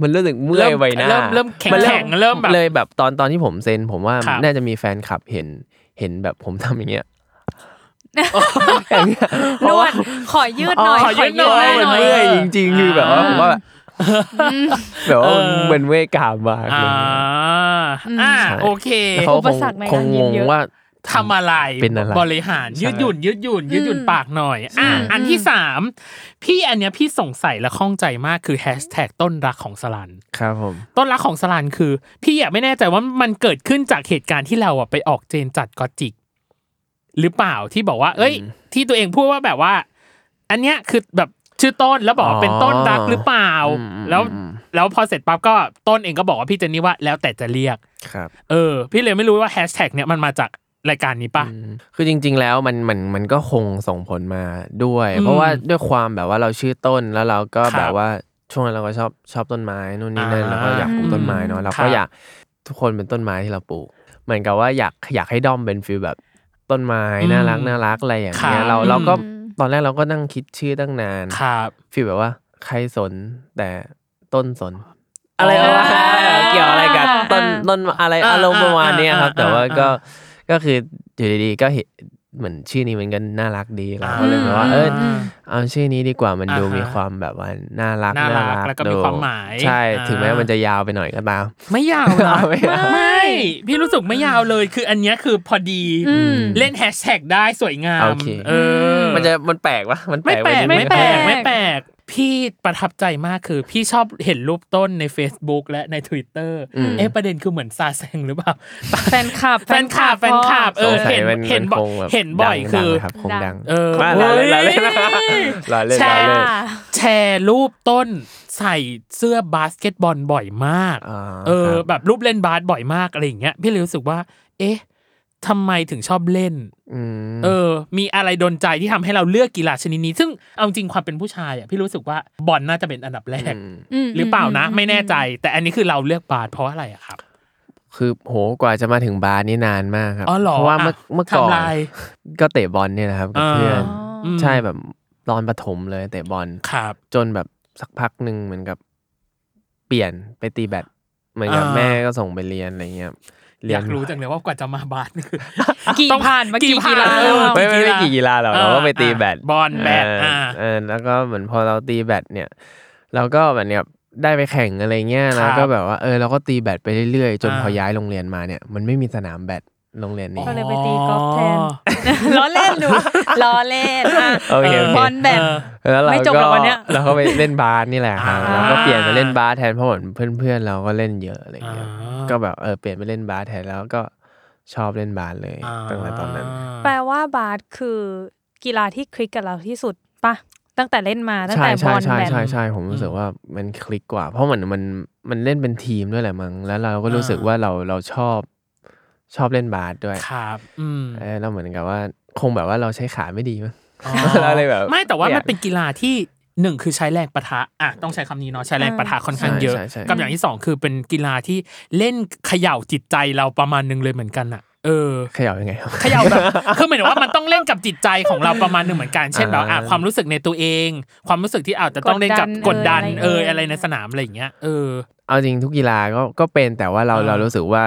[SPEAKER 3] มันเริ่มถึงเมื่อยใบหน้า
[SPEAKER 2] เริ่มเริ่มแข็ง
[SPEAKER 3] มันเริ่
[SPEAKER 2] แข็
[SPEAKER 3] ม
[SPEAKER 2] งเริ่มแบบ
[SPEAKER 3] เลยแบบตอนตอนที่ผมเซ็นผมว่า
[SPEAKER 2] ครับ
[SPEAKER 3] น่าจะมีแฟนคลับเห็นเห็นแบบผมทำอย่างเงี้
[SPEAKER 2] [laughs]
[SPEAKER 3] ยอย่างเงี้ย
[SPEAKER 1] นวด ขอยืดหน่อย
[SPEAKER 2] ขอยืดหน่
[SPEAKER 3] โอ้ยมัน
[SPEAKER 2] หน่อย
[SPEAKER 3] เมื่อยจริงๆคือแบบว่า
[SPEAKER 2] อ่า
[SPEAKER 3] ผมว่าแบบว่า
[SPEAKER 2] เออ
[SPEAKER 3] มันเมื่อยกรามมาก
[SPEAKER 2] อ่า
[SPEAKER 3] เลย
[SPEAKER 2] อ่า
[SPEAKER 3] ใช่
[SPEAKER 2] โอเค
[SPEAKER 3] แล้วเขา
[SPEAKER 1] อุ
[SPEAKER 3] ค
[SPEAKER 1] ป
[SPEAKER 3] ง
[SPEAKER 1] สรรคใน
[SPEAKER 3] ค
[SPEAKER 1] การ
[SPEAKER 3] ง
[SPEAKER 1] ยิ้
[SPEAKER 3] ง
[SPEAKER 1] ม
[SPEAKER 3] ง
[SPEAKER 1] เยอะ
[SPEAKER 3] ว่า
[SPEAKER 2] ทำอะไร
[SPEAKER 3] เป็นอะไร
[SPEAKER 2] บริหาร
[SPEAKER 3] ใช่
[SPEAKER 2] ยืดหยุ่น ยืดหยุ่น ยืดหยุ่นปากหน่อย อ่า อันที่สามพี่อันเนี้ยพี่สงสัยและข้องใจมากคือแฮชแท็กต้นรักของสลัน
[SPEAKER 3] ครับผม
[SPEAKER 2] ต้นรักของสลันคือ พี่อยากไม่แน่ใจว่ามันเกิดขึ้นจากเหตุการณ์ที่เราอะไปออกเจนจัดกอจิก หรือเปล่าที่บอกว่า เอ้ย ที่ตัวเองพูดว่าแบบว่า อันเนี้ยคือแบบชื่อต้นแล้วบอกว่าเป็นต้นรักหรือเปล่า
[SPEAKER 3] อืม
[SPEAKER 2] แล้ว
[SPEAKER 3] อืม
[SPEAKER 2] แล้วพอเสร็จปั๊บก็ต้นเองก็บอกว่าพี่เจนนี่ว่าแล้วแต่จะเรียก
[SPEAKER 3] ครับ
[SPEAKER 2] เออ พี่เลยไม่รู้ว่าแฮชแท็กเนี้ยมันมาจากรายการนี้ปะ
[SPEAKER 3] คือจริง ๆ แล้วมันมันมันก็คงส่งผลมาด้วย
[SPEAKER 2] อืม
[SPEAKER 3] เพราะว่าด้วยความแบบว่าเราชื่อต้นแล้วเราก็
[SPEAKER 2] ครับ
[SPEAKER 3] แบบว่าช่วงนั้นเราก็ชอบชอบต้นไม้นู่นนี่นั่น
[SPEAKER 2] อ่า
[SPEAKER 3] เราก็อยากปลูกต้นไม้เนาะเราก็
[SPEAKER 2] ครับ
[SPEAKER 3] อยากทุกคนเป็นต้นไม้ที่เราปลูก เหมือนกับว่าอยากอยากให้ด้อมเป็นฟีลแบบต้นไม้น่ารักน่ารักอะไรอย่างเงี้ยเราเราก็ตอนแรกเราก็นั่งคิดชื่อตั้งนาน
[SPEAKER 2] ครับ
[SPEAKER 3] ฟีลแบบว่าใครสนแต่ต้นสน อะไรประมาณนั้นเกี่ยวอะไรกับต้นต้นอะไร
[SPEAKER 2] อ่า
[SPEAKER 3] อารมณ์ประมาณเนี้ยครับ
[SPEAKER 2] อ่า
[SPEAKER 3] แต่ว่า
[SPEAKER 2] อ่า
[SPEAKER 3] ก็ก็คืออยู่ดีๆก็เห็นเหมือนชื่อนี้มันก็น่ารักดีเราก็เลยแบบว่าเอออเอาชื่อนี้ดีกว่ามันดู
[SPEAKER 2] อ่าฮะ
[SPEAKER 3] มีความแบบว่าน่ารัก
[SPEAKER 2] น่ารักแล้วก็มี
[SPEAKER 3] ดู
[SPEAKER 2] ความหมาย
[SPEAKER 3] ใช่
[SPEAKER 2] อ่า
[SPEAKER 3] ถึงแม้มันจะยาวไปหน่อยก็ตาม
[SPEAKER 2] ไม่ยาวนะ
[SPEAKER 3] ไม่ยาว
[SPEAKER 2] [laughs] ไม่ พี่รู้สึกไม่ยาวเลย คืออันเนี้ยคือพอดีเล่นแฮชแท็กได้สวยงาม
[SPEAKER 3] โอเค
[SPEAKER 2] เออ
[SPEAKER 3] มันจะมันแปลกวะมัน
[SPEAKER 2] ไม่แปลก
[SPEAKER 3] ห
[SPEAKER 2] ไม่แปลก
[SPEAKER 3] ห
[SPEAKER 2] ไม่แปลกพี่ประทับใจมากคือ พี่ชอบเห็นรูปต้นใน Facebook และใน Twitter
[SPEAKER 3] อืม
[SPEAKER 2] เอ๊ะประเด็นคือเหมือนซาแซงหรือเปล่า
[SPEAKER 1] แฟนคลับ
[SPEAKER 2] แฟนคลับแฟนคลับเอ
[SPEAKER 3] ส
[SPEAKER 2] อง
[SPEAKER 3] สัย
[SPEAKER 2] เห็น
[SPEAKER 3] มัน
[SPEAKER 2] เห็น
[SPEAKER 3] มัน
[SPEAKER 2] บ่อ
[SPEAKER 3] ค
[SPEAKER 2] ย
[SPEAKER 3] งแบบ
[SPEAKER 2] เห็นบ่อย
[SPEAKER 3] ดัง
[SPEAKER 2] คือ
[SPEAKER 3] นะครับคงดัง
[SPEAKER 2] เออ
[SPEAKER 3] ว่าเราเล่นเราเล่น
[SPEAKER 2] โอ้ย
[SPEAKER 3] เรา [laughs] เล่น
[SPEAKER 2] แชร์
[SPEAKER 3] เราเล่น
[SPEAKER 2] แชร์รูปต้นใส่เสื้อบาสเกตบอลบ่อยมาก
[SPEAKER 3] อ่า
[SPEAKER 2] เออ
[SPEAKER 3] ครับ
[SPEAKER 2] แบบรูปเล่นบาสบ่อยมากอะไรอย่างเงี้ยพี่เลยรู้สึกว่า เอ๊ะทำไมถึงชอบเล่น
[SPEAKER 3] อืม
[SPEAKER 2] เออ มีอะไรดนใจที่ทำให้เราเลือกกีฬาชนิดนี้ ซึ่งเอาจริงความเป็นผู้ชายอ่ะพี่รู้สึกว่าบอลน่าจะเป็นอันดับแรก หรือเปล่านะ ไม่แน่ใจ แต่อันนี้คือเราเลือกบาสเพราะอะไรอะครับ
[SPEAKER 3] คือโหกว่าจะมาถึงบาร์นี่นานมากครับ
[SPEAKER 2] อ๋อเหรอ
[SPEAKER 3] เพราะว่าเมื่อ
[SPEAKER 2] อ่ะ
[SPEAKER 3] เมื่อก่อน
[SPEAKER 2] ไทม์ไลน์
[SPEAKER 3] ก็เตะบอลเนี่ยนะครับกับ
[SPEAKER 2] อ่า
[SPEAKER 3] เพื่อน
[SPEAKER 2] ม
[SPEAKER 3] ใช่แบบตอนประถมเลยเตะบอล
[SPEAKER 2] ครับ
[SPEAKER 3] จนแบบสักพักหนึ่งเหมือนกับ เปลี่ยนไปตีแบดเหมือนกับ
[SPEAKER 2] อ่า
[SPEAKER 3] แม่ก็ส่งไปเรียนอะไรเงี้ยเรี
[SPEAKER 2] อน ยากรู้จังเลยว่ากว่าจะมาบาสนี่คือ
[SPEAKER 1] กี่
[SPEAKER 2] ต้อง
[SPEAKER 1] ผ่านมากี่กีฬา
[SPEAKER 2] ผ่น
[SPEAKER 1] แล้ว
[SPEAKER 3] ไม่ไม่ไม่กี่กีฬาหรอกเราก็ไปตีแบด
[SPEAKER 2] บอลแบด
[SPEAKER 3] เอออ
[SPEAKER 2] อ่า
[SPEAKER 3] เออแล้วก็เหมือนพอเราตีแบดเนี่ย เราก็แบบเนี่ยได้ไปแข่งอะไรเงี้ยแล้วก็แบบว่าเออเราก็ตีแบดไปเรื่อยๆจน
[SPEAKER 2] อ่า
[SPEAKER 3] พอย้ายโรงเรียนมาเนี่ย มันไม่มีสนามแบดโรงเรียนนี้
[SPEAKER 1] ก็เลยไปตีกอล์ฟแทน ล้อเล่นหนูล้อเล่นอ่ะ
[SPEAKER 3] โอเคโอเค
[SPEAKER 1] บอลแบบ
[SPEAKER 2] เออ
[SPEAKER 3] แล้วเรา
[SPEAKER 1] ไม่จบหรอกวันเนี้ย
[SPEAKER 3] เราก็ไปเล่นบาสนี่แหละครับ
[SPEAKER 2] อ่า
[SPEAKER 3] เราก็เปลี่ยนไปเล่นบาสแทนเพราะเหมือนเพื่อนๆเราก็เล่นเยอะอะไร
[SPEAKER 2] อ่า
[SPEAKER 3] เงี้ยก็แบบเออเปลี่ยนไปเล่นบาสแทนแล้วก็ชอบเล่นบาสเลยตั้งแต่ตอนนั้น
[SPEAKER 1] แปลว่าบาสคือกีฬาที่คลิกกับเราที่สุดปะตั้งแต่เล่นมาตั้ง
[SPEAKER 3] ใช่
[SPEAKER 1] แต่บ
[SPEAKER 3] ใช่
[SPEAKER 1] อล
[SPEAKER 3] ใช่
[SPEAKER 1] แบบ
[SPEAKER 3] ใช่ใช่ผมรู้สึกว่ามันคลิกกว่า เพราะเหมือนมันมันเล่นเป็นทีมด้วยแหละมั้งแล้วเราก็รู้สึกว่าเราเราชอบชอบเล่นบาสด้วย
[SPEAKER 2] ครับอืม
[SPEAKER 3] เออเราเหมือนกับว่าคงแบบว่าเราใช้ขาไม่ดีมั้ง [laughs]
[SPEAKER 2] อ๋อ
[SPEAKER 3] เราเลยแบบ
[SPEAKER 2] ไม่แต่ว่า
[SPEAKER 3] ไม่อ
[SPEAKER 2] มั
[SPEAKER 3] ยาน ก
[SPEAKER 2] เป็นกีฬาที่หนึ่งคือใช้แรงปะทะอ่ะต้องใช้คำนี้เนาะใช้แรงปะทะค่อนข้างเยอะ
[SPEAKER 3] ใช่ใช่ใช่
[SPEAKER 2] กับอย่างที่สองคือเป็นกีฬาที่เล่นเขย่าจิตใจเราประมาณนึงเลยเหมือนกันอ่ะ เออ
[SPEAKER 3] เขย่ายังไงครับ
[SPEAKER 2] เขย่าแบบ [laughs] คือหมายถึงว่ามันต้องเล่นกับจิตใจของเราประมาณหนึ่งเหมือนกัน เช่นแบบอ่ะความรู้สึกในตัวเอง ความรู้สึกที่อาจจะต้องเล่นกับก
[SPEAKER 1] ก
[SPEAKER 2] ด
[SPEAKER 1] ดดั
[SPEAKER 2] ดัน
[SPEAKER 1] น
[SPEAKER 2] เอ
[SPEAKER 1] เออ
[SPEAKER 2] อ
[SPEAKER 1] อ
[SPEAKER 2] อะไรในสนามอะไรอย่างเงี้ย เออ
[SPEAKER 3] เอาจริงทุกกีฬาก็ก็เป็นแต่ว่าเรา
[SPEAKER 2] อ่า
[SPEAKER 3] เรารู้สึกว่า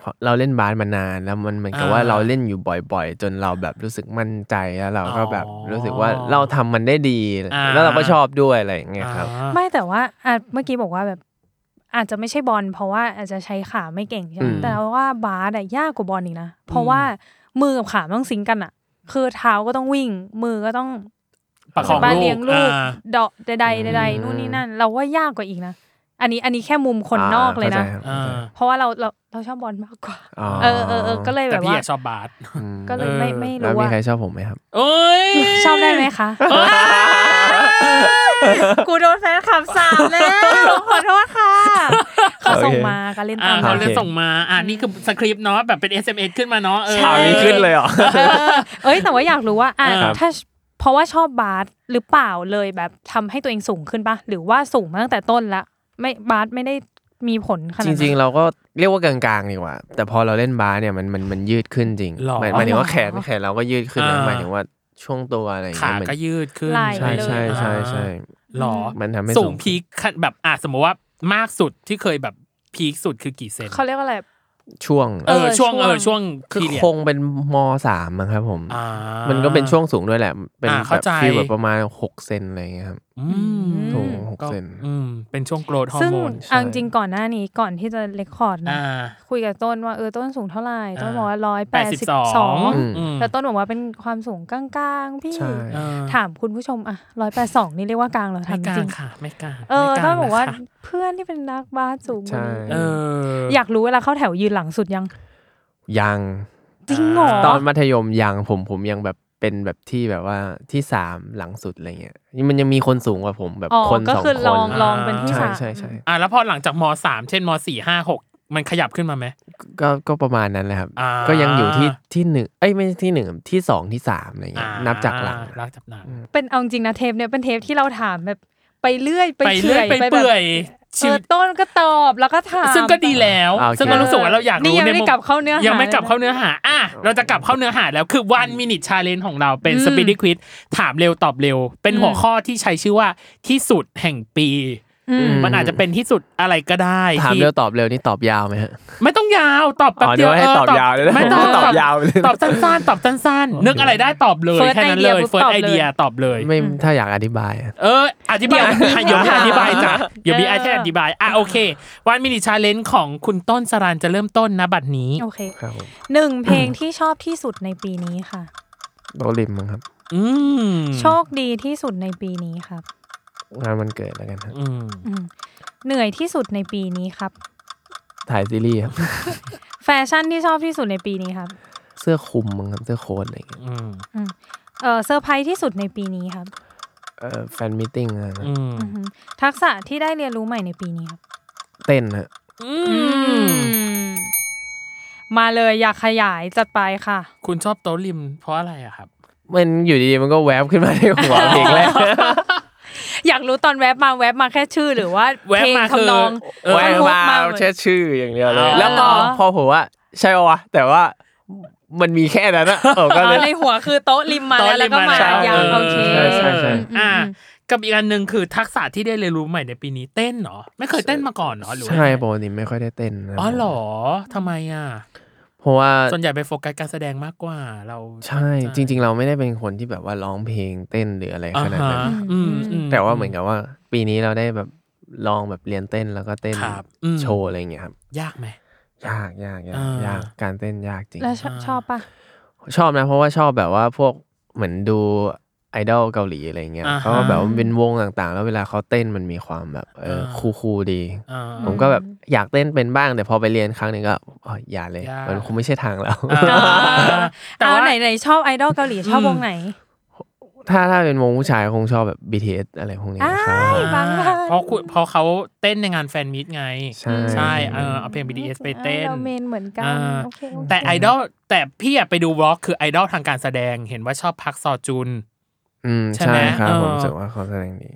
[SPEAKER 3] พอเราเล่นบาสมานานแล้วมันเหมือนกับว่า
[SPEAKER 2] อ่า
[SPEAKER 3] เราเล่นอยู่บ่อย ๆ จนเราแบบรู้สึกมั่นใจแล้วเราก็แบบ
[SPEAKER 2] อ๋อ
[SPEAKER 3] รู้สึกว่าเราทำมันได้ดี
[SPEAKER 2] อ่า
[SPEAKER 3] แล้วเราก็ชอบด้วยอะไรอย่างเงี้ยครับ
[SPEAKER 2] อ่า
[SPEAKER 1] ไม่แต่ว่าอ่ะเมื่อกี้บอกว่าแบบ อาจจะไม่ใช่บอลเพราะว่าอาจจะใช้ขาไม่เก่งใช่ไหม
[SPEAKER 3] อืม
[SPEAKER 1] แต่ว่าบาสอะยากกว่าบอลอีกนะเพราะว่ามือกับขามันต้องซิงก์กันอะคือเท้าก็ต้องวิ่ง มือก็ต้อง
[SPEAKER 2] ประคอง
[SPEAKER 1] บ้าน
[SPEAKER 2] ลูก
[SPEAKER 1] เลี้ยงลูก
[SPEAKER 2] อ่า
[SPEAKER 1] เดาะใดๆใดๆนู่นนี่นั่น เราว่ายากกว่าอีกนะอันนี้อันนี้แค่มุมคนนอกเลยนะ
[SPEAKER 3] อ่าข้าใจครับ
[SPEAKER 2] อ่า
[SPEAKER 1] เพราะว่าเราเราเราชอบบอลมากกว่า
[SPEAKER 3] อ๋อ
[SPEAKER 1] เออเออเออก็เลย
[SPEAKER 2] แต่
[SPEAKER 1] แบบ
[SPEAKER 2] พี่
[SPEAKER 1] ว่า
[SPEAKER 2] อยากชอบบาส
[SPEAKER 3] อืม
[SPEAKER 1] ก็เลยไม่ไม่
[SPEAKER 3] แล้ว
[SPEAKER 1] รู้
[SPEAKER 3] มี
[SPEAKER 1] ว่า
[SPEAKER 3] ใครชอบผมไหมครับ
[SPEAKER 2] โอ้ย
[SPEAKER 1] ชอบได้ไหมคะ กูโดนแฟนคลับสามแล้วขอโทษค่ะเขาส่งมาการเล่น
[SPEAKER 2] อ่า
[SPEAKER 1] ตาม
[SPEAKER 2] เขา
[SPEAKER 1] มา
[SPEAKER 2] เลยส่งมา อ่านี่คือสคริปต์เนาะแบบเป็น SMS ขึ้นมาเนาะเอ [laughs] อ
[SPEAKER 3] ข่าวนี้ขึ้น
[SPEAKER 1] [laughs]
[SPEAKER 3] เลยเหรอ
[SPEAKER 1] เออเอ้ยแต่ว่าอยากรู้ว่าอ่ะ
[SPEAKER 2] ครับ
[SPEAKER 1] ถ้าเพราะว่าชอบบาสหรือเปล่าเลยแบบทำให้ตัวเองสูงขึ้นปะหรือว่าสูงมาตั้งแต่ต้นละไม่บาสไม่ได้มีผลขนาด
[SPEAKER 3] จ
[SPEAKER 1] นั้น
[SPEAKER 3] ริง ๆ เราก็เรียกว่ากลางๆดีกว่า แต่พอเราเล่นบาสเนี่ยมันมันมันยืดขึ้นจริง
[SPEAKER 2] หรอ
[SPEAKER 3] หมายหมายถึงว่าแขน
[SPEAKER 1] หรอ
[SPEAKER 3] แขนเราก็ยืดขึ้นนะ
[SPEAKER 2] อ่า
[SPEAKER 3] หมายถึงว่าช่วงตัวอะไรอย่าง
[SPEAKER 2] ขา
[SPEAKER 3] เงี้ยมัน
[SPEAKER 2] ก็ยืดขึ้น
[SPEAKER 1] ไหล่
[SPEAKER 3] ใช่ใช่ใช่ใช่
[SPEAKER 2] หรอ
[SPEAKER 3] มันทำให้สู
[SPEAKER 2] สู
[SPEAKER 3] ง
[SPEAKER 2] งพีคขั้นแบบอ่ะสมมติว่ามากสุดที่เคยแบบพีคสุดคือกี่เซน
[SPEAKER 1] เขาเรียกว่าอะไร
[SPEAKER 3] ช่วง
[SPEAKER 2] เออ
[SPEAKER 1] เออ
[SPEAKER 2] ช่วงเออ
[SPEAKER 1] ช่
[SPEAKER 2] ช่ว
[SPEAKER 1] ว
[SPEAKER 2] ง
[SPEAKER 1] ง
[SPEAKER 3] คือ
[SPEAKER 2] เรีย
[SPEAKER 3] คงเป็นมสามมั้งครับผม
[SPEAKER 2] อ่า
[SPEAKER 3] มันก็เป็นช่วงสูงด้วยแหละ เป็น
[SPEAKER 2] อ่า
[SPEAKER 3] แบ
[SPEAKER 2] เข้า
[SPEAKER 3] บ
[SPEAKER 2] ใจ
[SPEAKER 3] ฟีลแบบประมาณหกเซนอะไรอย่างเงี้ยครับ
[SPEAKER 2] อืม
[SPEAKER 3] ถูกหก
[SPEAKER 2] ก็
[SPEAKER 3] เซน
[SPEAKER 2] อืมเป็นช่วงโกรธฮอ
[SPEAKER 1] ซึ่
[SPEAKER 2] ร์
[SPEAKER 1] ง
[SPEAKER 2] โมน
[SPEAKER 1] เอาจริงๆก่อนหน้านี้ก่อนที่จะเลคคอร์ดนะ
[SPEAKER 2] อ่า
[SPEAKER 1] คุยกับต้นว่าเออต้นสูงเท่าไหร่ต้น
[SPEAKER 2] อ่า
[SPEAKER 1] บอกว่าร้อย
[SPEAKER 2] แป
[SPEAKER 1] แป
[SPEAKER 2] ด
[SPEAKER 1] ด
[SPEAKER 2] สิบ
[SPEAKER 1] สิบ
[SPEAKER 2] สอ
[SPEAKER 1] สอง ง
[SPEAKER 2] อืม
[SPEAKER 1] แต่ต้นบอกว่าเป็นความสูงกลางๆ พี่
[SPEAKER 3] ใช่
[SPEAKER 2] เออ
[SPEAKER 1] ถามคุณผู้ชมอะร้อยแปดสองนี่เรียกว่ากลางเหรอ
[SPEAKER 2] ไม่
[SPEAKER 1] ถาม
[SPEAKER 2] กล้า
[SPEAKER 1] จริง
[SPEAKER 2] ค่ะ ไม่กล้า
[SPEAKER 1] เออ
[SPEAKER 2] ไม่ล้
[SPEAKER 1] ต้นบอกว่า
[SPEAKER 2] นะคะ
[SPEAKER 1] เพื่อนที่เป็นนักบาสสูงกว่านี้
[SPEAKER 3] ใช่
[SPEAKER 2] เออ
[SPEAKER 1] อยากรู้เวลาเข้าแถวยืนหลังสุดยัง
[SPEAKER 3] ยัง
[SPEAKER 1] จริงเหรอ
[SPEAKER 3] ตอนมัธยมยังผมผมยังแบบเป็นแบบที่แบบว่าที่สามหลังสุดอะไรเงี้ยนี่มันยังมีคนสูงกว่าผมแบบ
[SPEAKER 1] อ๋อ
[SPEAKER 3] คน
[SPEAKER 1] ก็
[SPEAKER 3] สอง
[SPEAKER 1] คือ
[SPEAKER 3] ค
[SPEAKER 1] ลอง
[SPEAKER 3] น
[SPEAKER 1] ลองเป็นที่
[SPEAKER 3] ใช่
[SPEAKER 1] สาม
[SPEAKER 3] ใช่ใช่
[SPEAKER 2] อ่ะแล้วพอหลังจากมสามเช่นมสี่ห้าหกมันขยับขึ้นมาไหม
[SPEAKER 3] ก็ก็ประมาณนั้นแหละครับ
[SPEAKER 2] อ่า
[SPEAKER 3] ก็ยังอยู่ที่ที่หนึ่งเอ้ยไม่ใช่ที่หนึ่งที่สองที่สามอะไรเงี้ย
[SPEAKER 2] อ่
[SPEAKER 3] นับจากหลัง
[SPEAKER 2] นับจากหลัง
[SPEAKER 1] เป็นเอาจริงนะเทปเนี่ยเป็นเทปที่เราถามแบบไปเรื่อยไป
[SPEAKER 2] ไปเรื่
[SPEAKER 1] เฉื่
[SPEAKER 2] อ
[SPEAKER 1] อย ย
[SPEAKER 2] ไป
[SPEAKER 1] แบบ
[SPEAKER 2] เปื่อย
[SPEAKER 1] เออต้นก็ตอบแล้วก็ถาม
[SPEAKER 2] ซึ่งก็ดีแล้ว
[SPEAKER 3] อ่าโอเค
[SPEAKER 2] ซึ่งก็รู้สึกว่าเราอยาก
[SPEAKER 1] นี่
[SPEAKER 2] รู้
[SPEAKER 1] ยัง
[SPEAKER 2] ใน
[SPEAKER 1] ไม่
[SPEAKER 2] มุม
[SPEAKER 1] กลับเข้าเนื้อหายั
[SPEAKER 2] ยังไม่กลับเข้าเนื้อหาอ่ะเราจะกลับเข้าเนื้อหาแล้วคือ one minute challenge ของเราเป็น speed quiz ถามเร็วตอบเร็ว เป็นหัวข้อที่ใช้ชื่อว่าที่สุดแห่งปี
[SPEAKER 1] อืม
[SPEAKER 2] มันอาจจะเป็นที่สุดอะไรก็ได้
[SPEAKER 3] ถาม
[SPEAKER 2] ที่
[SPEAKER 3] เร็วตอบเร็วนี่ตอบยาวไหมฮะ
[SPEAKER 2] ไม่ต้องยาวตอบแป๊บ
[SPEAKER 3] อ๋อ
[SPEAKER 2] เดียว
[SPEAKER 3] นึกว่าให้ตอบยาวเลยนะ
[SPEAKER 2] ไม่ต้อง
[SPEAKER 3] ตอบยาวเลย
[SPEAKER 2] ตอบสั้นๆ ตอบสั้นๆนึกอะไรได้ตอบเลย
[SPEAKER 1] First
[SPEAKER 2] แค่นั้นเลย
[SPEAKER 1] idea ปุ๊บ
[SPEAKER 2] first
[SPEAKER 1] ตอบเลย
[SPEAKER 2] idea ตอบเลย
[SPEAKER 3] ไม่ถ้าอยากอธิบายอะ
[SPEAKER 2] เอออธิบายเดี๋ยวมีอธิบายจ้ะเดี๋ยวมี
[SPEAKER 1] เออ
[SPEAKER 2] ไอเทมอธิบายอ่ะโอเค วันมินิชาเลนจ์ของคุณต้นสรันจะเริ่มต้นนะบัดนี้
[SPEAKER 1] โอเค
[SPEAKER 3] ครับผม
[SPEAKER 1] หนึ่งเพลงที่ชอบที่สุดในปีนี้ค่ะ
[SPEAKER 3] โดริมมั้งครับ
[SPEAKER 2] อืม
[SPEAKER 1] โชคดีที่สุดในปีนี้ครับ
[SPEAKER 3] งานมันเกิดแล้วกันครับ
[SPEAKER 2] อืม
[SPEAKER 1] อืมเหนื่อยที่สุดในปีนี้ครับ
[SPEAKER 3] ถ่ายซีรีส์ครับ
[SPEAKER 1] แฟชั่นที่ชอบที่สุดในปีนี้ครับ
[SPEAKER 3] เสื้อคลุมมั้งครับเสื้อโค้ทอะไรอย่างเงี้ย
[SPEAKER 2] อืม
[SPEAKER 1] เออเซอร์ไพรส์ที่สุดในปีนี้ครับ
[SPEAKER 3] เอ่อแฟนมิทติ้งอะไรนะ
[SPEAKER 2] อืม
[SPEAKER 1] อือฮึทักษะที่ได้เรียนรู้ใหม่ในปีนี้ครับ
[SPEAKER 3] เต้นฮะ
[SPEAKER 2] อืม
[SPEAKER 1] มาเลยอยากขยายจัดไปค่ะ
[SPEAKER 2] คุณชอบโต๊ะริมเพราะอะไรอะครับ
[SPEAKER 3] มันอยู่ดีๆมันก็แวบขึ้นมาในหัวเพลงแรก
[SPEAKER 1] อยากรู้ตอนแวบมาแวบมาแค่ชื่อหรือว่า
[SPEAKER 2] แวบ
[SPEAKER 1] เพลง
[SPEAKER 2] มาคือ
[SPEAKER 1] ทำนอง
[SPEAKER 2] เออ
[SPEAKER 3] แว
[SPEAKER 1] ท่อน
[SPEAKER 3] บ
[SPEAKER 1] ฮุก
[SPEAKER 3] มา
[SPEAKER 1] เหอน
[SPEAKER 3] เช็ดชื่ออย่างเดียวเล
[SPEAKER 2] อ๋
[SPEAKER 3] ย
[SPEAKER 2] อ
[SPEAKER 3] แล้วพอพอผมว่าใช่ปะวะแต่ว่ามันมีแค่นั้นอะเออก็เลย
[SPEAKER 1] อ๋อในหัวคือโต๊ะริมมา
[SPEAKER 2] โต๊ะ
[SPEAKER 1] แล้ว
[SPEAKER 2] ริ
[SPEAKER 1] แล้วก็มา
[SPEAKER 3] ใช่
[SPEAKER 1] ยาวโอเค
[SPEAKER 3] ใช่ใช่ใช่
[SPEAKER 2] อ่า
[SPEAKER 1] อืมอืม
[SPEAKER 2] กับอีกอันหนึ่งคือทักษะที่ได้เรียนรู้ใหม่ในปีนี้เต้นเหรอไม่เคยเต้นมาก่อนเหรอหรือว่า
[SPEAKER 3] ใช่ปกติไม่ค่อยได้เต้นนะ
[SPEAKER 2] อ๋อเหรอทำไมอ่ะ
[SPEAKER 3] เพราะว่า
[SPEAKER 2] ส่วนใหญ่ไปโฟกัสการแสดงมากกว่าเรา
[SPEAKER 3] ใช่จริง ๆ เราไม่ได้เป็นคนที่แบบว่าร้องเพลงเต้นหรืออะไร
[SPEAKER 2] อ่า
[SPEAKER 3] ขนาด
[SPEAKER 2] ฮะ
[SPEAKER 3] นั้น
[SPEAKER 2] อืมอื
[SPEAKER 3] แต่ว่าเหมือนกับว่า ปีนี้เราได้แบบลองแบบเรียนเต้นแล้วก็เต้น
[SPEAKER 2] ครับอืม
[SPEAKER 3] โชว์อะไรอย่างเงี้ยครับ
[SPEAKER 2] ยากไหม
[SPEAKER 3] ยากยากยาก
[SPEAKER 2] อ่าย
[SPEAKER 3] ยากการเต้นยากจริง
[SPEAKER 1] แล้วชอบชอบปะ
[SPEAKER 3] ชอบนะเพราะว่าชอบแบบว่าพวกเหมือนดูไอดอลเกาหลีอะไรเงี้ย
[SPEAKER 2] อ่าฮะ
[SPEAKER 3] เขาก็แบบว่ามันเป็นวงต่างๆ แล้วเวลาเขาเต้นมันมีความแบบเออ
[SPEAKER 2] อ่า
[SPEAKER 3] คูคูลๆดี
[SPEAKER 2] อ่า
[SPEAKER 3] ผมก็แบบอยากเต้นเป็นบ้าง แต่พอไปเรียนครั้งหนึ่งก็อ๋ออย่าเลย
[SPEAKER 2] ยาก
[SPEAKER 3] มันคงไม่ใช่ทางแล้ว
[SPEAKER 2] อ่าแต่
[SPEAKER 1] แต่
[SPEAKER 2] ว่า
[SPEAKER 1] ว่าไหนไหนชอบไอดอลเกาหลีชอบวงไหน
[SPEAKER 3] [laughs] ถ้าถ้าเป็นวงผู้ชายคงชอบแบบ BTS อะไรพวกนี้ครับ
[SPEAKER 1] อ้าย บงบ้าน
[SPEAKER 2] เพราะคุณเพราะเขาเต้นในงานแฟนมิตไง
[SPEAKER 3] ใช่
[SPEAKER 2] ใช่เออเอาเพลง BTS ไปเต้น
[SPEAKER 1] เราเมนเหมือนกัน
[SPEAKER 2] อ่า
[SPEAKER 1] โอเคโอเค
[SPEAKER 2] แต่ไอดอลแต่พี่อะไปดูวอล์กคือไอดอลทางการแสดงเห็นว่าชอบพักซอจุน
[SPEAKER 3] อืม
[SPEAKER 2] ใช่
[SPEAKER 3] ใช่
[SPEAKER 2] ไหม
[SPEAKER 3] ครับ
[SPEAKER 2] เออ
[SPEAKER 3] ผมรู้สึกว่าเขาแสดงดี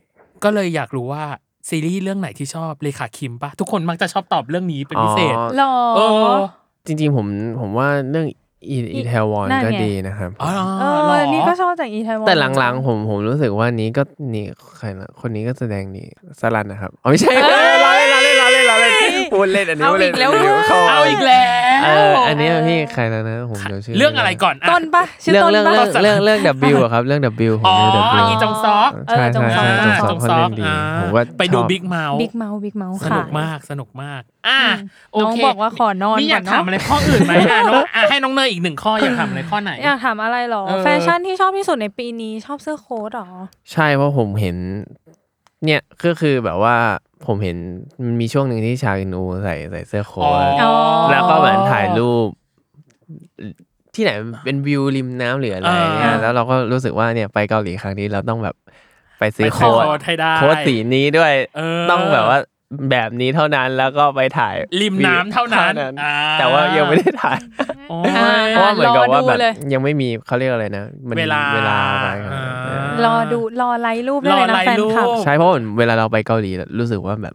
[SPEAKER 2] ก็เลยอยากรู้ว่าซีรีส์เรื่องไหนที่ชอบเลขาคิมปะทุกคนมักจะชอบตอบเรื่องนี้เป็นพิเศษ
[SPEAKER 3] อ๋อ
[SPEAKER 1] หรอ
[SPEAKER 2] เออ
[SPEAKER 3] จริง ๆ ผมผมว่าเรื่องอีอีเทวอน
[SPEAKER 1] นั่น
[SPEAKER 3] ก็
[SPEAKER 1] ไง
[SPEAKER 3] ดีนะครับ
[SPEAKER 2] อ๋อเหรอ
[SPEAKER 1] เออนี่ก็ชอบจากอีไทวอน
[SPEAKER 3] แต่หลังๆผมผมรู้สึกว่านี้ก็นี่ใครนะคนนี้ก็แสดงดีสลันนะครับอ๋อไม่ใช่เราเล่นเราเล่นเราเล่นเราเล่นพูดเล่นอันนี้
[SPEAKER 1] เอา
[SPEAKER 3] พูด
[SPEAKER 1] อีก
[SPEAKER 3] เล่น
[SPEAKER 1] แล้ว
[SPEAKER 3] นนี้
[SPEAKER 1] เว้ย
[SPEAKER 3] ข้
[SPEAKER 2] เอาอีกแล้ว
[SPEAKER 3] เอออันนี้พี่ใครนะนะผมเดี๋ยวชื่อ
[SPEAKER 2] เรื่องอะไรก่อนอะ
[SPEAKER 1] ต้นปะชื่อ
[SPEAKER 3] เรื่อง
[SPEAKER 1] ต้นปะ
[SPEAKER 3] เรื่องเรื่องเรื่องเรื่อง W อะครับเรื่อง W ผม
[SPEAKER 2] อ๋อ
[SPEAKER 3] เรื่อง W
[SPEAKER 2] อีจงซอก
[SPEAKER 1] เออ
[SPEAKER 3] ใช่
[SPEAKER 1] จง
[SPEAKER 3] ใช่
[SPEAKER 1] ซอก
[SPEAKER 3] ใช่จงซอกเขาเล่นดี
[SPEAKER 2] อ่า
[SPEAKER 3] ผมว่า
[SPEAKER 2] ไปดู
[SPEAKER 3] ชอ
[SPEAKER 2] บิ๊กเมาส์
[SPEAKER 1] บิ๊กเมาส์บิ๊กเมาส์
[SPEAKER 2] ส
[SPEAKER 1] ค่ะ
[SPEAKER 2] นุกมากสนุกมากอ่ะ
[SPEAKER 1] อืม
[SPEAKER 2] โอ
[SPEAKER 1] น้อง
[SPEAKER 2] เค
[SPEAKER 1] บอกว่าขอนอน
[SPEAKER 2] นี่อยาก
[SPEAKER 1] ก่อนเนอะ
[SPEAKER 2] ถามอะไรข้ออื่นไหมอ่ะน้องอ่ะให้น้องเนยอีกหนึ่งข้ออยากถามอะไรข้อไหน
[SPEAKER 1] อยากถามอะไรหรอ
[SPEAKER 2] เออ
[SPEAKER 1] แฟชั่นที่ชอบที่สุดในปีนี้ชอบเสื้อโค้ทหรอ
[SPEAKER 3] ใช่เพราะผมเห็น เนี่ยก็คือแบบว่าผมเห็นมันมีช่วงหนึ่งที่ชาอินูใส่ใส่เสื้อโค้
[SPEAKER 2] อ๋อ
[SPEAKER 3] ท
[SPEAKER 1] อ๋อ
[SPEAKER 3] แล้วก็เหมือนถ่ายรูป ที่ไหนเป็นวิวริมน้ำหรืออะไรเนี่ย
[SPEAKER 1] อ่า
[SPEAKER 3] แล้วเราก็รู้สึกว่าเนี่ยไปเกาหลีครั้งนี้เราต้องแบบไปซื้
[SPEAKER 2] ไป
[SPEAKER 3] อโค้ท
[SPEAKER 2] ทให้ได้
[SPEAKER 3] โค้ทสีนี้ด้วย
[SPEAKER 2] เออ
[SPEAKER 3] ต้องแบบว่าแบบนี้เท่านั้นแล้วก็ไปถ่าย
[SPEAKER 2] ริมน้ำเท่านั้นอ่
[SPEAKER 3] แต่ว่ายังไม่ได้ถ่าย
[SPEAKER 2] โอ้
[SPEAKER 1] อ่า
[SPEAKER 2] ย
[SPEAKER 3] เพราะว่าเหมือนกับว่าแบบ
[SPEAKER 1] รอดูเลย
[SPEAKER 3] ยังไม่มีเขาเรียกอะไรนะมัน
[SPEAKER 2] เวลา
[SPEAKER 3] เวลาอะไร
[SPEAKER 2] อ่า
[SPEAKER 3] เออ
[SPEAKER 1] รอดูรอไลค์รูปได้เลย
[SPEAKER 2] รอ
[SPEAKER 1] นะ
[SPEAKER 2] ไลค์
[SPEAKER 1] แฟนคลับ
[SPEAKER 2] รูป
[SPEAKER 3] ใช่เพราะเหมือนเวลาเราไปเกาหลีรู้สึกว่าแบบ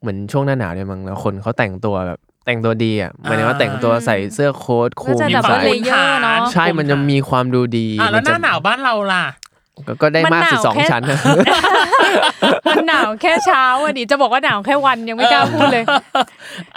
[SPEAKER 3] เหมือนช่วงหน้าหนาวเนี่ยมั้งแล้วคนเขาแต่งตัวแบบแต่งตัวดีอ่ะหมายถึงว่าแต่งตัวใส่เสื้อโค้ทคลุ
[SPEAKER 1] ก็
[SPEAKER 3] ม
[SPEAKER 1] จะแบบ
[SPEAKER 3] ใส่
[SPEAKER 1] ว่าเลเยอร์เนาะ
[SPEAKER 3] ใช่มันจะมีความดูดี
[SPEAKER 2] อ่ะแล้วห
[SPEAKER 3] มัจะ
[SPEAKER 2] น้าหนาวบ้านเราล่ะ
[SPEAKER 3] ก็ก็ได้มากสุด
[SPEAKER 1] มันหนาว
[SPEAKER 3] สอง
[SPEAKER 1] แค่
[SPEAKER 3] ชั้นนะ
[SPEAKER 1] มันหนาวแค่เช้าอ่ะดิจะบอกว่าหนาวแค่วันยังไม่กล้าพูดเลย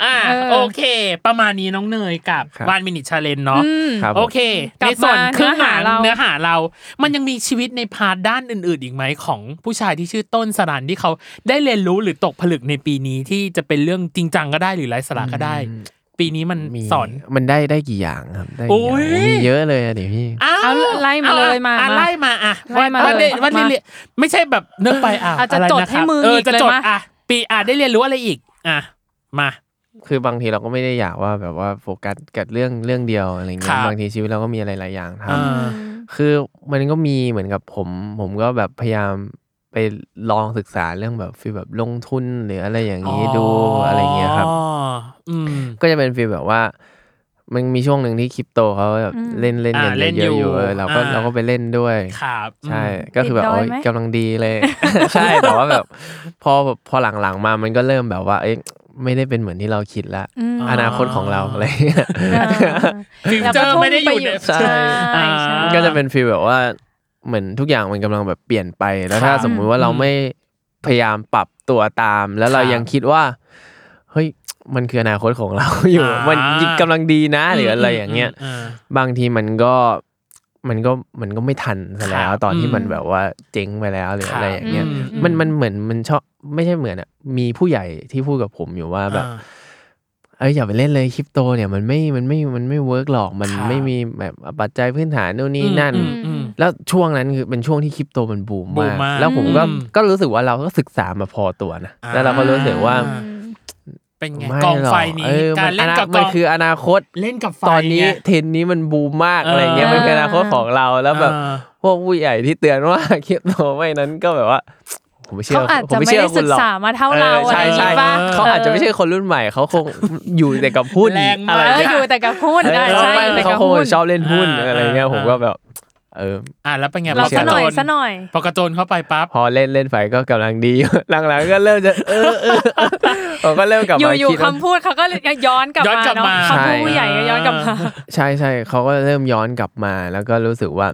[SPEAKER 2] อ่ะ
[SPEAKER 1] เออ
[SPEAKER 2] โอเค ประมาณนี้น้องเนยกับวันมินิชาเลนเนาะ
[SPEAKER 1] อืม
[SPEAKER 3] ครับผม
[SPEAKER 2] โอเค
[SPEAKER 1] กลั
[SPEAKER 2] ใน
[SPEAKER 1] บ
[SPEAKER 2] ส่วน
[SPEAKER 1] มา
[SPEAKER 2] เครื่องหา
[SPEAKER 1] เนื้อหาเรา
[SPEAKER 2] เนื้อหาเรา มันยังมีชีวิตในพาร์ทด้านอื่น ๆ อีกไหมของผู้ชายที่ชื่อต้นสรันที่เขาได้เรียนรู้หรือตกผลึกในปีนี้ที่จะเป็นเรื่องจริงจังก็ได้หรือไร้สาระก็ได้ ปีนี้มัน
[SPEAKER 3] มี
[SPEAKER 2] สอน
[SPEAKER 3] มันได้ได้กี่อย่างครับได้
[SPEAKER 2] โอ้ย
[SPEAKER 3] กี่อย่างมีเยอะเลยอะเดี๋ยวพี่
[SPEAKER 2] อ้าว
[SPEAKER 1] เอาไล่มาเลยมา
[SPEAKER 2] อ่ะ
[SPEAKER 1] มา
[SPEAKER 2] ไล่มาอ่ะ
[SPEAKER 1] ไล่มา
[SPEAKER 2] ว่า
[SPEAKER 1] เลย
[SPEAKER 2] ว่าได้
[SPEAKER 1] มา
[SPEAKER 2] เรียนไม่ใช่แบบนึกไปอ่ะ
[SPEAKER 1] อาจจะ
[SPEAKER 2] ไรน
[SPEAKER 1] จด
[SPEAKER 2] ครับ
[SPEAKER 1] ให้มือ
[SPEAKER 2] เออ
[SPEAKER 1] อีก
[SPEAKER 2] จะ
[SPEAKER 1] เลย
[SPEAKER 2] จด
[SPEAKER 1] มา
[SPEAKER 2] อ่ะปีอ่ะได้เรียนรู้อะไรอีกอ่ะมา
[SPEAKER 3] คือบางทีเราก็ไม่ได้อยากว่าแบบว่าโฟกัสกับเรื่องเรื่องเดียวอะไรเงี้
[SPEAKER 2] ครั
[SPEAKER 3] ย
[SPEAKER 2] บ
[SPEAKER 3] บางทีชีวิตเราก็มีอะไรหลายอย่างทำ
[SPEAKER 2] อ่า
[SPEAKER 3] คือมันก็มีเหมือนกับผม ผมก็แบบพยายามไปลองศึกษาเรื่องแบบฟีลแบบลงทุนหรืออะไรอย่างนี้ดูอะไรเงี้ยครับ
[SPEAKER 2] อ๋ออืม
[SPEAKER 3] ก็จะเป็นฟีลแบบว่า มันมีช่วงหนึ่งที่คริปโตเขาแบบ
[SPEAKER 1] อืม
[SPEAKER 3] เล่นเล่น
[SPEAKER 2] อ่า
[SPEAKER 3] กัน
[SPEAKER 2] เล่น
[SPEAKER 3] เยอะ
[SPEAKER 2] อ
[SPEAKER 3] ๆอยู่ยู่เออเราก็
[SPEAKER 2] อ่า
[SPEAKER 3] เราก็ไปเล่นด้วย
[SPEAKER 2] ครับ
[SPEAKER 3] ใช่
[SPEAKER 2] อืม
[SPEAKER 3] ก็คือแบบ
[SPEAKER 1] ติดดอย
[SPEAKER 3] โอ้ย
[SPEAKER 1] ไหม
[SPEAKER 3] กำลังดีเลย [laughs] ใช่แต่ว่าแบบพอแบบพอหลังๆมามันก็เริ่มแบบว่า เอ๊ะไม่ได้เป็นเหมือนที่เราคิดละ
[SPEAKER 1] อืม
[SPEAKER 3] อนาคตของเราอะไรเงี้ย
[SPEAKER 1] อ่า
[SPEAKER 2] Future
[SPEAKER 1] แล้วก็ทุ่ง
[SPEAKER 2] ไม่ได้อยู่
[SPEAKER 1] ป
[SPEAKER 2] ใน
[SPEAKER 3] ใช่
[SPEAKER 1] ใช่ใช่
[SPEAKER 2] อ่า
[SPEAKER 3] ก็จะเป็นฟีลแบบว่าเหมือนทุกอย่างมันกำลังแบบเปลี่ยนไป แล้ว
[SPEAKER 2] ครับ
[SPEAKER 3] ถ้าสมมุติว่าเราไม่พยายามปรับตัวตาม แล้วเรา
[SPEAKER 2] ครับ
[SPEAKER 3] ยังคิดว่า เฮ้ยมันคืออนาคตของเรา อยู่
[SPEAKER 2] อ่ามั
[SPEAKER 3] มันกำลังดีนะหรืออะไรอย่างเงี้ย
[SPEAKER 2] อืม
[SPEAKER 3] บางทีมันก็มันก็มันก็ไม่ทันซะแล้ว
[SPEAKER 2] ครับ
[SPEAKER 3] ตอนที่
[SPEAKER 2] อืม
[SPEAKER 3] มันแบบว่าเจ๊งไปแล้วหรือ
[SPEAKER 2] ครับ
[SPEAKER 3] อะไรอย่างเงี้ย
[SPEAKER 2] อืมอืม
[SPEAKER 3] มันมันเหมือนมันชอบไม่ใช่เหมือนอ่ะมีผู้ใหญ่ที่พูดกับผมอยู่ว่า
[SPEAKER 2] อ่า
[SPEAKER 3] แบบ เอ้ยอย่าไปเล่นเลยคริปโตเนี่ยมันไม่มันไม่มันไม่เวิร์กหรอกมัน
[SPEAKER 2] ครับ
[SPEAKER 3] ไม่มีแบบปัจจัยพื้นฐานนู่นนี่นั่น
[SPEAKER 2] อืมอืม
[SPEAKER 3] แล้วช่วงนั้นคือเป็นช่วงที่คริปโตมันบูม
[SPEAKER 2] บู
[SPEAKER 3] มาม ก
[SPEAKER 2] มาก
[SPEAKER 3] แล้วผมก็
[SPEAKER 2] อืม
[SPEAKER 3] ก็รู้สึกว่าเราก็ศึกษามาพอตัวนะ
[SPEAKER 2] อ่า
[SPEAKER 3] แล้วเราก็รู้สึกว่า
[SPEAKER 2] อ่า เป็นไง
[SPEAKER 3] ไม่
[SPEAKER 2] กอง
[SPEAKER 3] หรอก
[SPEAKER 2] ไฟนี้
[SPEAKER 3] เออมั
[SPEAKER 2] การเล่น
[SPEAKER 3] อ
[SPEAKER 2] กับก
[SPEAKER 3] มั
[SPEAKER 2] อน ง
[SPEAKER 3] คืออนาคต
[SPEAKER 2] เล่นกับไฟ
[SPEAKER 3] ตอนนี้
[SPEAKER 2] ไง
[SPEAKER 3] เทรนด์นี้มันบูมมาก
[SPEAKER 2] เอออ
[SPEAKER 3] อะไรเงี้ยมันเป็นอนาคตของเราแล้วแบบ
[SPEAKER 2] อ่า
[SPEAKER 3] พวกผู้ใหญ่ที่เตือนว่า คริปโตไม่นั้นก็แบบว่า ผมไม่เชื่
[SPEAKER 1] เขา
[SPEAKER 3] อ
[SPEAKER 1] อาจ
[SPEAKER 3] ผม
[SPEAKER 1] จะ
[SPEAKER 3] ไม่
[SPEAKER 1] ไม่
[SPEAKER 3] เชื่อ
[SPEAKER 1] ได้
[SPEAKER 3] คุ
[SPEAKER 1] ศึ
[SPEAKER 3] ณ
[SPEAKER 1] ก
[SPEAKER 3] หรอก
[SPEAKER 1] ษามาเท่าเรา
[SPEAKER 3] ออ
[SPEAKER 1] อะ
[SPEAKER 3] ใช่
[SPEAKER 1] ไรนี้
[SPEAKER 3] ใช่
[SPEAKER 1] ป่ะ
[SPEAKER 3] เขาอาจจะไม่ใช่คนรุ่นใหม่เขาคง อยู่แต่กับหุ้น
[SPEAKER 2] แรงมาก
[SPEAKER 3] อะไร
[SPEAKER 1] เออ
[SPEAKER 3] เงี้ย
[SPEAKER 1] อยู่แต่กับหุ้น
[SPEAKER 3] เอ
[SPEAKER 1] ได้
[SPEAKER 3] อ
[SPEAKER 1] ใช่อยู่แต่
[SPEAKER 3] เขา
[SPEAKER 1] กับ
[SPEAKER 3] คง
[SPEAKER 1] หุ้น
[SPEAKER 3] ชอบเล่นหุ้น
[SPEAKER 2] อ่า
[SPEAKER 3] อะไรเงี้ย
[SPEAKER 2] อ่า
[SPEAKER 3] ผมก็แบบ เออ
[SPEAKER 2] อ่ะแล้วเป็นไง
[SPEAKER 1] เรา
[SPEAKER 2] พอก
[SPEAKER 1] ซะ
[SPEAKER 2] ระ
[SPEAKER 1] หน่อย
[SPEAKER 2] โจน
[SPEAKER 1] ซะหน่อย
[SPEAKER 2] พอกระโจนเข้าไปปั๊บ
[SPEAKER 3] พอเล่นเล่นไปก็กำลังดี หลังๆก็เริ่ม [laughs] จะเออเออเออผมก็เริ่มกลับ
[SPEAKER 1] อ
[SPEAKER 3] มา
[SPEAKER 1] ยู่
[SPEAKER 3] คิด
[SPEAKER 1] ๆ
[SPEAKER 3] ว่า
[SPEAKER 1] คำพูดเขาก็ย้อนกลับ
[SPEAKER 2] ย้อน
[SPEAKER 1] มาก
[SPEAKER 2] ลับ
[SPEAKER 1] เนาะ
[SPEAKER 2] มา
[SPEAKER 1] คำพูด
[SPEAKER 3] ใช่
[SPEAKER 1] ผู้ใหญ่ก็ย้อนกลับมา
[SPEAKER 3] ใช่ใช่เขาก็เริ่มย้อนกลับมาแล้วก็รู้สึกว่า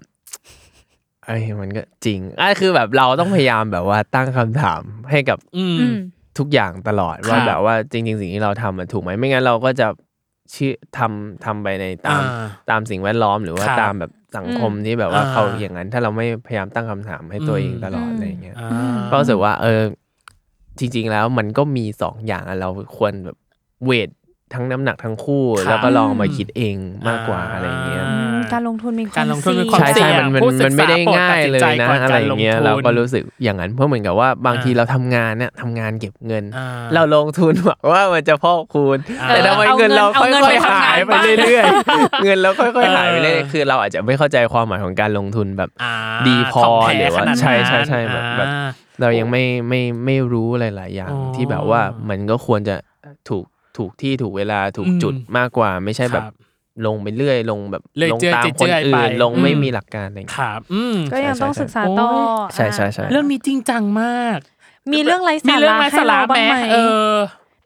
[SPEAKER 3] ไอ้ยมันก็จริงอ่ะคือแบบเราต้องพยายามแบบว่าตั้งคำถามให้กับ
[SPEAKER 2] อืม
[SPEAKER 1] อืม
[SPEAKER 3] ทุกอย่างตลอด
[SPEAKER 2] ครั
[SPEAKER 3] ว่า
[SPEAKER 2] บ
[SPEAKER 3] แบบว่าจริง ๆ สิ่งที่เราทำมันถูกไหมไม่งั้นเราก็จะเชื่อทำทำไปในตาม
[SPEAKER 2] อ่า
[SPEAKER 3] ตามสิ่งแวดล้อมหรือว่า
[SPEAKER 2] ครับ
[SPEAKER 3] ตามแบบสังคมที่แบบว่า
[SPEAKER 2] อ่า
[SPEAKER 3] เขาอย่างนั้น ถ้าเราไม่พยายามตั้งคำถามให้ตัว
[SPEAKER 2] อืม
[SPEAKER 3] เองตลอด
[SPEAKER 1] อืม
[SPEAKER 3] อะไรอย่างเงี้ย
[SPEAKER 2] อ่า
[SPEAKER 3] ก็รู้สึกว่าเออจริง ๆ แล้วมันก็มีสองอย่างอะเราควรแบบเวททั้งน้ำหนักทั้งคู่
[SPEAKER 2] ครับ
[SPEAKER 3] แล้วก็ลองมาคิดเองมากกว่า
[SPEAKER 2] อ่า
[SPEAKER 3] อะไรอย่างเงี้ย
[SPEAKER 1] อืมการลงทุนมีความ
[SPEAKER 2] การลงทุนมีความ
[SPEAKER 3] ใช่
[SPEAKER 1] เสี่
[SPEAKER 3] ใช่
[SPEAKER 1] ยง
[SPEAKER 3] มันมัน
[SPEAKER 2] ผู้ศึกษา
[SPEAKER 3] มันไม่ได้ง่ายเลยนะ
[SPEAKER 2] โปรดตัดสินใจก่อน
[SPEAKER 3] อะไรอย่างเงี้ย
[SPEAKER 2] การลงทุน
[SPEAKER 3] เราก็รู้สึกอย่างนั้นเพราะเหมือนกับว่าบาง
[SPEAKER 2] อ่า
[SPEAKER 3] ทีเราทำงานเนี่ยทำงานเก็บเงิน
[SPEAKER 2] อ่
[SPEAKER 3] เราลงทุนหวังว่ามันจะพอกคูณ
[SPEAKER 2] อ่า
[SPEAKER 3] แต่ทำไม
[SPEAKER 1] เอาเงิ
[SPEAKER 3] เงิ
[SPEAKER 1] น
[SPEAKER 3] นเรา
[SPEAKER 1] เอา
[SPEAKER 3] ค่
[SPEAKER 1] เงิน
[SPEAKER 3] อย
[SPEAKER 1] ไป
[SPEAKER 3] ๆ
[SPEAKER 1] ทำงาน
[SPEAKER 3] หายไป
[SPEAKER 1] บ้าง
[SPEAKER 3] เรื่อยๆ เงินเราค่
[SPEAKER 2] เอ
[SPEAKER 3] อย
[SPEAKER 2] อ
[SPEAKER 3] ๆหายไปเรื่อยๆคือเราอาจจะไม่เข้าใจความหมายของการลงทุนแบบ
[SPEAKER 2] อ่า
[SPEAKER 3] ดีพอ
[SPEAKER 2] ขงแท้
[SPEAKER 3] หรือ
[SPEAKER 2] ข
[SPEAKER 3] ว่า
[SPEAKER 2] นดนั้น
[SPEAKER 3] ใช่ใช่ใช่แบบแบบ
[SPEAKER 2] อ่า
[SPEAKER 3] เรายังไม่ไม่ไม่รู้หลาย ๆ อย่าง
[SPEAKER 2] อ๋อ
[SPEAKER 3] ที่แบบว่ามันก็ควรจะถูกถูกที่ถูกเวลาถูกจุด
[SPEAKER 2] อืม
[SPEAKER 3] มากกว่า ไม่ใช่แบบ
[SPEAKER 2] ครับ
[SPEAKER 3] ลงไปเรื่อย ลงแบบ
[SPEAKER 2] เรื่อย
[SPEAKER 3] ลง
[SPEAKER 2] เจือ
[SPEAKER 3] ตาม
[SPEAKER 2] เจือ
[SPEAKER 3] คน
[SPEAKER 2] เจือไป
[SPEAKER 3] อื่นลงไม่
[SPEAKER 2] อืม
[SPEAKER 3] มีหลักการอะไรอย่างเงี้ย
[SPEAKER 2] ครับอืม
[SPEAKER 1] ก็ยังต้องศึกษาต่อ
[SPEAKER 3] ใช่ใช่ใช่
[SPEAKER 2] เรื่องนี้จริงจังมาก
[SPEAKER 1] มีเรื่องไร้
[SPEAKER 2] มี
[SPEAKER 1] สา
[SPEAKER 2] เรื่อง
[SPEAKER 1] ระ
[SPEAKER 2] ไร้
[SPEAKER 1] ให้
[SPEAKER 2] สาระ
[SPEAKER 1] เราบ้าง
[SPEAKER 2] แม้
[SPEAKER 1] ไหม
[SPEAKER 2] เออ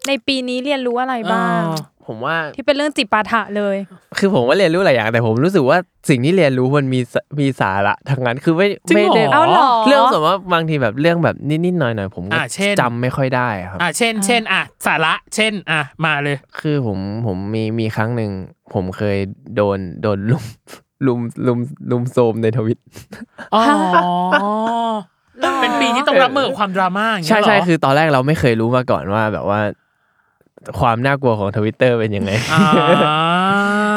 [SPEAKER 1] ในปีนี้เรียนรู้อะไรบ้าง
[SPEAKER 2] เออ
[SPEAKER 3] ผมว่า
[SPEAKER 1] ที่เป็นเรื่องจิปาถะเลย
[SPEAKER 3] คือผมว่าเรียนรู้หลายอย่างแต่ผมรู้สึกว่าสิ่งที่เรียนรู้มันมีสมีสาระทั้งนั้นคือไม่
[SPEAKER 2] จริง
[SPEAKER 3] ไม่
[SPEAKER 2] เหรอ
[SPEAKER 3] ได้
[SPEAKER 1] เอาเหรอ
[SPEAKER 3] เรื่องสมมติว่าบางทีแบบเรื่องแบบนิดๆหน่อยๆผมก็
[SPEAKER 2] อ่ะเช่น
[SPEAKER 3] จำไม่ค่อยได้ครับ
[SPEAKER 2] อ่ะเช่นเช่นอ่ะสาระเช่นอ่ะมาเลย
[SPEAKER 3] คือผมผมมีมีครั้งหนึ่งผมเคยโดนโดนลุมลุมลุมลุมโซมในทวิต
[SPEAKER 2] อ๋อ เป็นปีที่ต้องรับมือกับความดราม่าอย่างเงี้
[SPEAKER 3] ใช่
[SPEAKER 2] ยเหร
[SPEAKER 3] ใช่คือตอนแรกเราไม่เคยรู้มาก่อนว่าแบบว่า ความน่ากลัวของทวิตเตอร์เป็นยังไง
[SPEAKER 2] อ่า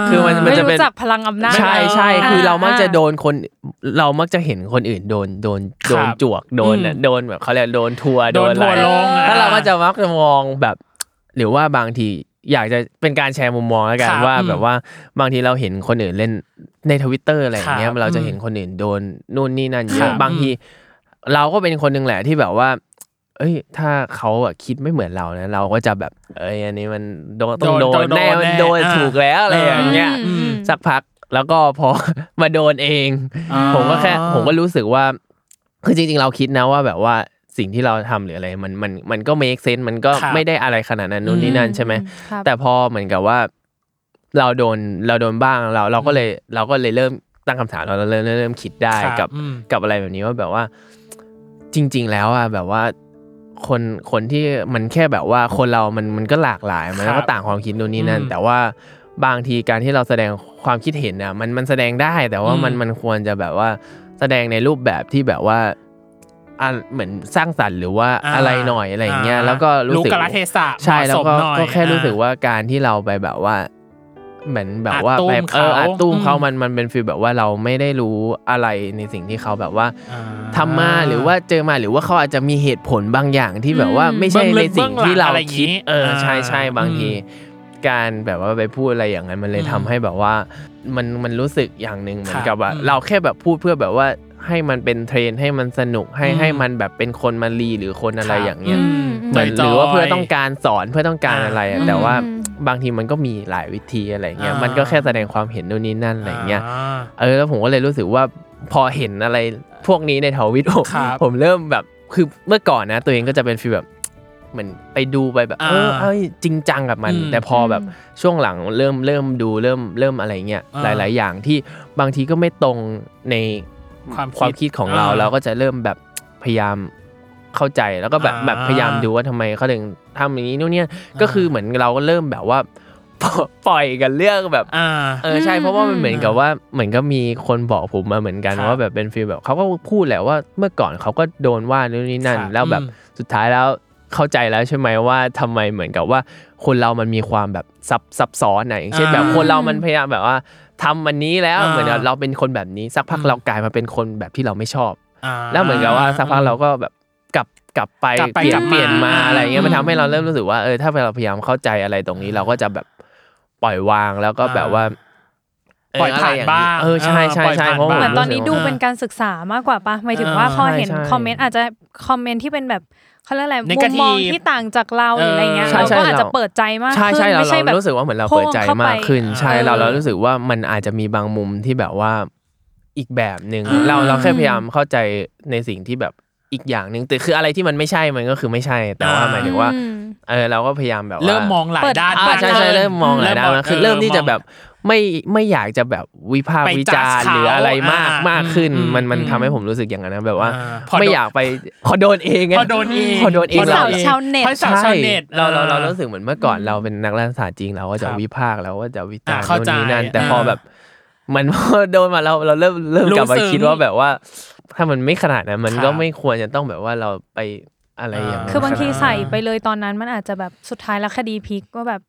[SPEAKER 3] คือมันมัน
[SPEAKER 1] ไม่
[SPEAKER 3] จะเป็
[SPEAKER 1] รู้จักพลังอำนาจ
[SPEAKER 3] ใช่ใช่
[SPEAKER 1] อ่า
[SPEAKER 3] คือเรามักจะ
[SPEAKER 1] อ่า
[SPEAKER 3] โดนคนเรามักจะเห็นคนอื่นโดนโดนโดน
[SPEAKER 2] ครับ
[SPEAKER 3] จวกโดน
[SPEAKER 2] อืม
[SPEAKER 3] โดนแบบเขาเรียกโดนทัวร์
[SPEAKER 2] โดน
[SPEAKER 3] อะไร
[SPEAKER 2] ทัวร์ลงอ่
[SPEAKER 3] แล้วเราก็จะมักจะมองแบบ หรือว่าบางทีอยากจะเป็นการแชร์มุมมองแล้วกัน
[SPEAKER 2] ครับ
[SPEAKER 3] ว่า
[SPEAKER 2] อืม
[SPEAKER 3] แบบว่าบางทีเราเห็นคนอื่นเล่นในทวิตเตอร์อะไรอย่างเงี้ย
[SPEAKER 2] ครับ
[SPEAKER 3] เราจะเห็นคนอื่นโดนนู่นนี่นั่นเย
[SPEAKER 2] ครับบ
[SPEAKER 3] อะางที เราก็เป็นคนหนึ่งแหละที่แบบว่า เอ้ย ถ้าเขาอะคิดไม่เหมือนเรานะเราก็จะแบบ เอ้ยอันนี้มันโดนต้อง
[SPEAKER 2] โด
[SPEAKER 3] โด
[SPEAKER 2] น
[SPEAKER 3] นแน่
[SPEAKER 2] โดน
[SPEAKER 3] มัน
[SPEAKER 2] แน่
[SPEAKER 3] โดน
[SPEAKER 2] อ่า
[SPEAKER 3] ถูกแล้วอะไรอย่างเงี้ย
[SPEAKER 1] อืม
[SPEAKER 3] สักพักแล้วก็พอ [laughs] มาโดนเอง
[SPEAKER 2] อ่า
[SPEAKER 3] ผมก็แค่ผมก็รู้สึกว่า คือจริง ๆ เราคิดนะว่าแบบว่าสิ่งที่เราทำหรืออะไร มันมันมันก็ make sense มันก็
[SPEAKER 2] ครับ
[SPEAKER 3] ไม่ได้อะไรขนาดนั้นนู่นนี่นั่นใช่ไหม
[SPEAKER 1] ครับ
[SPEAKER 3] แต่พอเหมือนกับว่า เราโดนเราโดนบ้างเรา เราก็เลยเราก็เลยเริ่มตั้งคำถามเราเราเริ่มเริ่มเริ่มคิดได้
[SPEAKER 2] ครับ
[SPEAKER 3] กับ
[SPEAKER 2] อืม
[SPEAKER 3] กับอะไรแบบนี้ว่าแบบว่า จริง ๆ แล้วอะแบบว่าคนคนที่มันแค่แบบว่าคนเรามันมันก็หลากหลายมัน
[SPEAKER 2] ครับ
[SPEAKER 3] ก็ต่างความคิดนู่นนี่นั่น
[SPEAKER 2] อืม
[SPEAKER 3] แต่ว่าบางทีการที่เราแสดงความคิดเห็นอะมันมันแสดงได้แต่ว่ามัน
[SPEAKER 2] อืม
[SPEAKER 3] มันควรจะแบบว่าแสดงในรูปแบบที่แบบว่าอ่ะเหมือนสร้างสรรค์หรือว่าอะไรหน่อยอะไรอย่างเงี้ยแล้วก็รู้สึก
[SPEAKER 2] กาลเทศะ
[SPEAKER 3] ใช่
[SPEAKER 2] เห
[SPEAKER 3] แล้ว
[SPEAKER 2] มาะสม
[SPEAKER 3] ก็
[SPEAKER 2] หน่อย
[SPEAKER 3] ก็แค่รู้สึกว่าการที่เราไปแบบว่า เหมือนแบบว่า
[SPEAKER 2] อัดตุ้ม
[SPEAKER 3] แบบเออ
[SPEAKER 2] เขา
[SPEAKER 3] อัดตุ้มเขา
[SPEAKER 2] อืม
[SPEAKER 3] มันมันเป็นฟีลแบบว่าเราไม่ได้รู้อะไรในสิ่งที่เขาแบบว่า
[SPEAKER 2] อ่
[SPEAKER 3] ทำมาหรือว่าเจอมาหรือว่าเขาอาจจะมีเหตุผลบางอย่างที่แบบว่า
[SPEAKER 1] อืม
[SPEAKER 3] ไม่ใช่ในสิ่งที่เรา
[SPEAKER 2] เบื้องลึกเบื้องหลังอะไรอย่างงี้
[SPEAKER 3] คิด เออ
[SPEAKER 2] อ่า
[SPEAKER 3] ใช่ใช่บาง
[SPEAKER 2] อืม
[SPEAKER 3] ที การแบบว่าไปพูดอะไรอย่างนั้นมันเลย
[SPEAKER 2] อืม
[SPEAKER 3] ทำให้แบบว่า มันมันรู้สึกอย่างหนึ่งเหมือนกับว่า
[SPEAKER 2] อืม
[SPEAKER 3] เราแค่แบบพูดเพื่อแบบว่าให้มันเป็นเทรนด์ให้มันสนุกให้
[SPEAKER 2] อืม
[SPEAKER 3] ให้มันแบบเป็นคนมารีหรือคนอะไร
[SPEAKER 2] ครับ
[SPEAKER 3] อย่างเงี้ย
[SPEAKER 1] อืม
[SPEAKER 3] เหมือน
[SPEAKER 2] จ
[SPEAKER 3] ห
[SPEAKER 2] อยๆ
[SPEAKER 3] รือว่าเพื่อต้องการสอนเพื่อต้องการอะไรอะ
[SPEAKER 1] อ่า
[SPEAKER 3] แต่ว่า
[SPEAKER 1] อืม
[SPEAKER 3] บางทีมันก็มีหลายวิธีอะไรเงี้ย
[SPEAKER 2] อ่ามั
[SPEAKER 3] มันก็แค่แสดงความเห็นนู่นนี่นั่นอะไรเงี้ย
[SPEAKER 2] อ่า
[SPEAKER 3] เออแล้วผมก็เลยรู้สึกว่าพอเห็นอะไรพวกนี้ในทวิต [laughs] ผม
[SPEAKER 2] ครับ
[SPEAKER 3] ผมเริ่มแบบคือเมื่อก่อนนะ ตัวเองก็จะเป็นฟีลแบบเหมือนไปดูไปแบบเออ
[SPEAKER 2] อ่า
[SPEAKER 3] เอ้ยจริงจังกับมัน
[SPEAKER 2] อืม
[SPEAKER 3] แต่พอแบบช่วงหลังเริ่มเริ่มดูเริ่มเริ่มอะไรเงี้ยห
[SPEAKER 2] อ่า
[SPEAKER 3] ลาย ๆ อย่างที่บางทีก็ไม่ตรงใน
[SPEAKER 2] ความคิด
[SPEAKER 3] คิดของเรา
[SPEAKER 2] อ่า
[SPEAKER 3] เราก็จะเริ่มแบบพยายามเข้าใจแล้วก็แบบ
[SPEAKER 2] อ่า
[SPEAKER 3] แบบพยายามดู ว่าทำไมเขาถึงทำอย่างนี้นู่นเนี่ยก็คือเหมือนเราก็เริ่มแบบว่า [laughs] ปล่อยกันเรื่องแบบ
[SPEAKER 2] อ่า
[SPEAKER 3] เออใช่เพราะว่ามันเหมือนกับว่าเหมือนก็มีคนบอกผมมาเหมือนกัน
[SPEAKER 2] ครับ
[SPEAKER 3] ว่าแบบเป็นฟีลแบบเขาก็พูดแหละว่าเมื่อก่อนเขาก็โดนว่านู่นนี่นั่น
[SPEAKER 2] ครับ
[SPEAKER 3] แล้วแบบ
[SPEAKER 2] อืม
[SPEAKER 3] สุดท้ายแล้วเข้าใจแล้วใช่ไหมว่าทำไมเหมือนกับว่า คนเรามันมีความแบบซับซับซ้อนนะอย่างเช่น
[SPEAKER 2] อ่า
[SPEAKER 3] แบบคนเรามันพยายามแบบว่าทำมันนี้แล้ว
[SPEAKER 2] อ่า
[SPEAKER 3] เหมือนกับเราเป็นคนแบบนี้สักพัก
[SPEAKER 2] อืม
[SPEAKER 3] เรากลายมาเป็นคนแบบที่เราไม่ชอบ
[SPEAKER 2] อ่า
[SPEAKER 3] แล้วเหมือนกับว่าสักพักเราก็แบบกลับกลับไป
[SPEAKER 2] กลับไป
[SPEAKER 3] เปลี่ย
[SPEAKER 2] กลั
[SPEAKER 3] น
[SPEAKER 2] บมา
[SPEAKER 3] เปลี่ยนมาอะไรเงี้ยมัน
[SPEAKER 2] อืม
[SPEAKER 3] ทำให้เราเริ่มรู้สึกว่าเออถ้าเราพยายามเข้าใจอะไรตรงนี้เราก็จะแบบปล่อยวางแล้วก็แบบว่าเ
[SPEAKER 2] ปล่อยผ่านะ
[SPEAKER 3] ไรย่
[SPEAKER 2] บ้าง
[SPEAKER 3] เออใช่ใช่ใช่
[SPEAKER 2] เออป
[SPEAKER 3] เพ
[SPEAKER 2] ล่อ
[SPEAKER 3] ราะ
[SPEAKER 2] ย
[SPEAKER 1] เห
[SPEAKER 2] ผ่านบ้าง
[SPEAKER 1] มือน
[SPEAKER 3] ผ
[SPEAKER 1] ตอนนี้
[SPEAKER 3] รู้สึก
[SPEAKER 1] ดู
[SPEAKER 3] ว่า
[SPEAKER 1] เป็นการศึกษามากกว่าปะหมายถึงว่า
[SPEAKER 3] อ่า
[SPEAKER 1] พอเห็น
[SPEAKER 3] ใช่
[SPEAKER 1] คอมเมนต์อาจจะคอมเมนต์ที่เป็นแบบเขาเรียกอะไรมุม
[SPEAKER 2] Negative
[SPEAKER 1] มองที่ต่างจากเราหรืออะไรเงี้ย
[SPEAKER 3] ใช่
[SPEAKER 1] เรา
[SPEAKER 3] ใช่
[SPEAKER 1] ก็อาจจะ
[SPEAKER 3] เรา
[SPEAKER 1] เปิดใจมาก
[SPEAKER 3] ใช่
[SPEAKER 1] ขึ้น
[SPEAKER 3] ใช่เรา
[SPEAKER 1] ไม่ใช่แบบ
[SPEAKER 3] เรารู้สึกว่าเหมือนเราเปิดใจมากขึ้น
[SPEAKER 1] โพงเข้าไป
[SPEAKER 3] ใช่เรา
[SPEAKER 1] เออ
[SPEAKER 3] เรารู้สึกว่ามันอาจจะมีบางมุมที่แบบว่าอีกแบบหนึ่ง
[SPEAKER 2] อืม
[SPEAKER 3] เราเราแค่พยายามเข้าใจในสิ่งที่แบบอีกอย่างหนึ่งแต่คืออะไรที่มันไม่ใช่มันก็คือไม่ใช่ แต่ว่า
[SPEAKER 2] อ่า
[SPEAKER 3] หมายถึงว่า
[SPEAKER 1] อืม
[SPEAKER 3] เออเราก็พยายามแบบว่า
[SPEAKER 2] เริ่มมองหลาย
[SPEAKER 1] เปิด
[SPEAKER 2] ด้า
[SPEAKER 3] อ่าม
[SPEAKER 2] นาก
[SPEAKER 3] ใช่ใช่
[SPEAKER 2] ขึ้น
[SPEAKER 3] เริ่มมองหลายด้านแล้วคือเริ่มที่จะแบบไม่ไม่อยากจะแบบวิพากษ์
[SPEAKER 2] ไป
[SPEAKER 3] วิจารณ์
[SPEAKER 2] จัดเขา
[SPEAKER 3] หรืออะไรมาก
[SPEAKER 2] อ่าม
[SPEAKER 3] มากขึ้น
[SPEAKER 2] อืม
[SPEAKER 3] มันมัน
[SPEAKER 2] อืม
[SPEAKER 3] ทำให้ผมรู้สึกอย่างนั้นนะแบบว่า
[SPEAKER 2] อ่าพอโดน
[SPEAKER 3] ไม่อยากไป [laughs] พอโดนเองไง
[SPEAKER 2] พอโดนเอง
[SPEAKER 3] พอโดนเอง
[SPEAKER 1] พอสาว
[SPEAKER 3] ร
[SPEAKER 1] ชาวเน็ต
[SPEAKER 2] พอสาวชา
[SPEAKER 3] ใช่
[SPEAKER 2] วเน็ต
[SPEAKER 3] เราเราเรารู้สึกเหมือนเมื่อก่อนเราเป็นนักรัฐศาสตร์จริงเราก็จะ
[SPEAKER 2] ครับ
[SPEAKER 3] วิพากษ์เราก็จะวิจารณ์
[SPEAKER 2] อ่าเข้า
[SPEAKER 3] โน่นนี่นั่น
[SPEAKER 2] ใจ
[SPEAKER 3] แต่พออา แบบมันพอโดนมาเราเราเริ่มเริ่ม
[SPEAKER 2] รู้
[SPEAKER 3] กลับมา
[SPEAKER 2] สึก
[SPEAKER 3] คิดว่าแบบว่า ถ้ามันไม่ขนาดนั้นมัน
[SPEAKER 2] ค
[SPEAKER 3] ก็
[SPEAKER 2] รับ
[SPEAKER 3] ไม่ควรจะต้องแบบว่าเราไปอะไรอย่างนั้น
[SPEAKER 1] คือบางที
[SPEAKER 3] ขนดนั้น
[SPEAKER 1] ใส่ไปเลยตอนนั้นมันอาจจะแบบสุดท้ายแล้วคดีพลิกว่าแบบ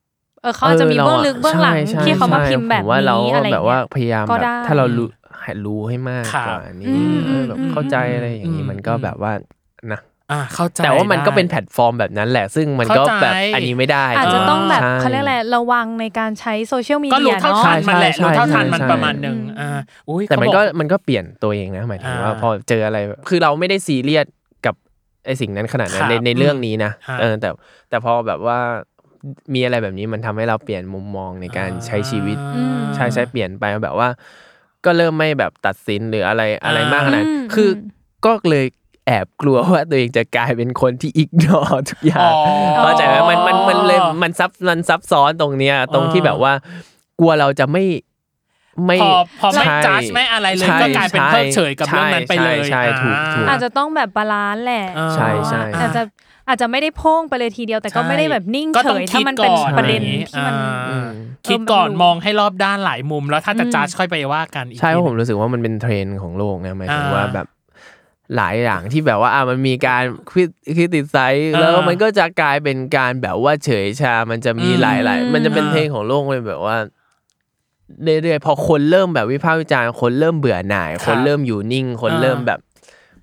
[SPEAKER 1] เออเขาอาจจะมี
[SPEAKER 3] รา
[SPEAKER 1] เบื้องลึกเบื้องหลัง
[SPEAKER 3] ใช่
[SPEAKER 1] ที่เขามา
[SPEAKER 3] ใช่
[SPEAKER 1] พิมพ์แบบ
[SPEAKER 3] ผว่าเรา
[SPEAKER 1] นี้
[SPEAKER 3] ก็
[SPEAKER 1] อะไร
[SPEAKER 3] แบบว่า
[SPEAKER 1] เงี้ย
[SPEAKER 3] พยายาม
[SPEAKER 1] ก็
[SPEAKER 3] แบบ
[SPEAKER 1] ได้
[SPEAKER 3] ถ้าเรารู้ให้รู้ให้มาก
[SPEAKER 2] ค่ะ
[SPEAKER 3] กว่านี้
[SPEAKER 1] อืม
[SPEAKER 3] เออแบบ
[SPEAKER 1] อืม
[SPEAKER 3] เข้าใจอะไรอย่างนี้
[SPEAKER 2] อืม
[SPEAKER 3] มันก็แบบว่านะ
[SPEAKER 2] อ่าเข้าใจ
[SPEAKER 3] แต่ว่ามันก็
[SPEAKER 2] ได้
[SPEAKER 3] เป็นแพลตฟอร์มแบบนั้นแหละ ซึ่งมันก็
[SPEAKER 2] เข้าใจ
[SPEAKER 3] แบบอันนี้ไม่ได้
[SPEAKER 1] อาจจะต้องแบบ
[SPEAKER 3] ใช่
[SPEAKER 1] เขาเรียกอะไรระวังในการใช้โซเชียลมี
[SPEAKER 2] ก็
[SPEAKER 1] เดี
[SPEAKER 2] รู้
[SPEAKER 1] ย
[SPEAKER 2] เท่า
[SPEAKER 1] เนาะ
[SPEAKER 2] ทันมันแหละ
[SPEAKER 3] ใช่ใช่
[SPEAKER 2] รู้เท่าทัน
[SPEAKER 3] ใช่
[SPEAKER 2] มัน
[SPEAKER 3] ใช่
[SPEAKER 2] ประมาณหนึ่งอ่าอุ้ย
[SPEAKER 3] แต่มัน
[SPEAKER 2] เขา
[SPEAKER 3] ก็
[SPEAKER 2] บอ
[SPEAKER 3] มันก็เปลี่ยนตัวเองนะหมายถึงว่า
[SPEAKER 2] อ่า
[SPEAKER 3] พอเจออะไรแบบคือเราไม่ได้ซีเรียสกับไอสิ่งนั้นขนาดนั้น
[SPEAKER 2] ครับ
[SPEAKER 3] ในในเรื่องนี้นะ
[SPEAKER 2] ฮะ
[SPEAKER 3] เออแต่แต่พอแบบว่ามีอะไรแบบนี้มันทำให้เราเปลี่ยนมุมมองในการใช้ชีวิต
[SPEAKER 1] อืม
[SPEAKER 3] ใช่ใช่เปลี่ยนไปแบบว่า ก็เริ่มไม่แบบตัดสินหรืออะไรอะไร
[SPEAKER 2] อ่าม
[SPEAKER 3] มากขนาดนั้น
[SPEAKER 1] อืม
[SPEAKER 3] คืออ
[SPEAKER 1] ม
[SPEAKER 3] ก็เลย แอบกลัวว่าตัวเองจะกลายเป็นคนที่อิกนอทุกอย่าง
[SPEAKER 2] อ๋อ
[SPEAKER 3] เข้าใจไหมมันมันมันเลยมันซับมันซับซ้อนตรงเนี้ยตรงที่แบบว่า กลัวเราจะไม่ไม่
[SPEAKER 2] พอพอไม่
[SPEAKER 3] ใช่
[SPEAKER 2] judge ไม่อะไรเลย
[SPEAKER 3] ใช่
[SPEAKER 2] ก็กลายเป็น
[SPEAKER 3] ใช่
[SPEAKER 2] เพิกเฉยกับเรื่องนั้นไปเลย
[SPEAKER 3] ใช่ใช่ถูก
[SPEAKER 2] อ่า
[SPEAKER 3] ถูก
[SPEAKER 1] อาจจะต้องแบบบาลานซ์แหละ
[SPEAKER 2] อ่า
[SPEAKER 3] ใช่ใช่
[SPEAKER 1] อาจจะอาจจะไม่ได้โพ่งไปเลยทีเดียวแต่ก็
[SPEAKER 2] ใช่
[SPEAKER 1] ไม่ได้แบบนิ่ง
[SPEAKER 2] ก็
[SPEAKER 1] เฉ
[SPEAKER 2] ต้อง
[SPEAKER 1] ย
[SPEAKER 2] คิด
[SPEAKER 1] ถ้ามันเป็น
[SPEAKER 2] ก่อน
[SPEAKER 1] ประเด็น
[SPEAKER 2] อะไรอย่างงี้
[SPEAKER 1] ที่มัน
[SPEAKER 2] อ่า
[SPEAKER 3] อืม
[SPEAKER 2] คิดก่อน
[SPEAKER 1] เออมันรู้
[SPEAKER 2] มองให้รอบด้านหลายมุม แล้วถ้าจะจัดค่อยไปว่ากันอีก
[SPEAKER 3] ใช่เพ
[SPEAKER 2] ที
[SPEAKER 3] ราะผมรู้สึกว่ามันเป็นเทรนด์ของโลกนะหมายถึง
[SPEAKER 2] อ่า
[SPEAKER 3] ว่าแบบหลายอย่างที่แบบว่าอ่ะมันมีการคิดติดไซส์แล้ว
[SPEAKER 2] อ่ามั
[SPEAKER 3] มันก็จะกลายเป็นการแบบว่าเฉยชา มันจะมี
[SPEAKER 2] อืม
[SPEAKER 3] หลายๆ มันจะเป็น
[SPEAKER 2] อ่า
[SPEAKER 3] เทรนด์ของโลกเลยแบบว่าเรื่อยๆพอคนเริ่มแบบวิพากษ์วิจารณ์คนเริ่มเบื่อหน่าย คนเริ่มอยู่นิ่ง คนเริ่มแบบ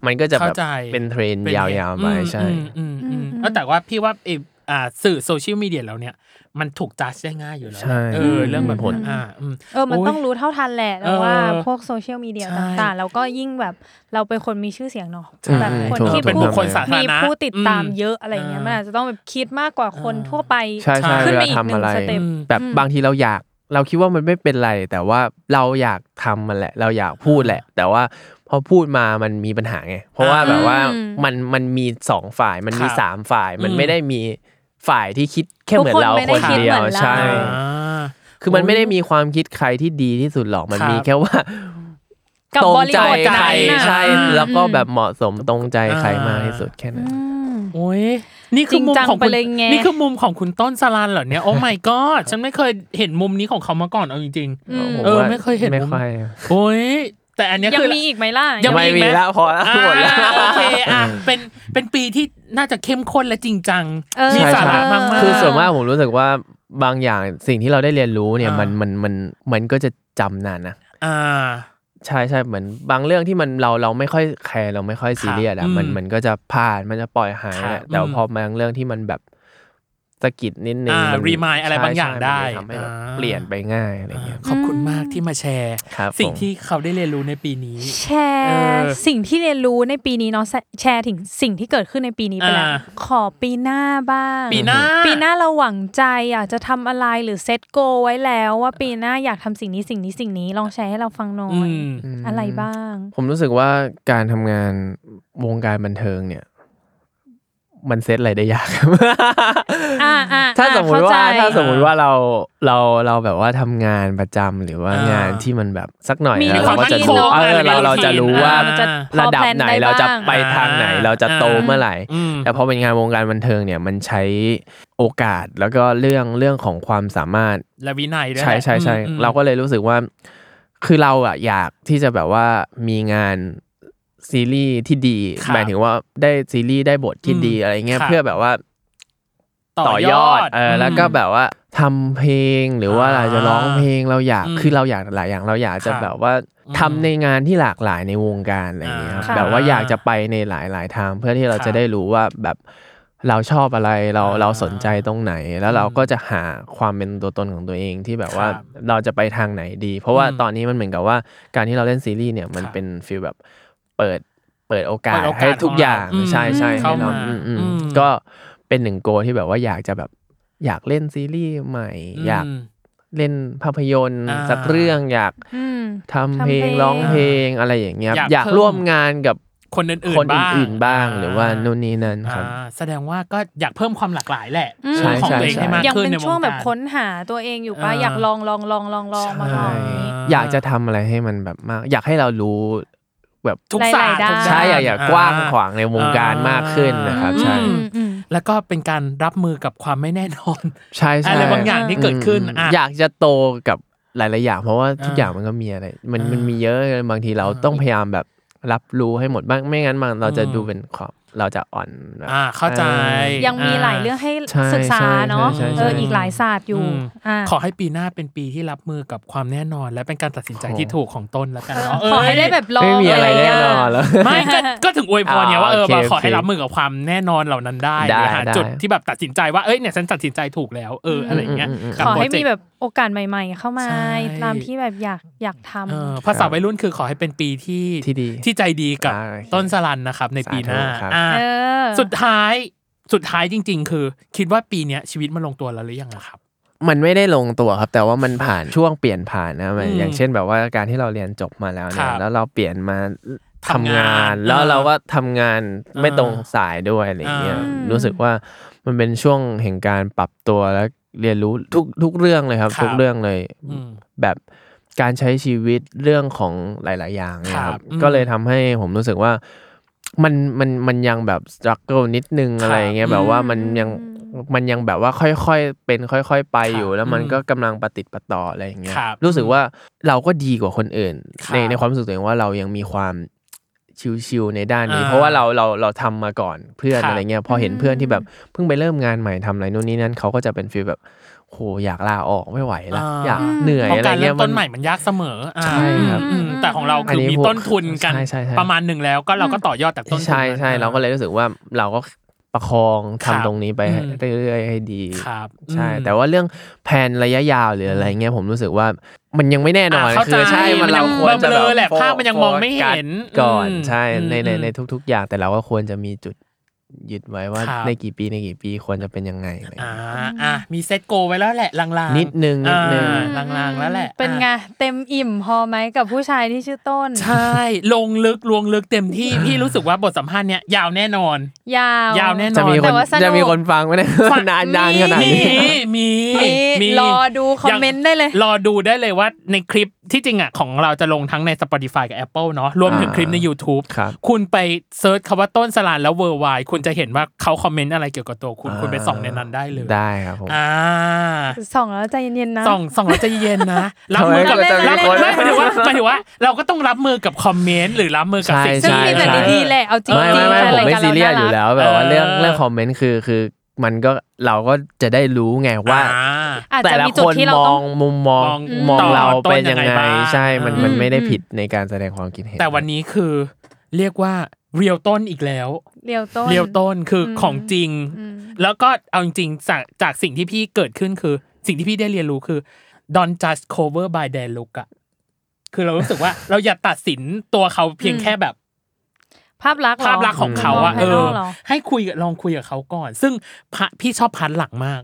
[SPEAKER 3] มันก็จะแบ
[SPEAKER 2] เข้า
[SPEAKER 3] บ
[SPEAKER 2] ใจ
[SPEAKER 3] เป็นเทรนด์
[SPEAKER 2] ป็น
[SPEAKER 3] ยา
[SPEAKER 2] เหตุ
[SPEAKER 3] วๆมา
[SPEAKER 2] อื
[SPEAKER 3] ใช่
[SPEAKER 2] อืมอืมอืม
[SPEAKER 1] อืม
[SPEAKER 2] เออแต่ว่าพี่ว่าไอ้อ่าสื่อโซเชียลมีเดียเราเนี่ย มันถูกจัดได้ง่ายอยู่แล้ว
[SPEAKER 3] ใช่
[SPEAKER 2] เออเรื่องแบบ
[SPEAKER 3] ผล
[SPEAKER 2] อ่าอืม
[SPEAKER 1] เออมันต้องรู้เท่าทันแหละแล้วว่า
[SPEAKER 2] เออ
[SPEAKER 1] พวกโซเชียลมีเดีย
[SPEAKER 2] ใช่
[SPEAKER 1] ต่างๆ แล้วก็ยิ่งแบบเราเป็นคนมีชื่อเสียงเนาะ
[SPEAKER 3] ใช่
[SPEAKER 1] แบบคน
[SPEAKER 3] ถูก
[SPEAKER 1] ที่
[SPEAKER 2] เป็น
[SPEAKER 3] ถู
[SPEAKER 1] ผู้
[SPEAKER 2] บุค
[SPEAKER 3] ก
[SPEAKER 2] คลสาธาร
[SPEAKER 1] มี
[SPEAKER 2] ณะ
[SPEAKER 1] ผู้ติดตาม
[SPEAKER 2] อื
[SPEAKER 1] เยอะอะไรอย่างเงี้ย
[SPEAKER 2] อ่ามั
[SPEAKER 1] มันอาจจะต้องแบบคิดมากกว่าคนทั่วไป
[SPEAKER 3] ใช่ใช่
[SPEAKER 2] ใช่
[SPEAKER 1] ขึ้
[SPEAKER 3] เวน
[SPEAKER 1] ไป
[SPEAKER 3] ลา
[SPEAKER 1] อีก
[SPEAKER 3] ทำอะไร
[SPEAKER 1] หนึ่งสเต็ป
[SPEAKER 3] แบบ
[SPEAKER 1] อืม
[SPEAKER 3] บางทีเราอยากเราคิดว่ามันไม่เป็นไร แต่ว่าเราอยากทำมันแหละ เราอยากพูดแหละ แต่ว่าพอพูดมามันมีปัญหาไงเพราะว่า
[SPEAKER 2] อ่า
[SPEAKER 3] แบบว่ามันมันมีสองฝ่ายมันมี
[SPEAKER 2] ครับ
[SPEAKER 3] สามฝ่ายมัน
[SPEAKER 2] อืม
[SPEAKER 3] ไม่ได้มีฝ่ายที่คิดแค่
[SPEAKER 1] ทุก
[SPEAKER 3] เหมือนเรา
[SPEAKER 1] คนไม่ได้
[SPEAKER 3] คน
[SPEAKER 1] คิด
[SPEAKER 3] เดีย
[SPEAKER 1] เหมื
[SPEAKER 3] ว
[SPEAKER 1] อนเรา
[SPEAKER 3] ใช่
[SPEAKER 2] อ่า
[SPEAKER 3] คือมันไม่ได้มีความคิดใครที่ดีที่สุดหรอกมัน
[SPEAKER 2] ค
[SPEAKER 3] มี
[SPEAKER 2] รับ
[SPEAKER 3] แค่ว่า
[SPEAKER 1] กับ
[SPEAKER 3] ตรง
[SPEAKER 1] บริ
[SPEAKER 3] ใจ
[SPEAKER 1] บท
[SPEAKER 3] ใคร
[SPEAKER 1] นั้นน่ะ
[SPEAKER 3] ใช่
[SPEAKER 1] อืม
[SPEAKER 3] แล้วก็แบบเหมาะสมตรงใจใคร
[SPEAKER 2] อ่าม
[SPEAKER 3] มากที่สุดแค่นั้น
[SPEAKER 1] อืม
[SPEAKER 2] โอ้ยนี่คือมุมของ
[SPEAKER 1] จริงจังไป
[SPEAKER 2] คุณ
[SPEAKER 1] เลยไง
[SPEAKER 2] นี่คือมุมของคุณต้นสลันเหรอเนี่ยโอ้ my god ฉันไม่เคยเห็นมุมนี้ของเขามาก่อนเอาจริง
[SPEAKER 1] อืม
[SPEAKER 3] ผม
[SPEAKER 2] เออ
[SPEAKER 3] ว่า
[SPEAKER 2] ไม่เคยเห็น
[SPEAKER 3] ไม่
[SPEAKER 2] มุม
[SPEAKER 3] ค่อย
[SPEAKER 2] ๆโอ้ยแต่อันเนี้ย
[SPEAKER 1] ยัง
[SPEAKER 2] คือ
[SPEAKER 1] มีอีกไหมล่ะ
[SPEAKER 2] ยัง มี
[SPEAKER 3] ไม่
[SPEAKER 2] อีกไหม
[SPEAKER 3] มีแล้วพอแล้วหมดแล้ว
[SPEAKER 2] อ่าโอเคอ่ะเป็นเป็นปีที่น่าจะเข้มข้นและจริงจัง
[SPEAKER 1] เออ
[SPEAKER 2] มี
[SPEAKER 3] ใช่
[SPEAKER 2] สาระ
[SPEAKER 3] ใช่
[SPEAKER 2] มากๆ
[SPEAKER 3] คือส่วนมากผมรู้สึกว่าบางอย่างสิ่งที่เราได้เรียนรู้เนี่ย
[SPEAKER 2] อ่ามั
[SPEAKER 3] มันมันมันมันก็จะจำนานนะ
[SPEAKER 2] อ่า
[SPEAKER 3] ใช่ใช่เหมือนบางเรื่องที่มันเราเราไม่ค่อยแคร์เราไม่ค่อยซีเรีย
[SPEAKER 2] ค
[SPEAKER 3] ส
[SPEAKER 2] รั
[SPEAKER 3] อ่ะ
[SPEAKER 2] บ
[SPEAKER 3] มัน
[SPEAKER 2] อืม
[SPEAKER 3] มันก็จะผ่านมันจะปล่อยหาย
[SPEAKER 2] ครับ
[SPEAKER 3] แหละแต่ว่า
[SPEAKER 2] อืม
[SPEAKER 3] พอบางเรื่องที่มันแบบสะกิดนิดนึง
[SPEAKER 2] อ่า
[SPEAKER 3] มัน
[SPEAKER 2] remind อะไร
[SPEAKER 3] ใช่
[SPEAKER 2] บางอย่าง
[SPEAKER 3] ใช่
[SPEAKER 2] ได้
[SPEAKER 3] มันเลยทำให้แบบ
[SPEAKER 2] อ่า
[SPEAKER 3] เปลี่ยนไปง่ายอะไรเงี้ย
[SPEAKER 2] ขอบคุณมากที่มาแชร์
[SPEAKER 3] ครับ
[SPEAKER 2] สิ่ง
[SPEAKER 3] ผม
[SPEAKER 2] ที่เขาได้เรียนรู้ในปีนี้
[SPEAKER 1] แช
[SPEAKER 2] เอ
[SPEAKER 1] ร์
[SPEAKER 2] อ
[SPEAKER 1] สิ่งที่เรียนรู้ในปีนี้เนาะแชแชร์ถึงสิ่งที่เกิดขึ้นในปีนี้ไปแล้ว
[SPEAKER 2] อ่า
[SPEAKER 1] ขอปีหน้าบ้าง
[SPEAKER 2] ปีหน้า
[SPEAKER 1] ปีหน้าเราหวังใจอยากจะทำอะไรหรือเซตโกไว้แล้วว่าปีหน้าอยากทำสิ่งนี้สิ่งนี้สิ่งนี้ลองแชร์ให้เราฟังหน่อ
[SPEAKER 2] อื
[SPEAKER 1] ย
[SPEAKER 2] ม
[SPEAKER 1] อะไรบ้าง
[SPEAKER 3] ผมรู้สึกว่าการทำงานวงการบันเทิงเนี่ย มันเซตอะไรได้ยากครับ
[SPEAKER 1] อ่าอ่า
[SPEAKER 3] ถ้าสมมติว่า
[SPEAKER 1] เข้ใจ
[SPEAKER 3] ถ้าสมมติว่าเราเราเราแบบว่าทำงานประจำหรือว่า
[SPEAKER 2] อ่าง
[SPEAKER 3] งานที่มันแบบสักหน่อย
[SPEAKER 1] มี
[SPEAKER 3] แล้ว
[SPEAKER 2] ค
[SPEAKER 3] เรา
[SPEAKER 2] วาม
[SPEAKER 3] ก็จะ
[SPEAKER 2] มั่นคง
[SPEAKER 3] รู้เอ
[SPEAKER 2] อะไร
[SPEAKER 3] อเราเราจะรู้ว่า
[SPEAKER 2] อ่า
[SPEAKER 1] จะพอ
[SPEAKER 3] ระดับ
[SPEAKER 1] แพล
[SPEAKER 3] ไหน
[SPEAKER 1] บ้ง
[SPEAKER 3] เราจะไปทางไหน เราจะโตเมื่อไหร่
[SPEAKER 2] อืม
[SPEAKER 3] แต่พอเป็นงานวงการบันเทิงเนี่ยมันใช้โอกาสแล้วก็เรื่องเรื่องของความสามารถ
[SPEAKER 2] และวินัยด้วย
[SPEAKER 3] ใช่ใช่ใช่
[SPEAKER 2] อืมอืม
[SPEAKER 3] เราก็เลยรู้สึกว่า คือเราอะอยากที่จะแบบว่ามีงานซีรีส์ที่ดี
[SPEAKER 2] ครับ
[SPEAKER 3] หมายถึงว่าได้ซีรีส์ได้บทที่ดี
[SPEAKER 2] อืม
[SPEAKER 3] อะไรเงี้ย
[SPEAKER 2] ครับ
[SPEAKER 3] เพื่อแบบว่า
[SPEAKER 2] ต่
[SPEAKER 3] ต่
[SPEAKER 2] อ
[SPEAKER 3] อย ยอ
[SPEAKER 2] อ
[SPEAKER 3] ด
[SPEAKER 2] ด
[SPEAKER 3] เออ
[SPEAKER 2] ม
[SPEAKER 3] อแล้วก็แบบว่าทำเพลงหรือว่าเราจะร้องเพลงเราอยาก
[SPEAKER 2] อืม
[SPEAKER 3] คือเราอยากหลายอย่างเราอยากจะ
[SPEAKER 2] ครับ
[SPEAKER 3] แบบว่า
[SPEAKER 2] อืม
[SPEAKER 3] ทำในงานที่หลากหลายในวงการอะไรอย่างเงี้ยครับ
[SPEAKER 1] อ่า
[SPEAKER 3] แบบว่าอยากจะไปในหลายหลายๆทาง เพื่อที่เรา
[SPEAKER 2] ครับ
[SPEAKER 3] จะได้รู้ว่าแบบเราชอบอะไรเรา
[SPEAKER 2] อ่า
[SPEAKER 3] เราสนใจตรงไหน แล้วเรา
[SPEAKER 2] อืม
[SPEAKER 3] ก็จะหาความเป็นตัวตนของตัวเองที่แบบว่า
[SPEAKER 2] ครับ
[SPEAKER 3] เราจะไปทางไหนดี เพราะว่า
[SPEAKER 2] อืม
[SPEAKER 3] ตอนนี้มันเหมือนกับว่าการที่เราเล่นซีรีส์เนี่ยมั
[SPEAKER 2] ค
[SPEAKER 3] น
[SPEAKER 2] รับ
[SPEAKER 3] เป็นฟีลแบบเปิดเปิดโอกา
[SPEAKER 2] เปิ
[SPEAKER 3] ส
[SPEAKER 2] ดโอกาส
[SPEAKER 3] ให้ทุ
[SPEAKER 2] ข
[SPEAKER 3] ก
[SPEAKER 2] องเรา
[SPEAKER 3] อย่าง
[SPEAKER 2] อืม
[SPEAKER 3] ใช่ใช่ให้
[SPEAKER 2] เข้า
[SPEAKER 3] เรา
[SPEAKER 2] มา
[SPEAKER 3] อืมอืม
[SPEAKER 2] อืม
[SPEAKER 3] ก็ เป็นหนึ่งโกลที่แบบว่าอยากจะแบบอยากเล่นซีรีส์ใหม่
[SPEAKER 2] ม
[SPEAKER 3] อยากเล่นภาพยนตร์
[SPEAKER 2] อ่า
[SPEAKER 3] สักเรื่องอยากทำ
[SPEAKER 1] ทำเพ
[SPEAKER 3] เพลง
[SPEAKER 1] ลง
[SPEAKER 3] ร้องเพลงอะไรอย่างเงี้ย
[SPEAKER 2] อยาก
[SPEAKER 3] อยาก
[SPEAKER 2] เพิ่ม
[SPEAKER 3] ร่วมงานกับ
[SPEAKER 2] คนอื่นๆ
[SPEAKER 3] คน
[SPEAKER 2] บ้าง
[SPEAKER 3] อื่นๆบ้างหรือว่านู่นนี่นั่นครับ
[SPEAKER 2] อ่าแสดงว่าก็อยากเพิ่มความหลากหลายแหละ
[SPEAKER 1] อืม
[SPEAKER 2] เรื่องของตัวเอง
[SPEAKER 3] ใช่ใช่
[SPEAKER 2] ให้มาก
[SPEAKER 1] ยัง
[SPEAKER 2] ขึ้น
[SPEAKER 1] เป็น
[SPEAKER 2] ในวงการ
[SPEAKER 1] ช่วงแบบค้นหาตัวเองอยู่ปะ
[SPEAKER 2] อ่า
[SPEAKER 1] อยากลองลองลองลองลองมาก่
[SPEAKER 3] ใช่
[SPEAKER 1] อนอย่างนี้
[SPEAKER 3] อยากจะทำอะไรให้มันแบบมาก อยากให้เรารู้แบบ
[SPEAKER 2] ทุกศาสตร์
[SPEAKER 1] หลายๆด้าน
[SPEAKER 2] ทุกด้น
[SPEAKER 3] ใช่อยากอยากกว้างขวางในวงการมากขึ้นนะครับใช่
[SPEAKER 1] อืมอืม
[SPEAKER 2] แล้วก็เป็นการรับมือกับความไม่แน่นอน
[SPEAKER 3] ใช่ใช่
[SPEAKER 2] อะไรบางอย่างที่เกิดขึ้น
[SPEAKER 3] อืม
[SPEAKER 2] อ่ะ
[SPEAKER 3] อยากจะโตกับหลาย ๆ อย่าง เพราะว่าทุก
[SPEAKER 2] อ่า
[SPEAKER 3] อย่างมันก็มีอะไร มัน
[SPEAKER 2] อ่ามั
[SPEAKER 3] มันมีเยอะบางทีเราต้องพยายามแบบรับรู้ให้หมดบ้างไม่งั้นมันเราจะ
[SPEAKER 2] อืม
[SPEAKER 3] ดูเป็นขอบเราจะอ่อนแบบ
[SPEAKER 2] อ่าเข้าใจ
[SPEAKER 1] ยังมีหลายเรื่องให้
[SPEAKER 3] ใช่
[SPEAKER 1] ศึกษา
[SPEAKER 3] ใช่
[SPEAKER 1] เนาะ
[SPEAKER 3] ใช่ใช่
[SPEAKER 1] เอออีกหลายศาสตร์อยู่
[SPEAKER 2] อืม
[SPEAKER 1] อ่า
[SPEAKER 2] ขอให้ปีหน้าเป็นปีที่รับมือกับความแน่นอน และเป็นการตัดสินใจที่ถูกของต้นแล้วกันเนาะ
[SPEAKER 1] ขอให้ได้แบบลอง
[SPEAKER 3] ไม่มีอะไร
[SPEAKER 1] ย่าง
[SPEAKER 3] แน่
[SPEAKER 1] เงี้ย
[SPEAKER 3] นอนแล้ว
[SPEAKER 2] ไม่ก็ก็ถึงอวยพรเนี่ยว่าเออ
[SPEAKER 3] โอเค
[SPEAKER 2] แบบขอให้
[SPEAKER 3] โอเค
[SPEAKER 2] รับมือกับความแน่นอนเหล่านั้นได้ห
[SPEAKER 3] ได้
[SPEAKER 2] รือหา
[SPEAKER 3] ได้
[SPEAKER 2] จุดที่แบบตัดสินใจว่าเอ้ยเนี่ยฉันตัดสินใจถูกแล้วเอออะไรอย่างเงี้ยกับ
[SPEAKER 1] ขอให้
[SPEAKER 2] โปร
[SPEAKER 1] มี
[SPEAKER 2] เจกต์
[SPEAKER 1] แบบโอกาสใหม่ ๆ เข้ามา
[SPEAKER 2] ใช่
[SPEAKER 1] ตามที่แบบอยากอยากทำ
[SPEAKER 2] เออภาษาวัยรุ่นคือขอให้เป็นปีที่
[SPEAKER 3] ที่ดี
[SPEAKER 2] ที่ใจดีกับ
[SPEAKER 3] อ่าโอเค
[SPEAKER 2] ต้นสลันนะครับ ในปีหน้า
[SPEAKER 3] สาธุครับ
[SPEAKER 2] อ่า
[SPEAKER 1] เออ
[SPEAKER 2] สุดท้ายสุดท้ายจริง ๆ คือ คิดว่าปีเนี้ยชีวิตมันลงตัวแล้วหรือยังอะครับ
[SPEAKER 3] มันไม่ได้ลงตัวครับ แต่ว่ามันผ่านช่วงเปลี่ยนผ่านนะมัน
[SPEAKER 2] อืม
[SPEAKER 3] อย่างเช่นแบบว่าการที่เราเรียนจบมาแล้วเนี่
[SPEAKER 2] ค
[SPEAKER 3] ย
[SPEAKER 2] รับ
[SPEAKER 3] แล้วเราเปลี่ยนมา ทำงาน แล้วเราก็ทำงานไม่ตรงสายด้วยอะไรอย่างเงี้ย
[SPEAKER 1] อ่ารู้
[SPEAKER 3] รู้สึกว่ามันเป็นช่วงแห่งการปรับตัวและเรียนรู้ทุกทุกเรื่องเลยครับ
[SPEAKER 2] ครับ
[SPEAKER 3] ทุกเรื่องเลย
[SPEAKER 2] อืม
[SPEAKER 3] แบบการใช้ชีวิตเรื่องของหลาย ๆ อย่างเนี่ย
[SPEAKER 2] ค
[SPEAKER 3] ค
[SPEAKER 2] รั
[SPEAKER 3] รั
[SPEAKER 2] บบ อืม
[SPEAKER 3] ก็เลยทำให้ผมรู้สึกว่ามันมันมันยังแบบสครัลเกิลนิดนึง
[SPEAKER 2] ครับ
[SPEAKER 3] อะไรอย่างเงี้ยแบบว่ามันยังมันยังแบบว่าค่อย ๆ เป็นค่อย ๆ ไป
[SPEAKER 2] ครับ
[SPEAKER 3] อยู่ แล้วมัน
[SPEAKER 2] อืม
[SPEAKER 3] ก็กำลังประติดประต่ออะไรอย่างเงี้ย
[SPEAKER 2] ครับ
[SPEAKER 3] รู้สึกว่าเราก็ดีกว่าคนอื่น
[SPEAKER 2] ครับ
[SPEAKER 3] ในในความรู้สึกตัวเองว่าเรายังมีความชิวๆในด้านนี้
[SPEAKER 2] อ่า
[SPEAKER 3] เพราะว่าเราเราเราทำมาก่อนเพื่อน
[SPEAKER 2] ครับ
[SPEAKER 3] อะไรเงี้ยพอเห็น
[SPEAKER 1] อืม
[SPEAKER 3] เพื่อนที่แบบเพิ่งไปเริ่มงานใหม่ทำอะไรนู่นนี่นั่นเขาก็จะเป็นฟีลแบบโหอยากลาออกไม่ไหวละอยากเหนื่อย
[SPEAKER 2] เพราะ
[SPEAKER 3] อะไร
[SPEAKER 2] การเริ่
[SPEAKER 3] เงี้ย
[SPEAKER 2] มต้นใหม่
[SPEAKER 3] น
[SPEAKER 2] มันยากเสมออ่า
[SPEAKER 3] ใช่ครับ
[SPEAKER 2] อืมแต่ของเรา
[SPEAKER 3] อัน
[SPEAKER 2] คือ
[SPEAKER 3] นี้
[SPEAKER 2] มี
[SPEAKER 3] ผม
[SPEAKER 2] ต้นทุนกัน
[SPEAKER 3] ใช่ใช่ใช่
[SPEAKER 2] ประมาณหนึ่งแล้วก็เราก็ต่อยอดจากต้นทุน
[SPEAKER 3] ใช่ใช่
[SPEAKER 2] นั้น
[SPEAKER 3] เราก็เลยรู้สึกว่าเราก็ประคอง
[SPEAKER 2] ครั
[SPEAKER 3] ทำ
[SPEAKER 2] บ
[SPEAKER 3] ตรงนี้ไปให้
[SPEAKER 2] อืม
[SPEAKER 3] เรื่อยๆให้ดี
[SPEAKER 2] ครับ
[SPEAKER 3] ใช่
[SPEAKER 2] อืม
[SPEAKER 3] แต่ว่าเรื่องแผนระยะยาวหรืออะไรเงี้ยผมรู้สึกว่ามันยังไม่แน่นอนะ
[SPEAKER 2] เข้า
[SPEAKER 3] คือใช่
[SPEAKER 2] ใจ
[SPEAKER 3] มันเรา
[SPEAKER 2] มันยัง
[SPEAKER 3] ควรจะ
[SPEAKER 2] เบลอแหละ
[SPEAKER 3] โฟ
[SPEAKER 2] ภาพมันยังมองไม่เห็น
[SPEAKER 3] โฟกัสก่อน
[SPEAKER 2] อืม
[SPEAKER 3] ใช่
[SPEAKER 2] อืม
[SPEAKER 3] ในใน
[SPEAKER 2] อืม
[SPEAKER 3] ในทุก ๆ อย่างแต่เราก็ควรจะมีจุดยึดไว้ว่า
[SPEAKER 2] ครับ
[SPEAKER 3] ในกี่ปีในกี่ปีควรจะเป็นยังไงอะไรเงี้ย
[SPEAKER 2] อ่าอ่ะมีเซตโกไว้แล้วแหละลางๆ
[SPEAKER 3] นิดนึงนิดนึง
[SPEAKER 2] อ่าลางๆแล้วแหละ
[SPEAKER 1] เป็นไง
[SPEAKER 2] อ่ะ
[SPEAKER 1] เต็มอิ่มพอไหมกับผู้ชายที่ชื่อต้น
[SPEAKER 2] ใช่ ลงลึกลวงลึกเต็ม
[SPEAKER 3] [laughs]
[SPEAKER 2] ที่ พี่รู้สึกว่าบทสัมภาษณ์เนี้ยยาวแน่นอน
[SPEAKER 1] ยาวย
[SPEAKER 2] าวแน่นอน
[SPEAKER 3] จะมีค
[SPEAKER 1] แต่
[SPEAKER 3] น
[SPEAKER 1] ว่าส
[SPEAKER 3] จะมี
[SPEAKER 1] ก
[SPEAKER 3] คนฟังไหมเนี่ย
[SPEAKER 2] ฟัง
[SPEAKER 3] นานนานขนาด
[SPEAKER 2] มี
[SPEAKER 3] นี้
[SPEAKER 2] มี
[SPEAKER 1] มีรอดูคอมเมนต์ได้เลย
[SPEAKER 2] รอดูได้เลยว่าในคลิปที่จริงอ่ะของเราจะลงทั้งใน Spotify กับ Apple เนาะรวมถึง
[SPEAKER 3] อ่า
[SPEAKER 2] คลิปใน YouTube
[SPEAKER 3] ครับ
[SPEAKER 2] คุณไปเซิร์ชคำว่าต้นสลานแล้วเวอร์ไวคุณจะเห็นว่าเขาคอมเมนต์อะไรเกี่ยวกับตัวคุณ
[SPEAKER 3] อ่า
[SPEAKER 2] คุณไปส่องในนั้นได้เลย
[SPEAKER 3] ได้ครับผม
[SPEAKER 2] อ่า
[SPEAKER 1] ส่องแล้วใจเย็นๆนะ
[SPEAKER 2] ส่องส่องแล้วใจเย็นๆนะรับ
[SPEAKER 3] ทำไม
[SPEAKER 2] มือกับ
[SPEAKER 3] ก็
[SPEAKER 2] รั
[SPEAKER 3] จะมี
[SPEAKER 2] บ
[SPEAKER 3] คน
[SPEAKER 2] ไม่หมายถึงว่าหมายถึงว่าเราก็ต้องรับมือกับคอมเมนต์หรือรับมือกับ
[SPEAKER 3] ใช่
[SPEAKER 2] สิ่ง
[SPEAKER 1] ซึ่ง
[SPEAKER 3] ใช่
[SPEAKER 1] มีแต่
[SPEAKER 3] ใช่
[SPEAKER 1] ดีๆแหละเอาจริงๆ
[SPEAKER 3] ไม่ไม่ไม่
[SPEAKER 1] แฟน
[SPEAKER 3] ผม
[SPEAKER 1] ราย
[SPEAKER 3] ไม่
[SPEAKER 1] การเรา
[SPEAKER 3] ซีเรีย
[SPEAKER 1] น่า
[SPEAKER 3] สอยู่
[SPEAKER 1] รัก
[SPEAKER 3] แล้วแบบว่า
[SPEAKER 2] เออ
[SPEAKER 3] เรื่องเรื่องคอมเมนต์คือคือมันก็เราก็จะได้รู้ไงว่า
[SPEAKER 2] อ่
[SPEAKER 1] อาจ
[SPEAKER 3] แต่
[SPEAKER 1] จะ
[SPEAKER 3] ละ
[SPEAKER 1] มี
[SPEAKER 3] ค
[SPEAKER 1] จุด
[SPEAKER 3] น
[SPEAKER 1] ที่เรา
[SPEAKER 3] มอ
[SPEAKER 1] ต้อง ง
[SPEAKER 3] มุมมอง
[SPEAKER 2] มอง
[SPEAKER 3] มอง
[SPEAKER 2] ต่อ
[SPEAKER 3] เราเป็น
[SPEAKER 2] ต้น
[SPEAKER 3] ยัง
[SPEAKER 2] ยัง
[SPEAKER 3] ไง
[SPEAKER 2] ไงบ้าง
[SPEAKER 3] ใช่มัน
[SPEAKER 2] อืม
[SPEAKER 3] มันไม่ได้
[SPEAKER 1] อืม
[SPEAKER 3] ผิดในการแสดงความคิดเห็น
[SPEAKER 2] แต่วันนี้คือเรียกว่าเรียวต้นอีกแล้ว
[SPEAKER 1] เรียวต้น
[SPEAKER 2] เรียวต้นคืออ
[SPEAKER 1] ม
[SPEAKER 2] ของจริง
[SPEAKER 1] อืม
[SPEAKER 2] แล้วก็เอาจริงๆจากจากสิ่งที่พี่เกิดขึ้นคือ สิ่งที่พี่ได้เรียนรู้คือ don't just cover by their look อะคือเรารู้สึกว่า เราอย่าตัดสินตัวเขาเพียงแค่แบบ
[SPEAKER 1] ภาพลักษณ์เหร
[SPEAKER 2] ภาพลักษณ์ของเขาอะ
[SPEAKER 1] ภ
[SPEAKER 2] เอ
[SPEAKER 1] พลักษณ์ภาย
[SPEAKER 2] อ
[SPEAKER 1] นกหร
[SPEAKER 2] ให้คุยกับลองคุยกับเขาก่อน ซึ่งพระพี่ชอบพันหลังมาก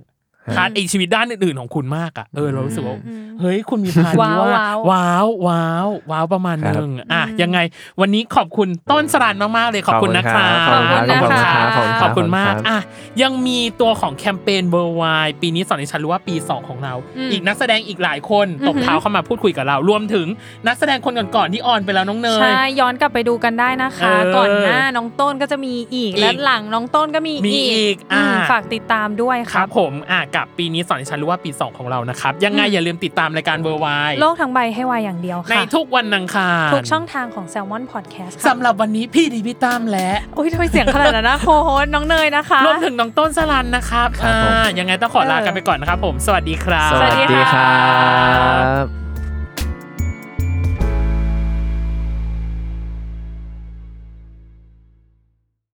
[SPEAKER 2] พันไอชีวิตด้านอื่นๆของคุณมากอะเออเรารู้สึกว่า
[SPEAKER 1] อืม
[SPEAKER 2] เฮ้ย คุณมีพาร์ทนี้ว่า
[SPEAKER 1] ว้าวว้าว
[SPEAKER 2] ว้าวว้าวว้าวประมาณหนึงอ่ะยังไงวันนี้ขอบคุณต้นสรันมาก ๆ เลยขอบคุณนะครับ
[SPEAKER 3] ขอบคุณค
[SPEAKER 1] ขอบบ คุ
[SPEAKER 3] รับขอคุณณ
[SPEAKER 1] นะ
[SPEAKER 3] ค
[SPEAKER 1] คะ
[SPEAKER 3] รับขอบคุ
[SPEAKER 2] ข
[SPEAKER 3] ณค
[SPEAKER 2] อ
[SPEAKER 3] รับบ
[SPEAKER 2] คุณมาก
[SPEAKER 3] รับ
[SPEAKER 2] อ่ะยังมีตัวของแคมเปญเบอร์ไวปีนี้สอนให้ฉันรู้ว่าปี 2 ของเรา
[SPEAKER 1] อืม
[SPEAKER 2] อีกนักแสดงอีกหลายคน
[SPEAKER 1] อือหือ
[SPEAKER 2] ตบเท้าเข้ามาพูดคุยกับเรา รวมถึงนักแสดงคนก่อนๆที่ออนไปแล้วน้องเนย
[SPEAKER 1] ใช่ย้อนกลับไปดูกันได้นะคะ
[SPEAKER 2] เออ
[SPEAKER 1] ก่อนหน้าน้องต้นก็จะมีอีก
[SPEAKER 2] อีก
[SPEAKER 1] และหลังน้องต้นก็มี
[SPEAKER 2] มีอีกอ่า
[SPEAKER 1] มฝากติดตามด้วย
[SPEAKER 2] ค
[SPEAKER 1] ค
[SPEAKER 2] รั
[SPEAKER 1] รั
[SPEAKER 2] บบ ผมอ่ะกับปีนี้สอนให้ฉันรู้ว่าปี 2 ของเรานะครับยังไง
[SPEAKER 1] อืม
[SPEAKER 2] อย่าลืมติดตามรายการเบอร์ไว
[SPEAKER 1] โลกทั้งใบให้วายอย่างเดียว
[SPEAKER 2] ใน
[SPEAKER 1] ค่ะ
[SPEAKER 2] ทุกวันอังคาร
[SPEAKER 1] ทุกช่องทางของ Salmon Podcast ค่ะ
[SPEAKER 2] สำหรับวันนี้พี่ดีพี่ตามและ
[SPEAKER 1] อุ้ยทำไมเสียงขนาดนั้นนะ โคโฮสน้องเนยนะคะ
[SPEAKER 2] รวมถึงน้องต้นสลันนะครับ
[SPEAKER 3] ครับผม
[SPEAKER 2] อ่ายังไงต้องขอลากันไปก่อนนะครับผม สวัสดีครับ
[SPEAKER 3] สวัสดีครับ